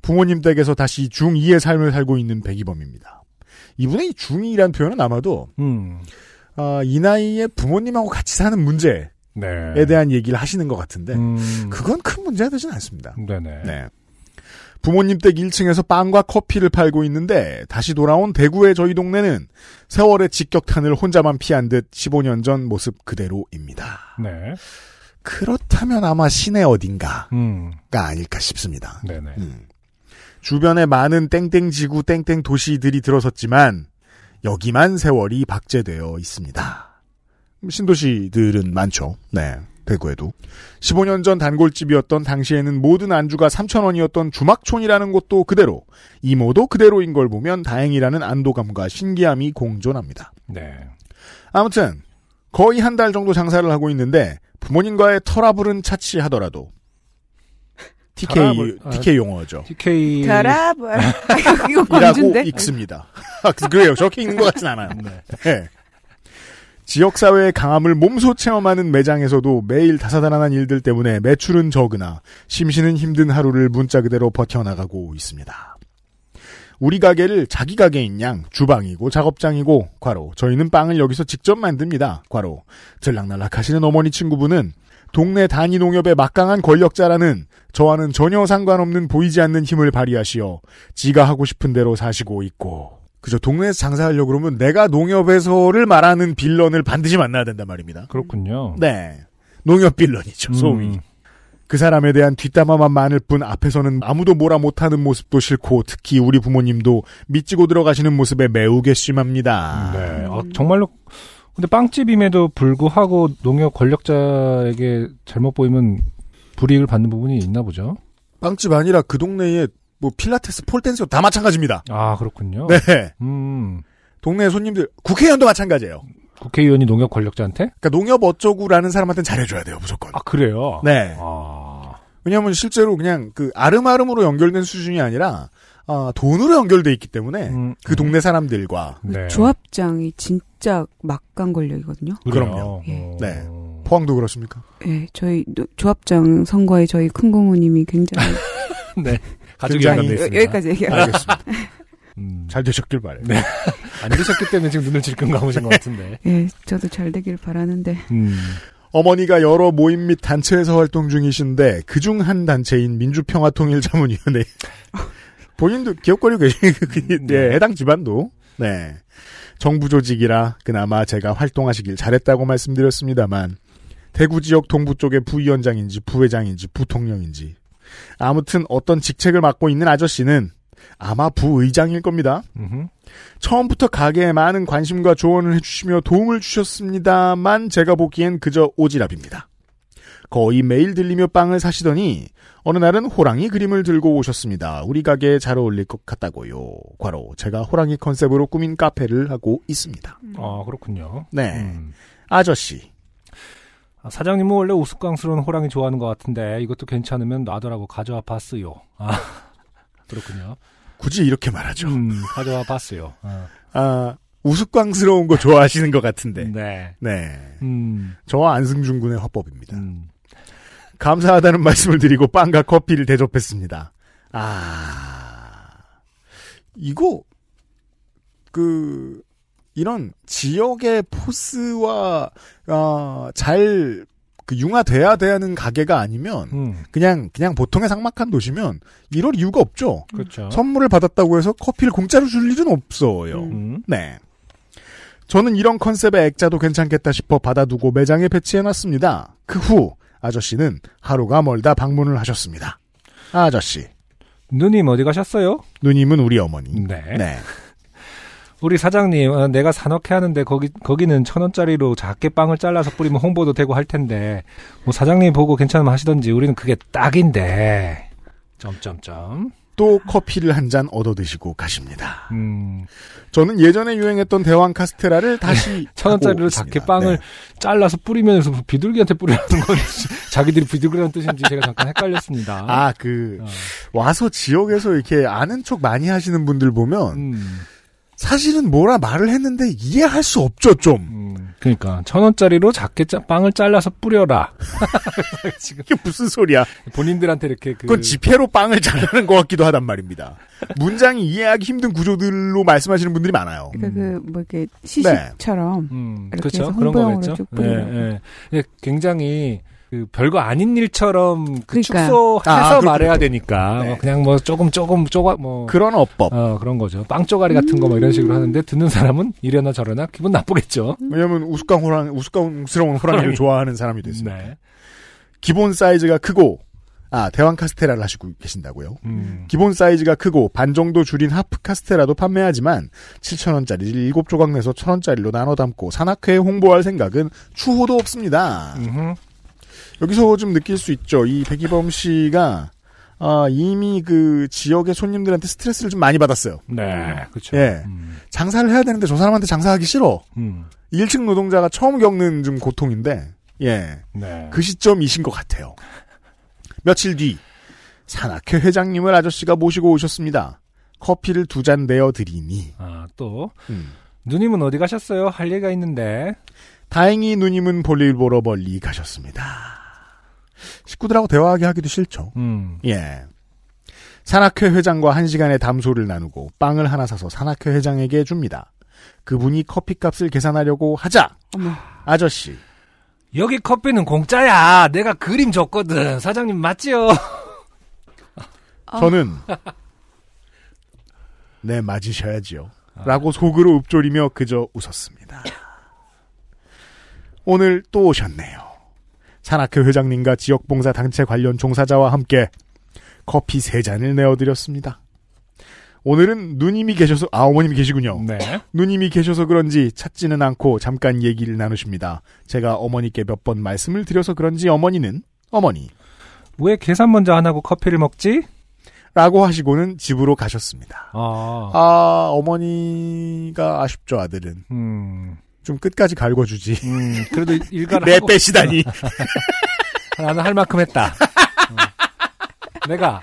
Speaker 3: 부모님 댁에서 다시 중2의 삶을 살고 있는 배기범입니다. 이분의 중2란 표현은 아마도,
Speaker 2: 음.
Speaker 3: 아, 이 나이에 부모님하고 같이 사는 문제에
Speaker 2: 네.
Speaker 3: 대한 얘기를 하시는 것 같은데,
Speaker 2: 음.
Speaker 3: 그건 큰 문제가 되진 않습니다.
Speaker 2: 네네.
Speaker 3: 네. 부모님 댁 1층에서 빵과 커피를 팔고 있는데 다시 돌아온 대구의 저희 동네는 세월의 직격탄을 혼자만 피한 듯 15년 전 모습 그대로입니다.
Speaker 2: 네.
Speaker 3: 그렇다면 아마 시내 어딘가가
Speaker 2: 음.
Speaker 3: 아닐까 싶습니다.
Speaker 2: 네네.
Speaker 3: 음. 주변에 많은 땡땡 지구 땡땡 도시들이 들어섰지만 여기만 세월이 박제되어 있습니다. 음, 신도시들은 많죠. 네. 대구에도 15년 전 단골집이었던 당시에는 모든 안주가 3,000원이었던 주막촌이라는 곳도 그대로 이모도 그대로인 걸 보면 다행이라는 안도감과 신기함이 공존합니다.
Speaker 2: 네.
Speaker 3: 아무튼 거의 한 달 정도 장사를 하고 있는데 부모님과의 터라불은 차치하더라도 TK
Speaker 2: 결합을- 아,
Speaker 3: TK 용어죠.
Speaker 2: TK
Speaker 8: 결합을 이거
Speaker 3: 이라고
Speaker 8: 광주인데
Speaker 3: 읽습니다. 아, 그래요. 저렇게 읽는 것 같진 않아요. 네. 지역사회의 강함을 몸소 체험하는 매장에서도 매일 다사다난한 일들 때문에 매출은 적으나 심신은 힘든 하루를 문자 그대로 버텨나가고 있습니다. 우리 가게를 자기 가게인 양 주방이고 작업장이고 과로 저희는 빵을 여기서 직접 만듭니다. 과로 들락날락 하시는 어머니 친구분은 동네 단위 농협의 막강한 권력자라는 저와는 전혀 상관없는 보이지 않는 힘을 발휘하시어 지가 하고 싶은 대로 사시고 있고. 그죠. 동네에서 장사하려고 그러면 내가 농협에서를 말하는 빌런을 반드시 만나야 된단 말입니다.
Speaker 2: 그렇군요.
Speaker 3: 네. 농협 빌런이죠, 소위.
Speaker 2: 음.
Speaker 3: 그 사람에 대한 뒷담화만 많을 뿐 앞에서는 아무도 뭐라 못하는 모습도 싫고 특히 우리 부모님도 미치고 들어가시는 모습에 매우 괘씸합니다.
Speaker 2: 네. 어, 정말로 근데 빵집임에도 불구하고 농협 권력자에게 잘못 보이면 불이익을 받는 부분이 있나 보죠.
Speaker 3: 빵집 아니라 그 동네에 뭐 필라테스, 폴댄스 다 마찬가지입니다.
Speaker 2: 아 그렇군요.
Speaker 3: 네.
Speaker 2: 음
Speaker 3: 동네 손님들 국회의원도 마찬가지예요.
Speaker 2: 국회의원이 농협 권력자한테?
Speaker 3: 그러니까 농협 어쩌구라는 사람한테는 잘해줘야 돼요 무조건.
Speaker 2: 아 그래요.
Speaker 3: 네.
Speaker 2: 아,
Speaker 3: 왜냐하면 실제로 그냥 그 아름아름으로 연결된 수준이 아니라 아, 돈으로 연결돼 있기 때문에
Speaker 2: 음.
Speaker 3: 그 동네 사람들과
Speaker 2: 네.
Speaker 8: 조합장이 진짜 막강 권력이거든요.
Speaker 3: 그럼요.
Speaker 2: 음.
Speaker 8: 예.
Speaker 3: 네. 포항도 그렇습니까?
Speaker 8: 예, 저희 노- 조합장 선거에 저희 큰 고모님이 굉장히
Speaker 2: 네. 가족이
Speaker 3: 굉장히-
Speaker 2: 연관돼
Speaker 8: 여-
Speaker 2: 있습니다.
Speaker 8: 여기까지 얘기하고
Speaker 3: 알겠습니다.
Speaker 2: 음,
Speaker 3: 잘 되셨길 바래요.
Speaker 2: 네. 안 되셨기 때문에 지금 눈을 질끈 감으신 것 같은데.
Speaker 8: 예, 저도 잘 되길 바라는데
Speaker 2: 음.
Speaker 3: 어머니가 여러 모임 및 단체에서 활동 중이신데 그 중 한 단체인 민주평화통일자문위원회 본인도 기억거리고 계시는 그- 그- 네, 해당 집안도 네 정부 조직이라 그나마 제가 활동하시길 잘했다고 말씀드렸습니다만 대구 지역 동부 쪽의 부위원장인지 부회장인지 부통령인지 아무튼 어떤 직책을 맡고 있는 아저씨는 아마 부의장일 겁니다.
Speaker 2: 음흠.
Speaker 3: 처음부터 가게에 많은 관심과 조언을 해주시며 도움을 주셨습니다만 제가 보기엔 그저 오지랖입니다. 거의 매일 들리며 빵을 사시더니 어느 날은 호랑이 그림을 들고 오셨습니다. 우리 가게에 잘 어울릴 것 같다고요. 과로 제가 호랑이 컨셉으로 꾸민 카페를 하고 있습니다.
Speaker 2: 아 그렇군요.
Speaker 3: 네,
Speaker 2: 음.
Speaker 3: 아저씨.
Speaker 2: 아, 사장님은 원래 우스꽝스러운 호랑이 좋아하는 것 같은데 이것도 괜찮으면 놔두라고 가져와 봤어요. 아 그렇군요.
Speaker 3: 굳이 이렇게 말하죠.
Speaker 2: 음, 가져와 봤어요. 아,
Speaker 3: 아, 우스꽝스러운 거 좋아하시는 것 같은데.
Speaker 2: 네.
Speaker 3: 네.
Speaker 2: 음,
Speaker 3: 저와 안승준 군의 화법입니다.
Speaker 2: 음.
Speaker 3: 감사하다는 말씀을 드리고 빵과 커피를 대접했습니다. 아, 이거, 그, 이런 지역의 포스와, 아, 잘, 그, 융화돼야 되는 가게가 아니면,
Speaker 2: 음,
Speaker 3: 그냥, 그냥 보통의 삭막한 도시면, 이럴 이유가 없죠.
Speaker 2: 그렇죠.
Speaker 3: 선물을 받았다고 해서 커피를 공짜로 줄 일은 없어요.
Speaker 2: 음,
Speaker 3: 네. 저는 이런 컨셉의 액자도 괜찮겠다 싶어 받아두고 매장에 배치해놨습니다. 그 후 아저씨는 하루가 멀다 방문을 하셨습니다. 아저씨,
Speaker 2: 누님 어디 가셨어요?
Speaker 3: 누님은 우리 어머니.
Speaker 2: 네.
Speaker 3: 네.
Speaker 2: 우리 사장님, 어, 내가 산업회 하는데 거기 거기는 천 원짜리로 작게 빵을 잘라서 뿌리면 홍보도 되고 할 텐데 뭐 사장님 보고 괜찮으면 하시던지 우리는 그게 딱인데. 점점점.
Speaker 3: 또 커피를 한 잔 얻어 드시고 가십니다.
Speaker 2: 음,
Speaker 3: 저는 예전에 유행했던 대왕 카스테라를 다시
Speaker 2: 천 원짜리로
Speaker 3: 하고
Speaker 2: 작게
Speaker 3: 있습니다.
Speaker 2: 빵을
Speaker 3: 네.
Speaker 2: 잘라서 뿌리면서 뭐 비둘기한테 뿌리라는 건지 자기들이 비둘기라는 뜻인지 제가 잠깐 헷갈렸습니다.
Speaker 3: 아, 그
Speaker 2: 어,
Speaker 3: 와서 지역에서 이렇게 아는 척 많이 하시는 분들 보면
Speaker 2: 음,
Speaker 3: 사실은 뭐라 말을 했는데 이해할 수 없죠, 좀.
Speaker 2: 음, 그러니까 천 원짜리로 작게 짜- 빵을 잘라서 뿌려라. 지금
Speaker 3: 이게 무슨 소리야?
Speaker 2: 본인들한테 이렇게 그
Speaker 3: 그건 지폐로 빵을 잘하는 것 같기도 하단 말입니다. 문장이 이해하기 힘든 구조들로 말씀하시는 분들이 많아요.
Speaker 8: 그러니까
Speaker 3: 음. 네.
Speaker 8: 그뭐 이렇게 시식처럼
Speaker 2: 음,
Speaker 8: 이렇게
Speaker 2: 그렇죠.
Speaker 8: 해서
Speaker 2: 그런
Speaker 8: 홍보용으로
Speaker 2: 거겠죠.
Speaker 8: 쭉 뿌리는
Speaker 2: 예, 예. 예, 굉장히 그 별거 아닌 일처럼 그
Speaker 8: 그러니까요.
Speaker 2: 축소해서
Speaker 3: 아, 그렇군요.
Speaker 2: 말해야 되니까
Speaker 3: 네.
Speaker 2: 뭐 그냥 뭐 조금 조금 쪼가 뭐
Speaker 3: 그런 어법.
Speaker 2: 어, 그런 거죠. 빵 쪼가리 같은 거 뭐 이런 식으로 하는데 듣는 사람은 이래나 저래나 기분 나쁘겠죠.
Speaker 3: 왜냐면 우스꽝 호랑, 우스꽝스러운 호랑이를
Speaker 2: 호랑이.
Speaker 3: 좋아하는 사람이 됐어요.
Speaker 2: 네.
Speaker 3: 기본 사이즈가 크고, 아, 대왕 카스테라를 하시고 계신다고요?
Speaker 2: 음.
Speaker 3: 기본 사이즈가 크고 반 정도 줄인 하프 카스테라도 판매하지만 7,000원짜리를 7조각 내서 1,000원짜리로 나눠 담고 산악회에 홍보할 생각은 추호도 없습니다.
Speaker 2: 음흠.
Speaker 3: 여기서 좀 느낄 수 있죠. 이 백이범 씨가 아, 이미 그 지역의 손님들한테 스트레스를 좀 많이 받았어요.
Speaker 2: 네. 그렇죠.
Speaker 3: 예.
Speaker 2: 음.
Speaker 3: 장사를 해야 되는데 저 사람한테 장사하기 싫어.
Speaker 2: 음.
Speaker 3: 1층 노동자가 처음 겪는 좀 고통인데, 예.
Speaker 2: 네.
Speaker 3: 그 시점이신 것 같아요. 며칠 뒤, 산악회 회장님을 아저씨가 모시고 오셨습니다. 커피를 두 잔 내어드리니.
Speaker 2: 아, 또. 누님은 어디 가셨어요? 할 얘기가 있는데.
Speaker 3: 다행히 누님은 볼일 보러 멀리 가셨습니다. 식구들하고 대화하게 하기도 싫죠.
Speaker 2: 음.
Speaker 3: 예. 산악회 회장과 한 시간의 담소를 나누고 빵을 하나 사서 산악회 회장에게 줍니다. 그분이 커피값을 계산하려고 하자. 아저씨.
Speaker 2: 여기 커피는 공짜야. 내가 그림 줬거든. 사장님 맞지요?
Speaker 3: 저는 네 맞으셔야지요. 라고 속으로 읊조리며 그저 웃었습니다. 오늘 또 오셨네요. 산악회 회장님과 지역봉사 단체 관련 종사자와 함께 커피 세 잔을 내어드렸습니다. 오늘은 누님이 계셔서 아 어머님이 계시군요.
Speaker 2: 네.
Speaker 3: 누님이 계셔서 그런지 찾지는 않고 잠깐 얘기를 나누십니다. 제가 어머니께 몇 번 말씀을 드려서 그런지 어머니는 어머니
Speaker 2: 왜 계산 먼저 안 하고 커피를 먹지?
Speaker 3: 라고 하시고는 집으로 가셨습니다.
Speaker 2: 아.
Speaker 3: 아, 어머니가 아쉽죠, 아들은. 좀 끝까지 갈궈주지.
Speaker 2: 그래도 음. 일가를
Speaker 3: 내
Speaker 2: 하고-
Speaker 3: 빼시다니.
Speaker 2: 나는 할 만큼 했다. 어. 내가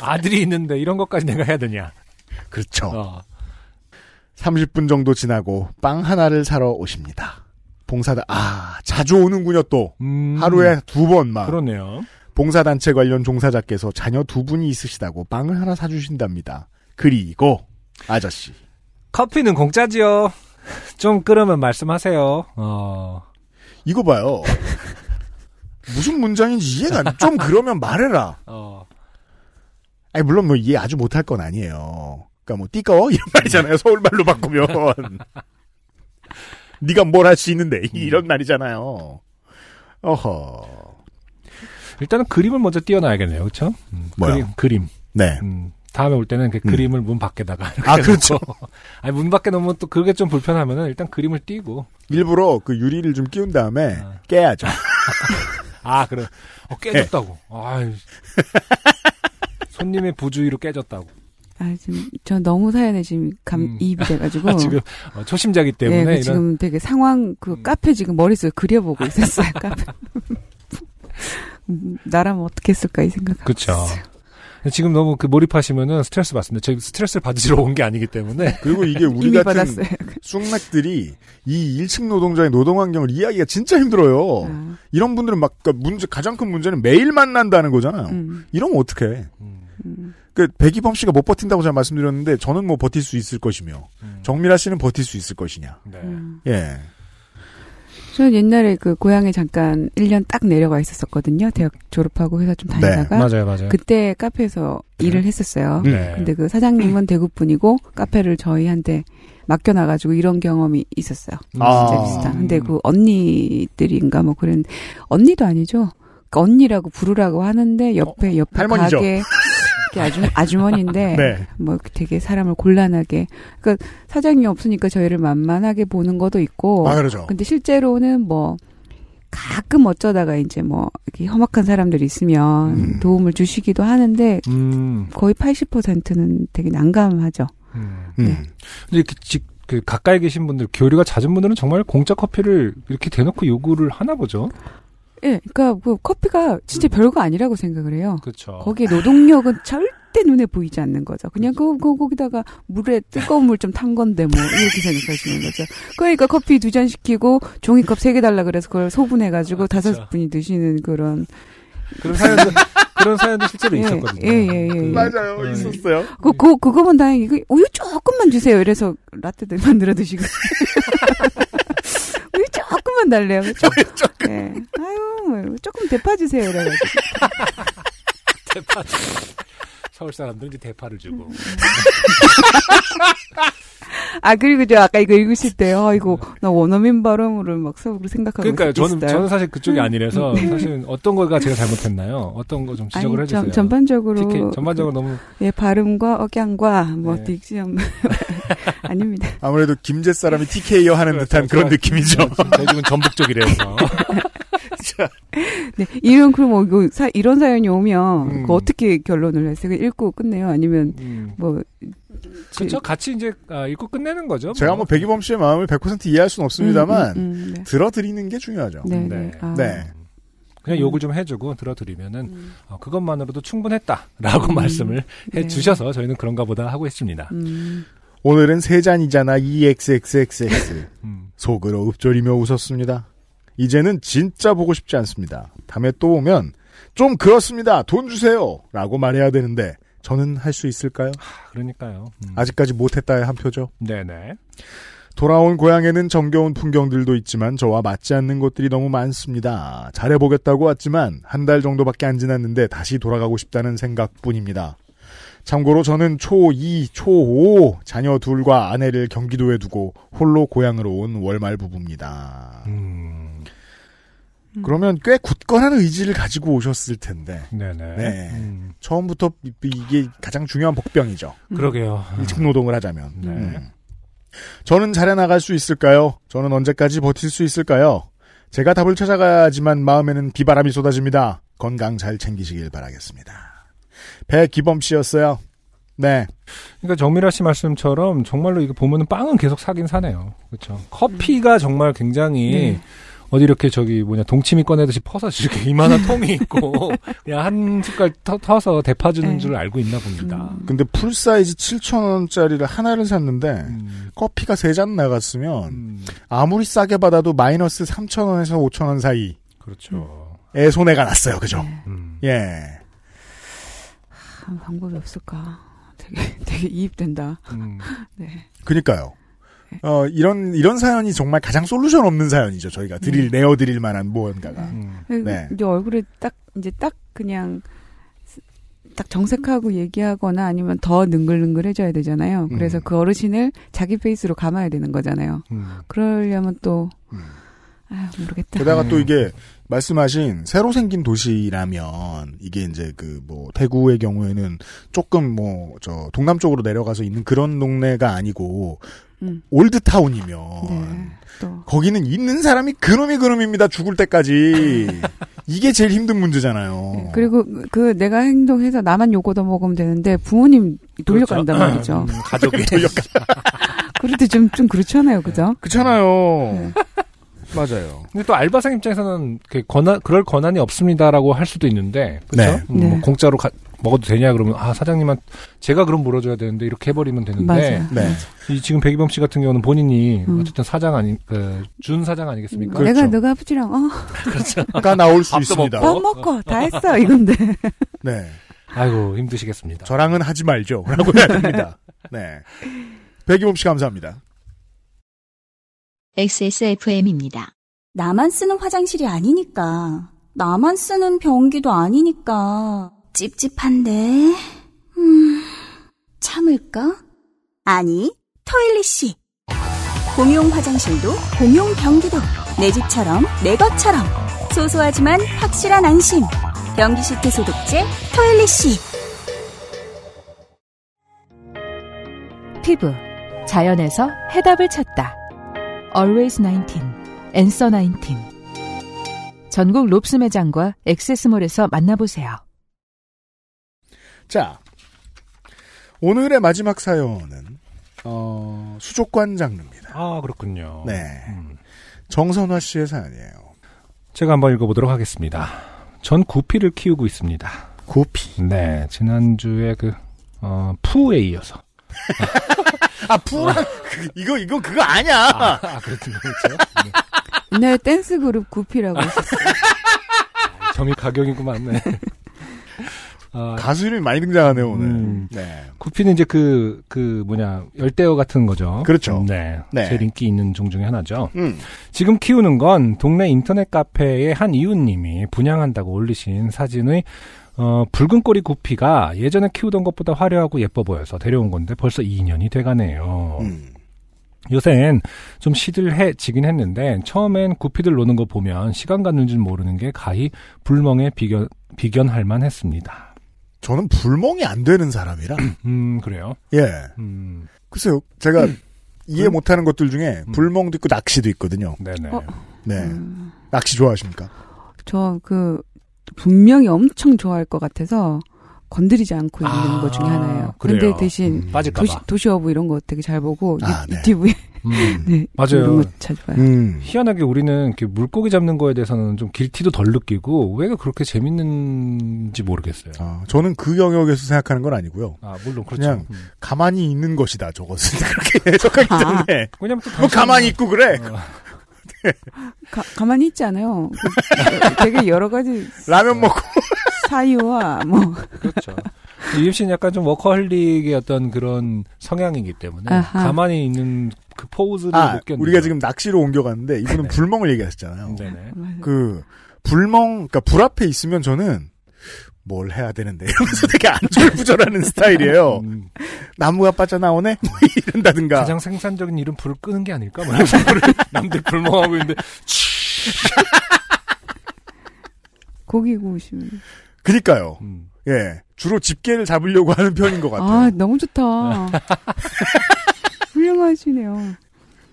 Speaker 2: 아들이 있는데 이런 것까지 내가 해야 되냐.
Speaker 3: 그렇죠.
Speaker 2: 어.
Speaker 3: 30분 정도 지나고 빵 하나를 사러 오십니다. 봉사다, 아, 자주 오는군요, 또. 하루에 두 번 막.
Speaker 2: 음. 그러네요.
Speaker 3: 봉사단체 관련 종사자께서 자녀 두 분이 있으시다고 빵을 하나 사주신답니다. 그리고, 아저씨.
Speaker 2: 커피는 공짜지요. 좀 끓으면 말씀하세요. 어.
Speaker 3: 이거 봐요. 무슨 문장인지 이해가 안, 좀 그러면 말해라.
Speaker 2: 어.
Speaker 3: 아니, 물론 뭐 이해 아주 못할 건 아니에요. 그니까 뭐, 띠꺼워? 이런 말이잖아요. 서울말로 바꾸면. 네가 뭘 할 수 있는데. 이런 말이잖아요. 어허.
Speaker 2: 일단은 그림을 먼저 띄워놔야겠네요. 그렇죠?
Speaker 3: 뭐요?
Speaker 2: 그림, 그림.
Speaker 3: 네.
Speaker 2: 음, 다음에 올 때는 그
Speaker 3: 음.
Speaker 2: 그림을 문 밖에다가. 이렇게
Speaker 3: 아, 그렇죠.
Speaker 2: 놓고. 아니, 문 밖에 놓으면 또 그게 좀 불편하면은 일단 그림을 띄고.
Speaker 3: 일부러 그 유리를 좀 끼운 다음에 깨야죠.
Speaker 2: 아, 그래. 어, 깨졌다고.
Speaker 3: 예.
Speaker 2: 아유. 손님의 부주의로 깨졌다고.
Speaker 8: 아, 지금 저 너무 사연에 지금 감
Speaker 3: 음.
Speaker 8: 이입이 돼가지고
Speaker 2: 아, 지금 어, 초심자기 때문에
Speaker 8: 예, 그
Speaker 2: 이런
Speaker 8: 음. 지금 되게 상황 그
Speaker 3: 음.
Speaker 8: 카페 지금 머릿속에 그려보고 있었어요. 카페 음, 나라면 어떻게 했을까 이 생각.
Speaker 2: 그렇죠. 지금 너무 그 몰입하시면은 스트레스 받습니다. 저희 스트레스를 받으시러 온 게 아니기 때문에.
Speaker 3: 그리고 이게 우리
Speaker 8: 이미
Speaker 3: 같은
Speaker 8: 받았어요.
Speaker 3: 쑥맥들이 이 1층 노동자의 노동 환경을 이해하기가 진짜 힘들어요.
Speaker 8: 아,
Speaker 3: 이런 분들은 막 그러니까 문제 가장 큰 문제는 매일 만난다는 거잖아요.
Speaker 8: 음.
Speaker 3: 이러면 어떡해.
Speaker 2: 음,
Speaker 3: 그 백이범 씨가 못 버틴다고 잘 말씀드렸는데 저는 뭐 버틸 수 있을 것이며 정미라 씨는 버틸 수 있을 것이냐.
Speaker 2: 네.
Speaker 8: 음.
Speaker 3: 예.
Speaker 8: 저는 옛날에 그 고향에 잠깐 1년 딱 내려가 있었었거든요. 대학 졸업하고 회사
Speaker 11: 네,
Speaker 8: 좀 다니다가.
Speaker 2: 맞아요, 맞아요.
Speaker 8: 그때 카페에서 일을 했었어요.
Speaker 2: 네.
Speaker 8: 근데 그 사장님은 대구 분이고 카페를 저희한테 맡겨놔가지고 이런 경험이 있었어요.
Speaker 11: 아.
Speaker 8: 진짜 비슷한. 음, 근데 그 언니들인가 뭐 그런 언니도 아니죠. 그 언니라고 부르라고 하는데 옆에 옆에
Speaker 11: 어, 할머니죠.
Speaker 8: 가게 이렇게 아주
Speaker 3: 음.
Speaker 8: 아주머니인데
Speaker 11: 네.
Speaker 8: 뭐 이렇게 되게 사람을 곤란하게 그러니까 사장이 없으니까 저희를 만만하게 보는 것도
Speaker 3: 어.
Speaker 8: 있고
Speaker 11: 아, 그러죠.
Speaker 8: 근데 실제로는 뭐 가끔 어쩌다가 이제 뭐 이렇게 험악한 사람들이 있으면 도움을 주시기도 하는데
Speaker 2: 음.
Speaker 8: 거의 80%는 되게 난감하죠.
Speaker 3: 음. 네.
Speaker 2: 근데 이렇게 직, 그 가까이 계신 분들, 교류가 잦은 분들은 정말 공짜 커피를 이렇게 대놓고 요구를 하나 보죠.
Speaker 8: 예, 그러니까 그 커피가 진짜 별거 아니라고 생각을 해요.
Speaker 2: 그렇죠.
Speaker 8: 거기에 노동력은 절대 눈에 보이지 않는 거죠. 어. 그냥 그, 그 거기다가 물에 뜨거운 물 좀 탄 건데 뭐 이렇게 생각하시는 거죠. 그러니까 커피 두 잔 시키고 종이컵 세 개 달라 그래서 아, 그걸 소분해가지고 다섯 분이 드시는 그런
Speaker 2: 그런 사연도, 그런 사연도 실제로
Speaker 8: 예,
Speaker 2: 있었거든요.
Speaker 8: 예, 예, 예, 예.
Speaker 3: 맞아요. 있었어요.
Speaker 8: 그, 그, 그거면 다행히, 그, 우유 조금만 주세요. 이래서 라떼들 만들어 드시고. 우유 조금만 달래요. 조, 조금. 예. 아유, 뭐, 조금 대파 주세요. 이래가지고.
Speaker 2: 대파. 서울 사람들은 이제 대파를
Speaker 8: 음,
Speaker 2: 주고.
Speaker 8: 아, 그리고 저 아까 이거 읽으실 때, 아, 이거, 나 원어민 발음을 막 속으로 생각하고
Speaker 2: 그러니까요. 저는,
Speaker 8: 있었어요.
Speaker 2: 저는 사실 그쪽이 아니라서
Speaker 8: 음.
Speaker 2: 사실 어떤 거가 제가 잘못했나요? 어떤 거 좀 지적을
Speaker 8: 아니,
Speaker 2: 해주세요.
Speaker 8: 전, 전반적으로.
Speaker 2: TK, 전반적으로 네. 너무.
Speaker 8: 예, 발음과 억양과, 뭐, 딕션. 아닙니다.
Speaker 3: 아무래도 김제 사람이 TK여
Speaker 2: 네,
Speaker 3: 하는 듯한 그런 느낌이죠.
Speaker 2: 대중은 네, 전북 쪽이래요.
Speaker 8: 네, 이런 그럼 뭐 이거 사, 이런 사연이 오면
Speaker 2: 음.
Speaker 8: 그거 어떻게 결론을 하세요? 그냥 읽고 끝내요? 아니면
Speaker 3: 음.
Speaker 8: 뭐
Speaker 2: 그렇죠. 같이 이제 아, 읽고 끝내는 거죠.
Speaker 3: 제가 뭐 백이범 씨의 마음을 100% 이해할 수는 없습니다만
Speaker 8: 음, 음, 음, 네.
Speaker 3: 들어드리는 게 중요하죠.
Speaker 8: 네, 네. 아.
Speaker 3: 네.
Speaker 2: 그냥 욕을 좀 해주고 들어드리면은 어, 그것만으로도 충분했다라고 말씀을 해주셔서 저희는 그런가 보다 하고 있습니다.
Speaker 3: 오늘은 세 잔이잖아. EXXXX.
Speaker 2: 음.
Speaker 3: 속으로 읊조리며 웃었습니다. 이제는 진짜 보고 싶지 않습니다. 다음에 또 오면 좀 그렇습니다. 돈 주세요. 라고 말해야 되는데 저는 할 수 있을까요?
Speaker 2: 아, 그러니까요. 음.
Speaker 3: 아직까지 못했다의 한 표죠.
Speaker 2: 네네.
Speaker 3: 돌아온 고향에는 정겨운 풍경들도 있지만 저와 맞지 않는 곳들이 너무 많습니다. 잘해보겠다고 왔지만 한 달 정도밖에 안 지났는데 다시 돌아가고 싶다는 생각뿐입니다. 참고로 저는 초2, 초5 자녀 둘과 아내를 경기도에 두고 홀로 고향으로 온 월말 부부입니다.
Speaker 2: 음.
Speaker 3: 그러면 꽤 굳건한 의지를 가지고 오셨을 텐데.
Speaker 2: 네네.
Speaker 3: 네. 처음부터 이- 이게 가장 중요한 복병이죠.
Speaker 2: 그러게요.
Speaker 3: 일찍 노동을 하자면.
Speaker 2: 음. 네.
Speaker 3: 음. 저는 잘해나갈 수 있을까요? 저는 언제까지 버틸 수 있을까요? 제가 답을 찾아가야지만 마음에는 비바람이 쏟아집니다. 건강 잘 챙기시길 바라겠습니다. 배기범 씨였어요. 네.
Speaker 2: 그러니까 정미라 씨 말씀처럼 정말로 이거 보면은 빵은 계속 사긴 사네요. 그렇죠. 커피가 정말 굉장히
Speaker 3: 네.
Speaker 2: 어디 이렇게 저기 뭐냐 동치미 꺼내듯이 퍼서 이렇게 이만한 통이 있고 그냥 한 숟갈 터, 터서 대파 주는 줄 알고 있나 봅니다.
Speaker 3: 근데 풀 사이즈 7,000원짜리를 하나를 샀는데
Speaker 2: 음.
Speaker 3: 커피가 세 잔 나갔으면 아무리 싸게 받아도 마이너스 3,000원에서 5,000원 사이.
Speaker 2: 그렇죠.
Speaker 3: 에 손해가 났어요. 그죠? 예.
Speaker 8: 아, 방법이 없을까? 되게 되게 이입된다.
Speaker 2: 음.
Speaker 8: 네.
Speaker 3: 그니까요. 어, 이런, 이런 사연이 정말 가장 솔루션 없는 사연이죠. 저희가 드릴,
Speaker 8: 네.
Speaker 3: 내어드릴 만한 무언가가.
Speaker 8: 음.
Speaker 3: 네.
Speaker 8: 이제 얼굴에 딱 이제 딱 그냥 스- 딱 정색하고 얘기하거나 아니면 더 능글능글해져야 되잖아요. 그래서 그 어르신을 자기 페이스로 감아야 되는 거잖아요. 그러려면 또 아유, 모르겠다.
Speaker 3: 게다가 또 이게, 말씀하신 새로 생긴 도시라면, 이게 이제 그 뭐, 대구의 경우에는 조금 뭐, 저, 동남쪽으로 내려가서 있는 그런 동네가 아니고,
Speaker 8: 음.
Speaker 3: 올드타운이면,
Speaker 8: 네,
Speaker 3: 어. 거기는 있는 사람이 그놈이 그놈입니다. 죽을 때까지. 이게 제일 힘든 문제잖아요.
Speaker 8: 그리고 그 내가 행동해서 나만 욕 얻어먹으면 되는데 부모님 돌려간단
Speaker 3: 그렇죠.
Speaker 2: 그렇죠.
Speaker 8: 말이죠.
Speaker 3: 음,
Speaker 2: 가족이 돌려가.
Speaker 8: 그래도 좀, 좀 그렇잖아요, 그죠?
Speaker 3: 그렇잖아요.
Speaker 8: 네.
Speaker 3: 맞아요.
Speaker 2: 근데 또 알바생 입장에서는 그 권한 그럴 권한이 없습니다라고 할 수도 있는데 그렇죠?
Speaker 3: 네.
Speaker 2: 음, 뭐
Speaker 3: 네.
Speaker 2: 공짜로 가- 먹어도 되냐 그러면 아 사장님한 제가 그럼 물어줘야 되는데 이렇게 해버리면 되는데
Speaker 3: 맞아요. 네.
Speaker 2: 이 지금 백이범 씨 같은 경우는 본인이 어쨌든 사장 아니 그준 사장 아니겠습니까?
Speaker 8: 음. 내가
Speaker 3: 그렇죠.
Speaker 8: 너가 아프지랑 어
Speaker 3: 가 나올 수
Speaker 2: 밥도
Speaker 12: 어?
Speaker 3: 있습니다.
Speaker 8: 밥 먹고 다 했어 이건데.
Speaker 3: 네.
Speaker 2: 아이고 힘드시겠습니다.
Speaker 3: 저랑은 하지 말죠. 라고 해야 됩니다. 네. 백이범 씨 감사합니다.
Speaker 9: XSFM입니다. 나만 쓰는 화장실이 아니니까. 나만 쓰는 변기도 아니니까. 찝찝한데. 음, 참을까? 아니, 토일리씨. 공용 화장실도 공용 변기도 내 집처럼 내 것처럼 소소하지만 확실한 안심. 변기 시트 소독제 토일리씨.
Speaker 12: 피부 자연에서 해답을 찾다. Always 19, Answer 19. 전국 롭스 매장과 액세스몰에서 만나보세요.
Speaker 3: 자. 오늘의 마지막 사연은, 어, 수족관 장르입니다.
Speaker 2: 아, 그렇군요. 음,
Speaker 3: 네. 정선화 씨의 사연이에요.
Speaker 2: 제가 한번 읽어보도록 하겠습니다. 전 구피를 키우고 있습니다.
Speaker 3: 구피?
Speaker 2: 네, 지난주에 그, 어, 푸에 이어서.
Speaker 3: 아, 푸 이거, 이거 그거 아니야!
Speaker 2: 아, 그렇군요. 그렇죠.
Speaker 8: 옛날에 네, 댄스 그룹 구피라고
Speaker 12: 네.
Speaker 8: 있었어요.
Speaker 2: 점이 가격이구만. 네. 아,
Speaker 3: 가수 이름이 많이 등장하네요, 오늘.
Speaker 2: 음.
Speaker 3: 네.
Speaker 2: 구피는 이제 그, 그 뭐냐, 열대어 같은 거죠.
Speaker 3: 그렇죠.
Speaker 2: 네.
Speaker 3: 네.
Speaker 2: 제일 인기 있는 종 중에 하나죠.
Speaker 3: 음.
Speaker 2: 지금 키우는 건 동네 인터넷 카페의 한 이웃님이 분양한다고 올리신 사진의 어, 붉은 꼬리 구피가 예전에 키우던 것보다 화려하고 예뻐 보여서 데려온 건데 벌써 2년이 돼가네요.
Speaker 3: 음.
Speaker 2: 요샌 좀 시들해지긴 했는데 처음엔 구피들 노는 거 보면 시간 가는 줄 모르는 게 가히 불멍에 비견, 비견할 만했습니다.
Speaker 3: 저는 불멍이 안 되는 사람이라.
Speaker 2: 음 그래요.
Speaker 3: 예.
Speaker 2: 음.
Speaker 3: 글쎄요. 제가 이해 못하는 것들 중에 불멍도 있고 낚시도 있거든요.
Speaker 2: 네네.
Speaker 8: 어.
Speaker 3: 네. 낚시 좋아하십니까?
Speaker 8: 저 그 분명히 엄청 좋아할 것 같아서 건드리지 않고 있는 것 중에 하나예요.
Speaker 2: 그래요.
Speaker 8: 근데 대신
Speaker 2: 음, 빠질까 봐.
Speaker 8: 도시, 어부 이런 거 되게 잘 보고
Speaker 2: 아,
Speaker 8: 유, 튜브에 네, 이런
Speaker 2: 맞아요.
Speaker 8: 거 자주
Speaker 3: 음.
Speaker 12: 음.
Speaker 8: 봐요.
Speaker 2: 희한하게 우리는 이렇게 물고기 잡는 거에 대해서는 좀 길티도 덜 느끼고 왜 그렇게 재밌는지 모르겠어요.
Speaker 3: 저는 그 영역에서 생각하는 건 아니고요.
Speaker 2: 아, 물론 그렇죠.
Speaker 3: 그냥 가만히 있는 것이다 저것은 그렇게 해석하기
Speaker 8: 아.
Speaker 3: 때문에
Speaker 2: 왜냐면 또 어,
Speaker 3: 뭐 가만히 있고 그래
Speaker 2: 아.
Speaker 8: 가, 가만히 있지 않아요. 그, 되게 여러 가지
Speaker 3: 라면 먹고
Speaker 8: 사유와 뭐
Speaker 2: 이입신 약간 좀 워커홀릭의 어떤 그런 성향이기 때문에
Speaker 3: 아하.
Speaker 2: 가만히 있는 그 포즈를
Speaker 3: 아,
Speaker 2: 못 견뎌.
Speaker 3: 우리가 지금 낚시로 옮겨갔는데 이분은 불멍을 얘기하셨잖아요.
Speaker 2: 네네.
Speaker 3: 그 불멍, 그러니까 불 앞에 있으면 저는 뭘 해야 되는데 이러면서 되게 안절부절하는 스타일이에요. 나무가 빠져 나오네 뭐 이런다든가.
Speaker 2: 음. 가장 생산적인 일은 불을 끄는 게 아닐까? 뭐 이런 거를 남들 불멍하고 있는데
Speaker 8: 고기 구우시면
Speaker 3: 그니까요.
Speaker 2: 음.
Speaker 3: 예, 주로 집게를 잡으려고 하는 편인 것 같아요.
Speaker 8: 아 너무 좋다. 훌륭하시네요.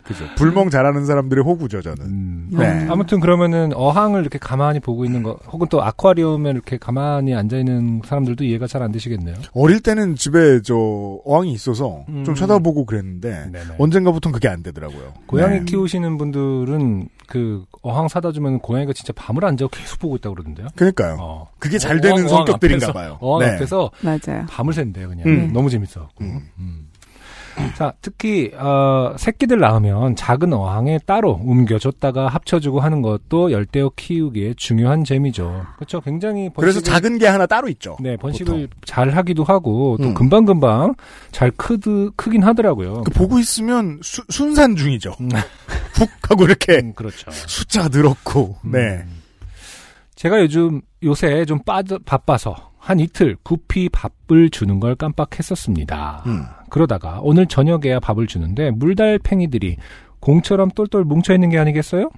Speaker 3: 그죠. 불멍 잘하는 사람들의 호구죠 저는. 네.
Speaker 2: 음. 아무튼 그러면은 어항을 이렇게 가만히 보고 있는 거 혹은 또 아쿠아리움에 이렇게 가만히 앉아 있는 사람들도 이해가 잘 안 되시겠네요.
Speaker 3: 어릴 때는 집에 저 어항이 있어서
Speaker 2: 음.
Speaker 3: 좀 쳐다보고 그랬는데 언젠가부터는 그게 안 되더라고요.
Speaker 2: 고양이
Speaker 3: 네.
Speaker 2: 키우시는 분들은 그 어항 사다 주면 고양이가 진짜 밤을 안 자고 계속 보고 있다 고 그러던데요.
Speaker 3: 그러니까요.
Speaker 2: 어.
Speaker 3: 그게 잘
Speaker 2: 어,
Speaker 3: 되는
Speaker 2: 어항
Speaker 3: 성격들인가
Speaker 2: 앞에서,
Speaker 3: 봐요.
Speaker 2: 어항
Speaker 3: 네.
Speaker 2: 앞에서
Speaker 8: 맞아요.
Speaker 2: 밤을 샌대요 그냥.
Speaker 3: 음.
Speaker 2: 너무 재밌어. 음. 자, 특히 어, 새끼들 낳으면 작은 어항에 따로 옮겨줬다가 합쳐주고 하는 것도 열대어 키우기에 중요한 재미죠. 그렇죠. 굉장히
Speaker 3: 그래서
Speaker 2: 번식을-
Speaker 3: 작은 게 하나 따로 있죠.
Speaker 2: 네, 번식을 잘 하기도 하고 또 금방 금방 잘 크드 크긴 하더라고요.
Speaker 3: 그 보고 있으면 수- 순산 중이죠. 훅 하고 이렇게
Speaker 2: 그렇죠.
Speaker 3: 숫자 늘었고. 네.
Speaker 2: 제가 요즘 요새 좀 빠져 바빠서 한 이틀 구피 밥을 주는 걸 깜빡했었습니다.
Speaker 3: 음.
Speaker 2: 그러다가 오늘 저녁에야 밥을 주는데 물달팽이들이 공처럼 똘똘 뭉쳐 있는 게 아니겠어요?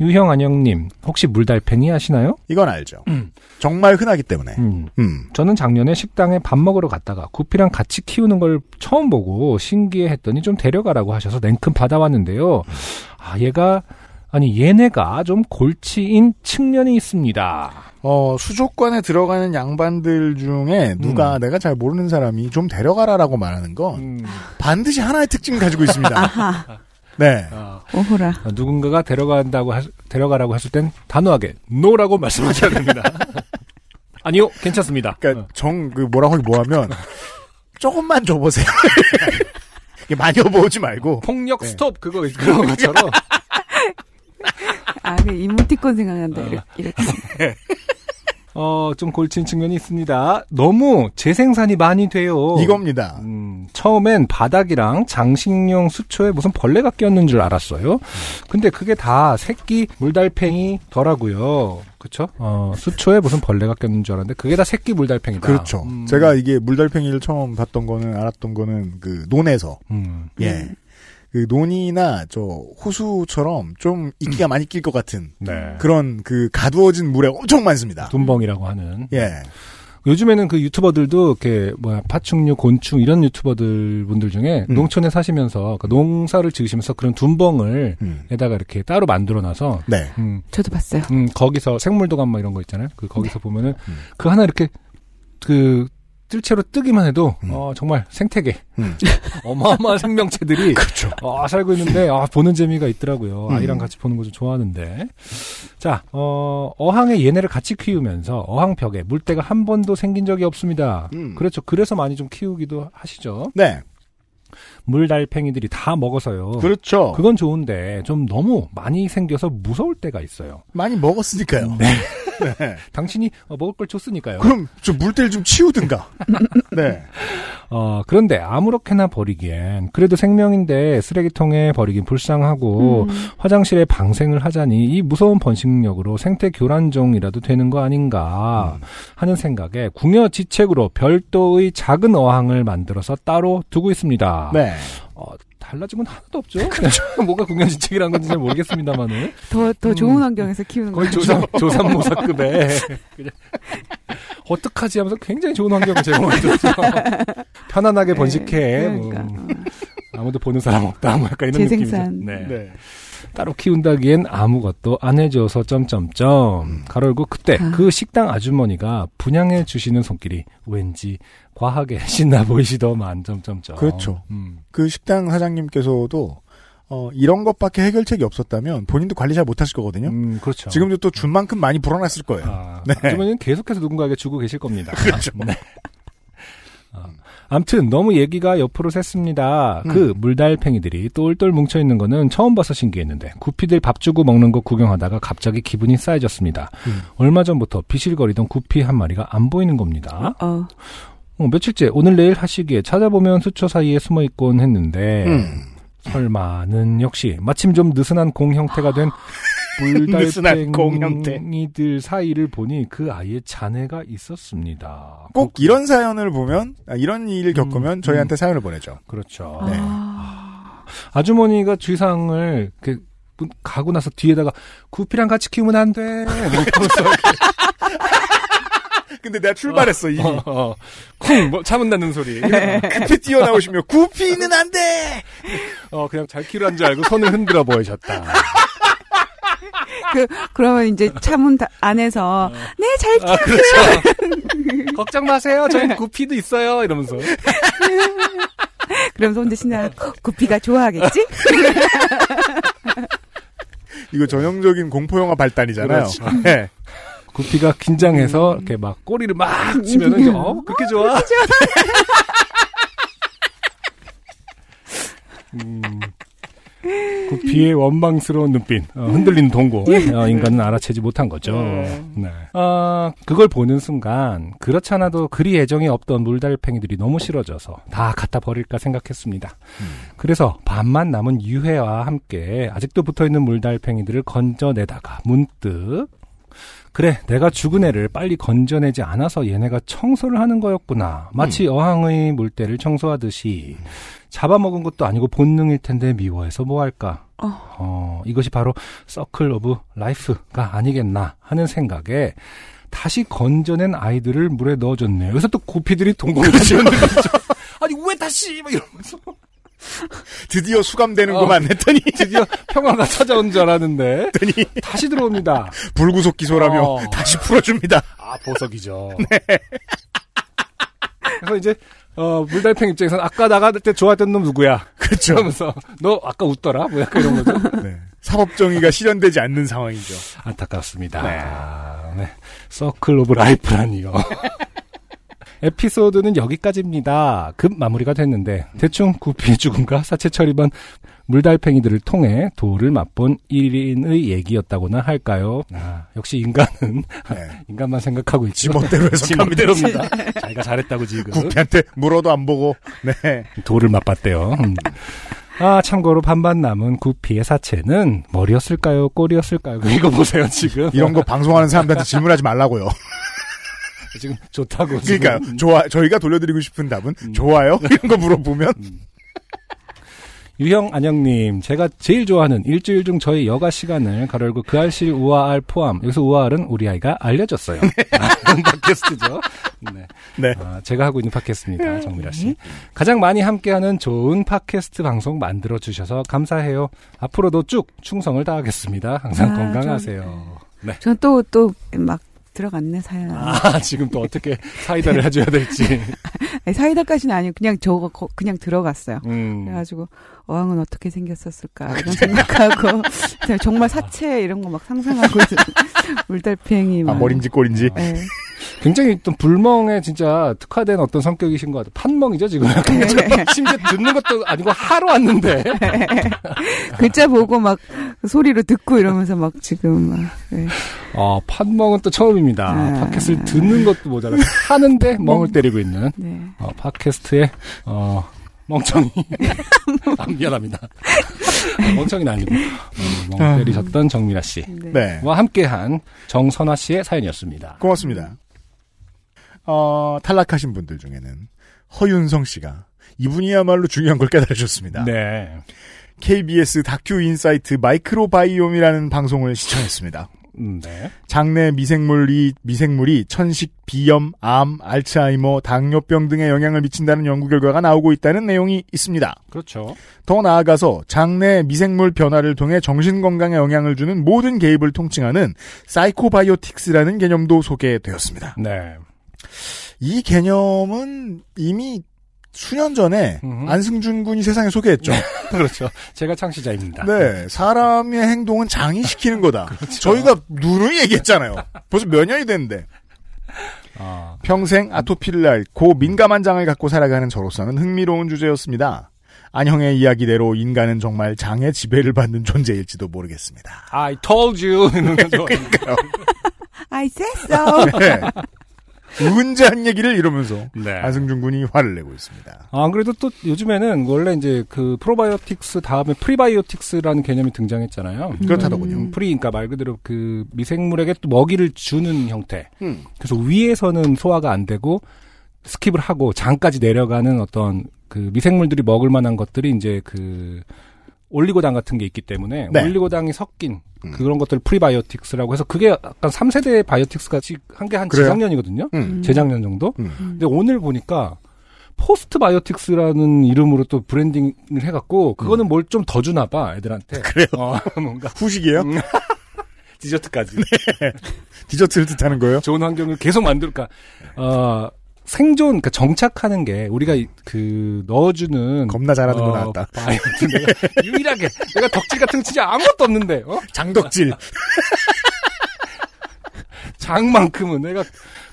Speaker 2: 유형 안영님 혹시 물달팽이 아시나요? 음.
Speaker 3: 이건 알죠. 정말 흔하기 때문에.
Speaker 2: 네.
Speaker 3: 음.
Speaker 2: 저는 작년에 식당에 밥 먹으러 갔다가 구피랑 같이 키우는 걸 처음 보고 신기해했더니 좀 데려가라고 하셔서 냉큼 받아왔는데요. 아 얘가 아니 얘네가 좀 골치인 측면이 있습니다.
Speaker 3: 어, 수족관에 들어가는 양반들 중에 누가 내가 잘 모르는 사람이 좀 데려가라라고 말하는 건 음. 반드시 하나의 특징을 가지고 있습니다. 네.
Speaker 8: 오호라.
Speaker 2: 아, 누군가가 데려간다고 하- 데려가라고 했을 땐 단호하게 노라고 말씀하셔야 됩니다. 아니요, 괜찮습니다.
Speaker 3: 그러니까 정 그 뭐라고 하기 뭐하면 조금만 줘보세요. 이게 많이 업어오지 말고
Speaker 2: 폭력 스톱 네. 그거 그런 것처럼
Speaker 8: 아, 그 이모티콘 생각난다. 이렇게. 이렇게.
Speaker 2: 네. 어, 좀 골친 측면이 있습니다. 너무 재생산이 많이 돼요.
Speaker 3: 이겁니다.
Speaker 2: 음. 처음엔 바닥이랑 장식용 수초에 무슨 벌레가 끼었는 줄 알았어요. 근데 그게 다 새끼 물달팽이더라고요. 그쵸? 어, 수초에 무슨 벌레가 끼었는 줄 알았는데 그게 다 새끼 물달팽이다.
Speaker 3: 그렇죠.
Speaker 2: 음.
Speaker 3: 제가 이게 물달팽이를 처음 봤던 거는 알았던 거는 그 논에서
Speaker 2: 음.
Speaker 3: 예. 그 논이나 저 호수처럼 좀 이끼가 많이 낄 것 같은
Speaker 2: 네.
Speaker 3: 그런 그 가두어진 물에 엄청 많습니다.
Speaker 2: 돈벙이라고 하는.
Speaker 3: 예.
Speaker 2: 요즘에는 그 유튜버들도 이렇게 뭐야 파충류, 곤충 이런 유튜버들 분들 중에 농촌에 사시면서 그 농사를 지으시면서 그런 둔벙을 에다가 이렇게 따로 만들어놔서
Speaker 3: 음. 네.
Speaker 2: 음,
Speaker 8: 저도 봤어요.
Speaker 2: 음, 거기서 생물도감 막 이런 거 있잖아요. 그 거기서 보면은 그 하나 이렇게 그 뜰채로 뜨기만 해도 어, 정말 생태계 어마어마한 생명체들이 어, 살고 있는데 아, 보는 재미가 있더라고요. 아이랑
Speaker 3: 음.
Speaker 2: 같이 보는 거 좀 좋아하는데 자 어, 어항에 얘네를 같이 키우면서 어항벽에 물때가 한 번도 생긴 적이 없습니다.
Speaker 3: 음.
Speaker 2: 그렇죠. 그래서 많이 좀 키우기도 하시죠.
Speaker 3: 네.
Speaker 2: 물달팽이들이 다 먹어서요.
Speaker 3: 그렇죠.
Speaker 2: 그건 좋은데 좀 너무 많이 생겨서 무서울 때가 있어요.
Speaker 3: 많이 먹었으니까요.
Speaker 2: 네. 당신이 어, 먹을 걸 줬으니까요.
Speaker 3: 그럼 저 물때를 좀 치우든가. 네.
Speaker 2: 어, 그런데 아무렇게나 버리기엔 그래도 생명인데 쓰레기통에 버리긴 불쌍하고 화장실에 방생을 하자니 이 무서운 번식력으로 생태 교란종이라도 되는 거 아닌가 하는 생각에 궁여지책으로 별도의 작은 어항을 만들어서 따로 두고 있습니다.
Speaker 3: 네.
Speaker 2: 어, 달라진 건 하나도 없죠. 뭐가 궁여지책이라는 건지 잘 모르겠습니다만은.
Speaker 8: 더, 더 좋은 환경에서 키우는
Speaker 2: 거의
Speaker 8: 거죠.
Speaker 2: 조삼, 조삼모사급에. 그냥 어떡하지 하면서 굉장히 좋은 환경을 제공해줬죠. 편안하게 네,
Speaker 8: 네,
Speaker 2: 그러니까.
Speaker 8: 그러니까.
Speaker 2: 번식해. 뭐. 아무도 보는 사람 없다. 뭐 약간 이런
Speaker 8: 재생산.
Speaker 2: 느낌이죠. 네. 따로 키운다기엔 아무것도 안 해줘서 점점점 가로열고 그때
Speaker 8: 아.
Speaker 2: 그 식당 아주머니가 분양해 주시는 손길이 왠지 과하게 신나 보이시더만 점점점
Speaker 3: 그렇죠.
Speaker 2: 음.
Speaker 3: 그 식당 사장님께서도 어, 이런 것밖에 해결책이 없었다면 본인도 관리 잘 못하실 거거든요.
Speaker 2: 그렇죠.
Speaker 3: 지금도 또 준 만큼 많이 불어났을 거예요. 네.
Speaker 2: 아주머니는 계속해서 누군가에게 주고 계실 겁니다. 그렇죠. 암튼 너무 얘기가 옆으로 샜습니다.
Speaker 3: 음.
Speaker 2: 그 물달팽이들이 똘똘 뭉쳐 있는 거는 처음 봐서 신기했는데 구피들 밥 주고 먹는 거 구경하다가 갑자기 기분이 싸해졌습니다.
Speaker 3: 음.
Speaker 2: 얼마 전부터 비실거리던 구피 한 마리가 안 보이는 겁니다.
Speaker 8: 어.
Speaker 2: 며칠째 오늘 내일 하시기에 찾아보면 수초 사이에 숨어 있곤 했는데
Speaker 3: 음.
Speaker 2: 설마는 역시 마침 좀 느슨한 공 형태가 된
Speaker 3: 느슨한 공 형태.
Speaker 2: 물달팽이들 사이를 보니 그 아이의 자네가 있었습니다.
Speaker 3: 꼭 음. 이런 사연을 보면 아, 이런 일을 겪으면 저희한테 사연을 보내죠.
Speaker 2: 그렇죠.
Speaker 3: 네.
Speaker 2: 아주머니가 주의사항을 이렇게 문- 가고 나서 뒤에다가 구피랑 같이 키우면 안 돼.
Speaker 3: 근데 내가 출발했어 이미.
Speaker 2: 어, 어. 쿵, 뭐, 차문 닫는 소리.
Speaker 3: 급히 뛰어나오시며 구피는 안 돼.
Speaker 2: 어, 그냥 잘 키우란 줄 알고 손을 흔들어 보이셨다.
Speaker 8: 그, 그러면 이제 차문 다- 안에서, 네, 잘 키워.
Speaker 2: 아, 그렇죠. 걱정 마세요. 저희 구피도 있어요. 이러면서.
Speaker 8: 그러면서 혼자 신나, 구피가 좋아하겠지?
Speaker 3: 이거 전형적인 공포 영화 발단이잖아요.
Speaker 2: 그렇죠.
Speaker 3: 네.
Speaker 2: 구피가 긴장해서 이렇게 막 꼬리를 막 치면은 이제, 음. 어 그렇게 좋아. 음, 구피의 원망스러운 눈빛, 어, 흔들리는 동공, 어, 인간은 알아채지 못한 거죠. 네. 아, 그걸 보는 순간 그렇잖아도 그리 애정이 없던 물달팽이들이 너무 싫어져서 다 갖다 버릴까 생각했습니다. 그래서 반만 남은 유해와 함께 아직도 붙어있는 물달팽이들을 건져내다가 문득 그래 내가 죽은 애를 빨리 건져내지 않아서 얘네가 청소를 하는 거였구나 마치 어항의 물때를 청소하듯이 잡아먹은 것도 아니고 본능일 텐데 미워해서 뭐할까
Speaker 8: 어.
Speaker 2: 어, 이것이 바로 서클 오브 라이프가 아니겠나 하는 생각에 다시 건져낸 아이들을 물에 넣어줬네요. 여기서 또 고피들이 동공을 지우는 거죠. 아니 왜 다시 막 이러면서
Speaker 3: 드디어 수감되는구만 했더니
Speaker 2: 드디어 평화가 찾아온 줄 알았는데 다시 들어옵니다.
Speaker 3: 불구속 기소라며
Speaker 2: 어.
Speaker 3: 다시 풀어줍니다.
Speaker 2: 아 보석이죠. 그래서 이제 어, 물달팽이 입장에서는 아까 나갔을 때 좋아했던 놈 누구야?
Speaker 3: 그렇죠.
Speaker 2: 그러면서 너 아까 웃더라? 뭐 약간 이런 거죠.
Speaker 3: 네. 사법 정의가 실현되지 않는 상황이죠.
Speaker 2: 안타깝습니다. 네. 서클 오브 라이프라니요. 에피소드는 여기까지입니다. 급 마무리가 됐는데 대충 구피의 죽음과 사체 처리반 물달팽이들을 통해 도를 맛본 1인의 얘기였다고나 할까요? 아, 역시 인간은
Speaker 3: 네.
Speaker 2: 인간만 생각하고 있죠.
Speaker 3: 지멋대로 해석합니다.
Speaker 2: 지멋대로입니다. 자기가 잘했다고 지금.
Speaker 3: 네. 구피한테 물어도 안 보고. 네.
Speaker 2: 돌을 맛봤대요. 음. 아, 참고로 반반 남은 구피의 사체는 머리였을까요? 꼬리였을까요? 이거 보세요, 지금.
Speaker 3: 이런 거 방송하는 사람들한테 질문하지 말라고요.
Speaker 2: 아, 지금 좋다고. 지금.
Speaker 3: 그러니까 요 좋아 저희가 돌려드리고 싶은 답은 좋아요 이런 거 물어보면
Speaker 2: 유형 안영님, 제가 제일 좋아하는 일주일 중 저의 여가 시간을 가로열고 그 알실 우아알 포함. 여기서 우아알은 우리 아이가 알려줬어요. 아, 팟캐스트죠. 네.
Speaker 3: 네.
Speaker 2: 아, 제가 하고 있는 팟캐스트입니다. 정미라 씨. 가장 많이 함께하는 좋은 팟캐스트 방송 만들어 주셔서 감사해요. 앞으로도 쭉 충성을 다하겠습니다. 항상
Speaker 8: 아,
Speaker 2: 건강하세요. 네.
Speaker 8: 저는 또, 또, 막, 들어갔네, 사연.
Speaker 2: 아, 지금 또 어떻게 사이다를 해줘야 될지.
Speaker 8: 아니, 사이다까지는 아니고, 그냥 저거, 거- 그냥 들어갔어요.
Speaker 2: 음.
Speaker 8: 그래가지고, 어항은 어떻게 생겼었을까, 이런 생각하고, 제가 정말 사체 이런 거 막 상상하고, 있어요. 물달팽이
Speaker 3: 아
Speaker 8: 막.
Speaker 3: 머린지
Speaker 2: 어.
Speaker 3: 꼴인지
Speaker 8: 네.
Speaker 2: 굉장히 좀 불멍에 진짜 특화된 어떤 성격이신 것 같아요. 판멍이죠, 지금. 심지어 듣는 것도 아니고 하러 왔는데.
Speaker 8: 글자 보고 막, 소리로 듣고 이러면서 막 지금 막, 네.
Speaker 2: 아, 팥멍은 또 처음입니다.
Speaker 8: 네.
Speaker 2: 팟캐스트를 듣는 것도 모자라 하는데 멍을 때리고 있는
Speaker 8: 네.
Speaker 2: 어, 팟캐스트의 어, 멍청이. 아, 미안합니다. 어, 멍청이는 아니고 어, 멍 때리셨던 정미라 씨와
Speaker 3: 네
Speaker 2: 함께한 정선화 씨의 사연이었습니다.
Speaker 3: 고맙습니다. 어 탈락하신 분들 중에는 허윤성 씨가 이분이야말로 중요한 걸 깨달으셨습니다.
Speaker 2: 네.
Speaker 3: KBS 다큐 인사이트 마이크로바이옴이라는 방송을 시청했습니다.
Speaker 2: 음, 네.
Speaker 3: 장내 미생물이 미생물이 천식, 비염, 암, 알츠하이머, 당뇨병 등의 영향을 미친다는 연구 결과가 나오고 있다는 내용이 있습니다.
Speaker 2: 그렇죠.
Speaker 3: 더 나아가서 장내 미생물 변화를 통해 정신 건강에 영향을 주는 모든 개입을 통칭하는 사이코바이오틱스라는 개념도 소개되었습니다.
Speaker 2: 네.
Speaker 3: 이 개념은 이미 수년 전에 안승준 군이 세상에 소개했죠.
Speaker 2: 그렇죠. 제가 창시자입니다. 그렇죠.
Speaker 3: 네, 사람의 행동은 장이 시키는 거다. 저희가 누누이 얘기했잖아요. 벌써 몇 년이 됐는데.
Speaker 2: 아,
Speaker 3: 평생 아토피를 앓고 민감한 장을 갖고 살아가는 저로서는 흥미로운 주제였습니다. 안형의 이야기대로 인간은 정말 장의 지배를 받는 존재일지도 모르겠습니다.
Speaker 2: I told you.
Speaker 3: 네, 그러니까요.
Speaker 8: I said so.
Speaker 3: 네. 은재한 얘기를 이러면서
Speaker 2: 네.
Speaker 3: 안승준 군이 화를 내고 있습니다.
Speaker 2: 안 아, 그래도 또 요즘에는 원래 이제 그 프로바이오틱스 다음에 프리바이오틱스라는 개념이 등장했잖아요.
Speaker 3: 네. 그렇다더군요.
Speaker 2: 음, 프리, 그러니까 말 그대로 그 미생물에게 또 먹이를 주는 형태. 그래서 위에서는 소화가 안 되고 스킵을 하고 장까지 내려가는 어떤 그 미생물들이 먹을 만한 것들이 이제 그 올리고당 같은 게 있기 때문에
Speaker 13: 네. 음.
Speaker 2: 올리고당이 섞인 그런 것들 을 프리바이오틱스라고 해서 그게 약간 3세대 바이오틱스 같이 한 게 한
Speaker 13: 그래요?
Speaker 2: 재작년이거든요.
Speaker 13: 음.
Speaker 2: 재작년 정도.
Speaker 3: 음.
Speaker 2: 근데 오늘 보니까 포스트 바이오틱스라는 이름으로 또 브랜딩을 해갖고 그거는
Speaker 13: 음.
Speaker 2: 뭘 좀 더 주나 봐 애들한테. 어,
Speaker 3: 그래요?
Speaker 2: 뭔가
Speaker 3: 후식이에요?
Speaker 2: 디저트까지.
Speaker 3: 디저트를 뜻하는 거예요?
Speaker 2: 좋은 환경을 계속 만들까. 어, 생존, 그러니까 정착하는 게 우리가 이- 그 넣어주는 겁나
Speaker 3: 잘하는 거 나왔다.
Speaker 2: 바이오틱스 내가 유일하게 내가 덕질 같은 거 진짜 아무것도 없는데. 어?
Speaker 3: 장덕질.
Speaker 2: 장만큼은 내가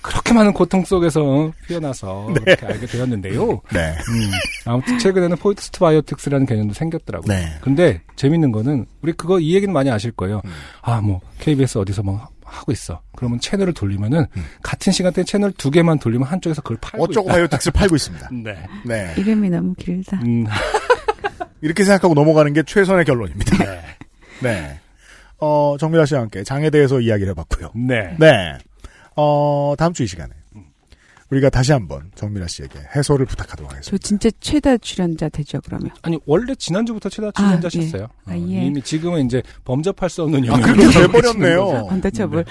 Speaker 2: 그렇게 많은 고통 속에서 피어나서 이렇게 알게 되었는데요.
Speaker 3: 네.
Speaker 2: 음, 아무튼 최근에는 포스트 바이오틱스라는 개념도 생겼더라고요.
Speaker 3: 네.
Speaker 2: 근데 재밌는 거는 우리 그거 이 얘기는 많이 아실 거예요.
Speaker 3: 음.
Speaker 2: 아, 뭐 KBS 어디서 막 하고 있어. 그러면 채널을 돌리면은 같은 시간대에 채널 두 개만 돌리면 한쪽에서 그걸 팔고
Speaker 3: 음. 어쩌고
Speaker 2: 있다.
Speaker 3: 바이오텍스를 팔고 있습니다.
Speaker 2: 네.
Speaker 3: 네.
Speaker 8: 이름이 너무 길다.
Speaker 2: 음.
Speaker 3: 이렇게 생각하고 넘어가는 게 최선의 결론입니다. 네. 어, 정미라 씨와 함께 장에 대해서 이야기를 해봤고요.
Speaker 2: 네.
Speaker 3: 네. 어, 다음 주 이 시간에 우리가 다시 한번 정미라 씨에게 해소를 부탁하도록 하겠습니다.
Speaker 8: 저 진짜 최다 출연자 되죠 그러면.
Speaker 2: 아니 원래 지난주부터 최다 출연자셨어요.
Speaker 8: 아, 예.
Speaker 2: 이미 지금은 이제 범접할 수 없는 영역.
Speaker 3: 아, 그렇게
Speaker 2: 어,
Speaker 3: 돼버렸네요.
Speaker 8: 언더처블.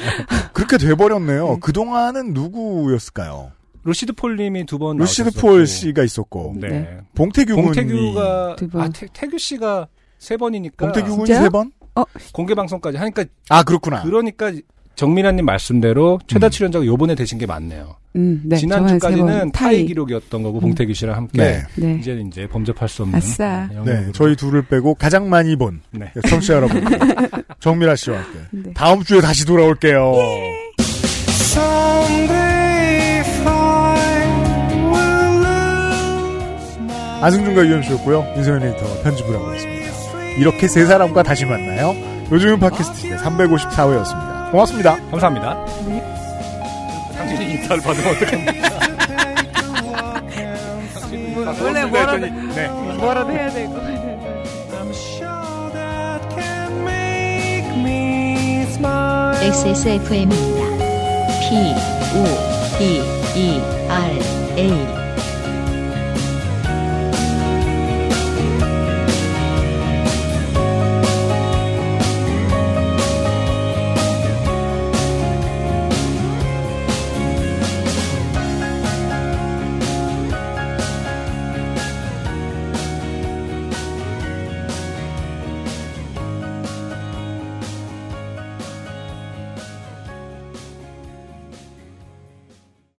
Speaker 3: 그렇게 돼버렸네요. 그동안은 누구였을까요?
Speaker 2: 루시드 폴님이 두 번.
Speaker 3: 루시드
Speaker 2: 나오셨었고.
Speaker 3: 폴 씨가 있었고,
Speaker 2: 네.
Speaker 3: 봉태규 군이
Speaker 2: 봉태규가 아 태, 태규 씨가 세 번이니까
Speaker 3: 봉태규 군이 진짜요? 세 번?
Speaker 2: 공개 방송까지 하니까
Speaker 3: 아 음. 그렇구나.
Speaker 2: 그러니까 정민아님 말씀대로 최다 출연자가 요번에 되신 게 맞네요.
Speaker 8: 음, 네. 저한세
Speaker 2: 지난주까지는
Speaker 8: 번
Speaker 2: 타이 기록이었던 거고 봉태규 씨랑 함께
Speaker 3: 네.
Speaker 8: 네.
Speaker 2: 이제 이제 범접할 수 없는
Speaker 8: 아싸.
Speaker 3: 네, 저희 둘을 빼고 가장 많이 본
Speaker 2: 네.
Speaker 3: 청취자 여러분, 정미라 씨와 함께 다음 주에 다시 돌아올게요. 안승준과 유현수였고요. 인생의 리더 편집을 하고 있습니다. 이렇게 세 사람과 다시 만나요. 요즘은 팟캐스트 시대 354회였습니다. 고맙습니다.
Speaker 2: 감사합니다.
Speaker 8: 네.
Speaker 2: 당신이 인사를 받으면 어떡합니까?
Speaker 8: 원래 뭐라도
Speaker 3: 네.
Speaker 8: 뭐라도 해야 되고.
Speaker 1: XSFM입니다. P, O, D, E, R, A.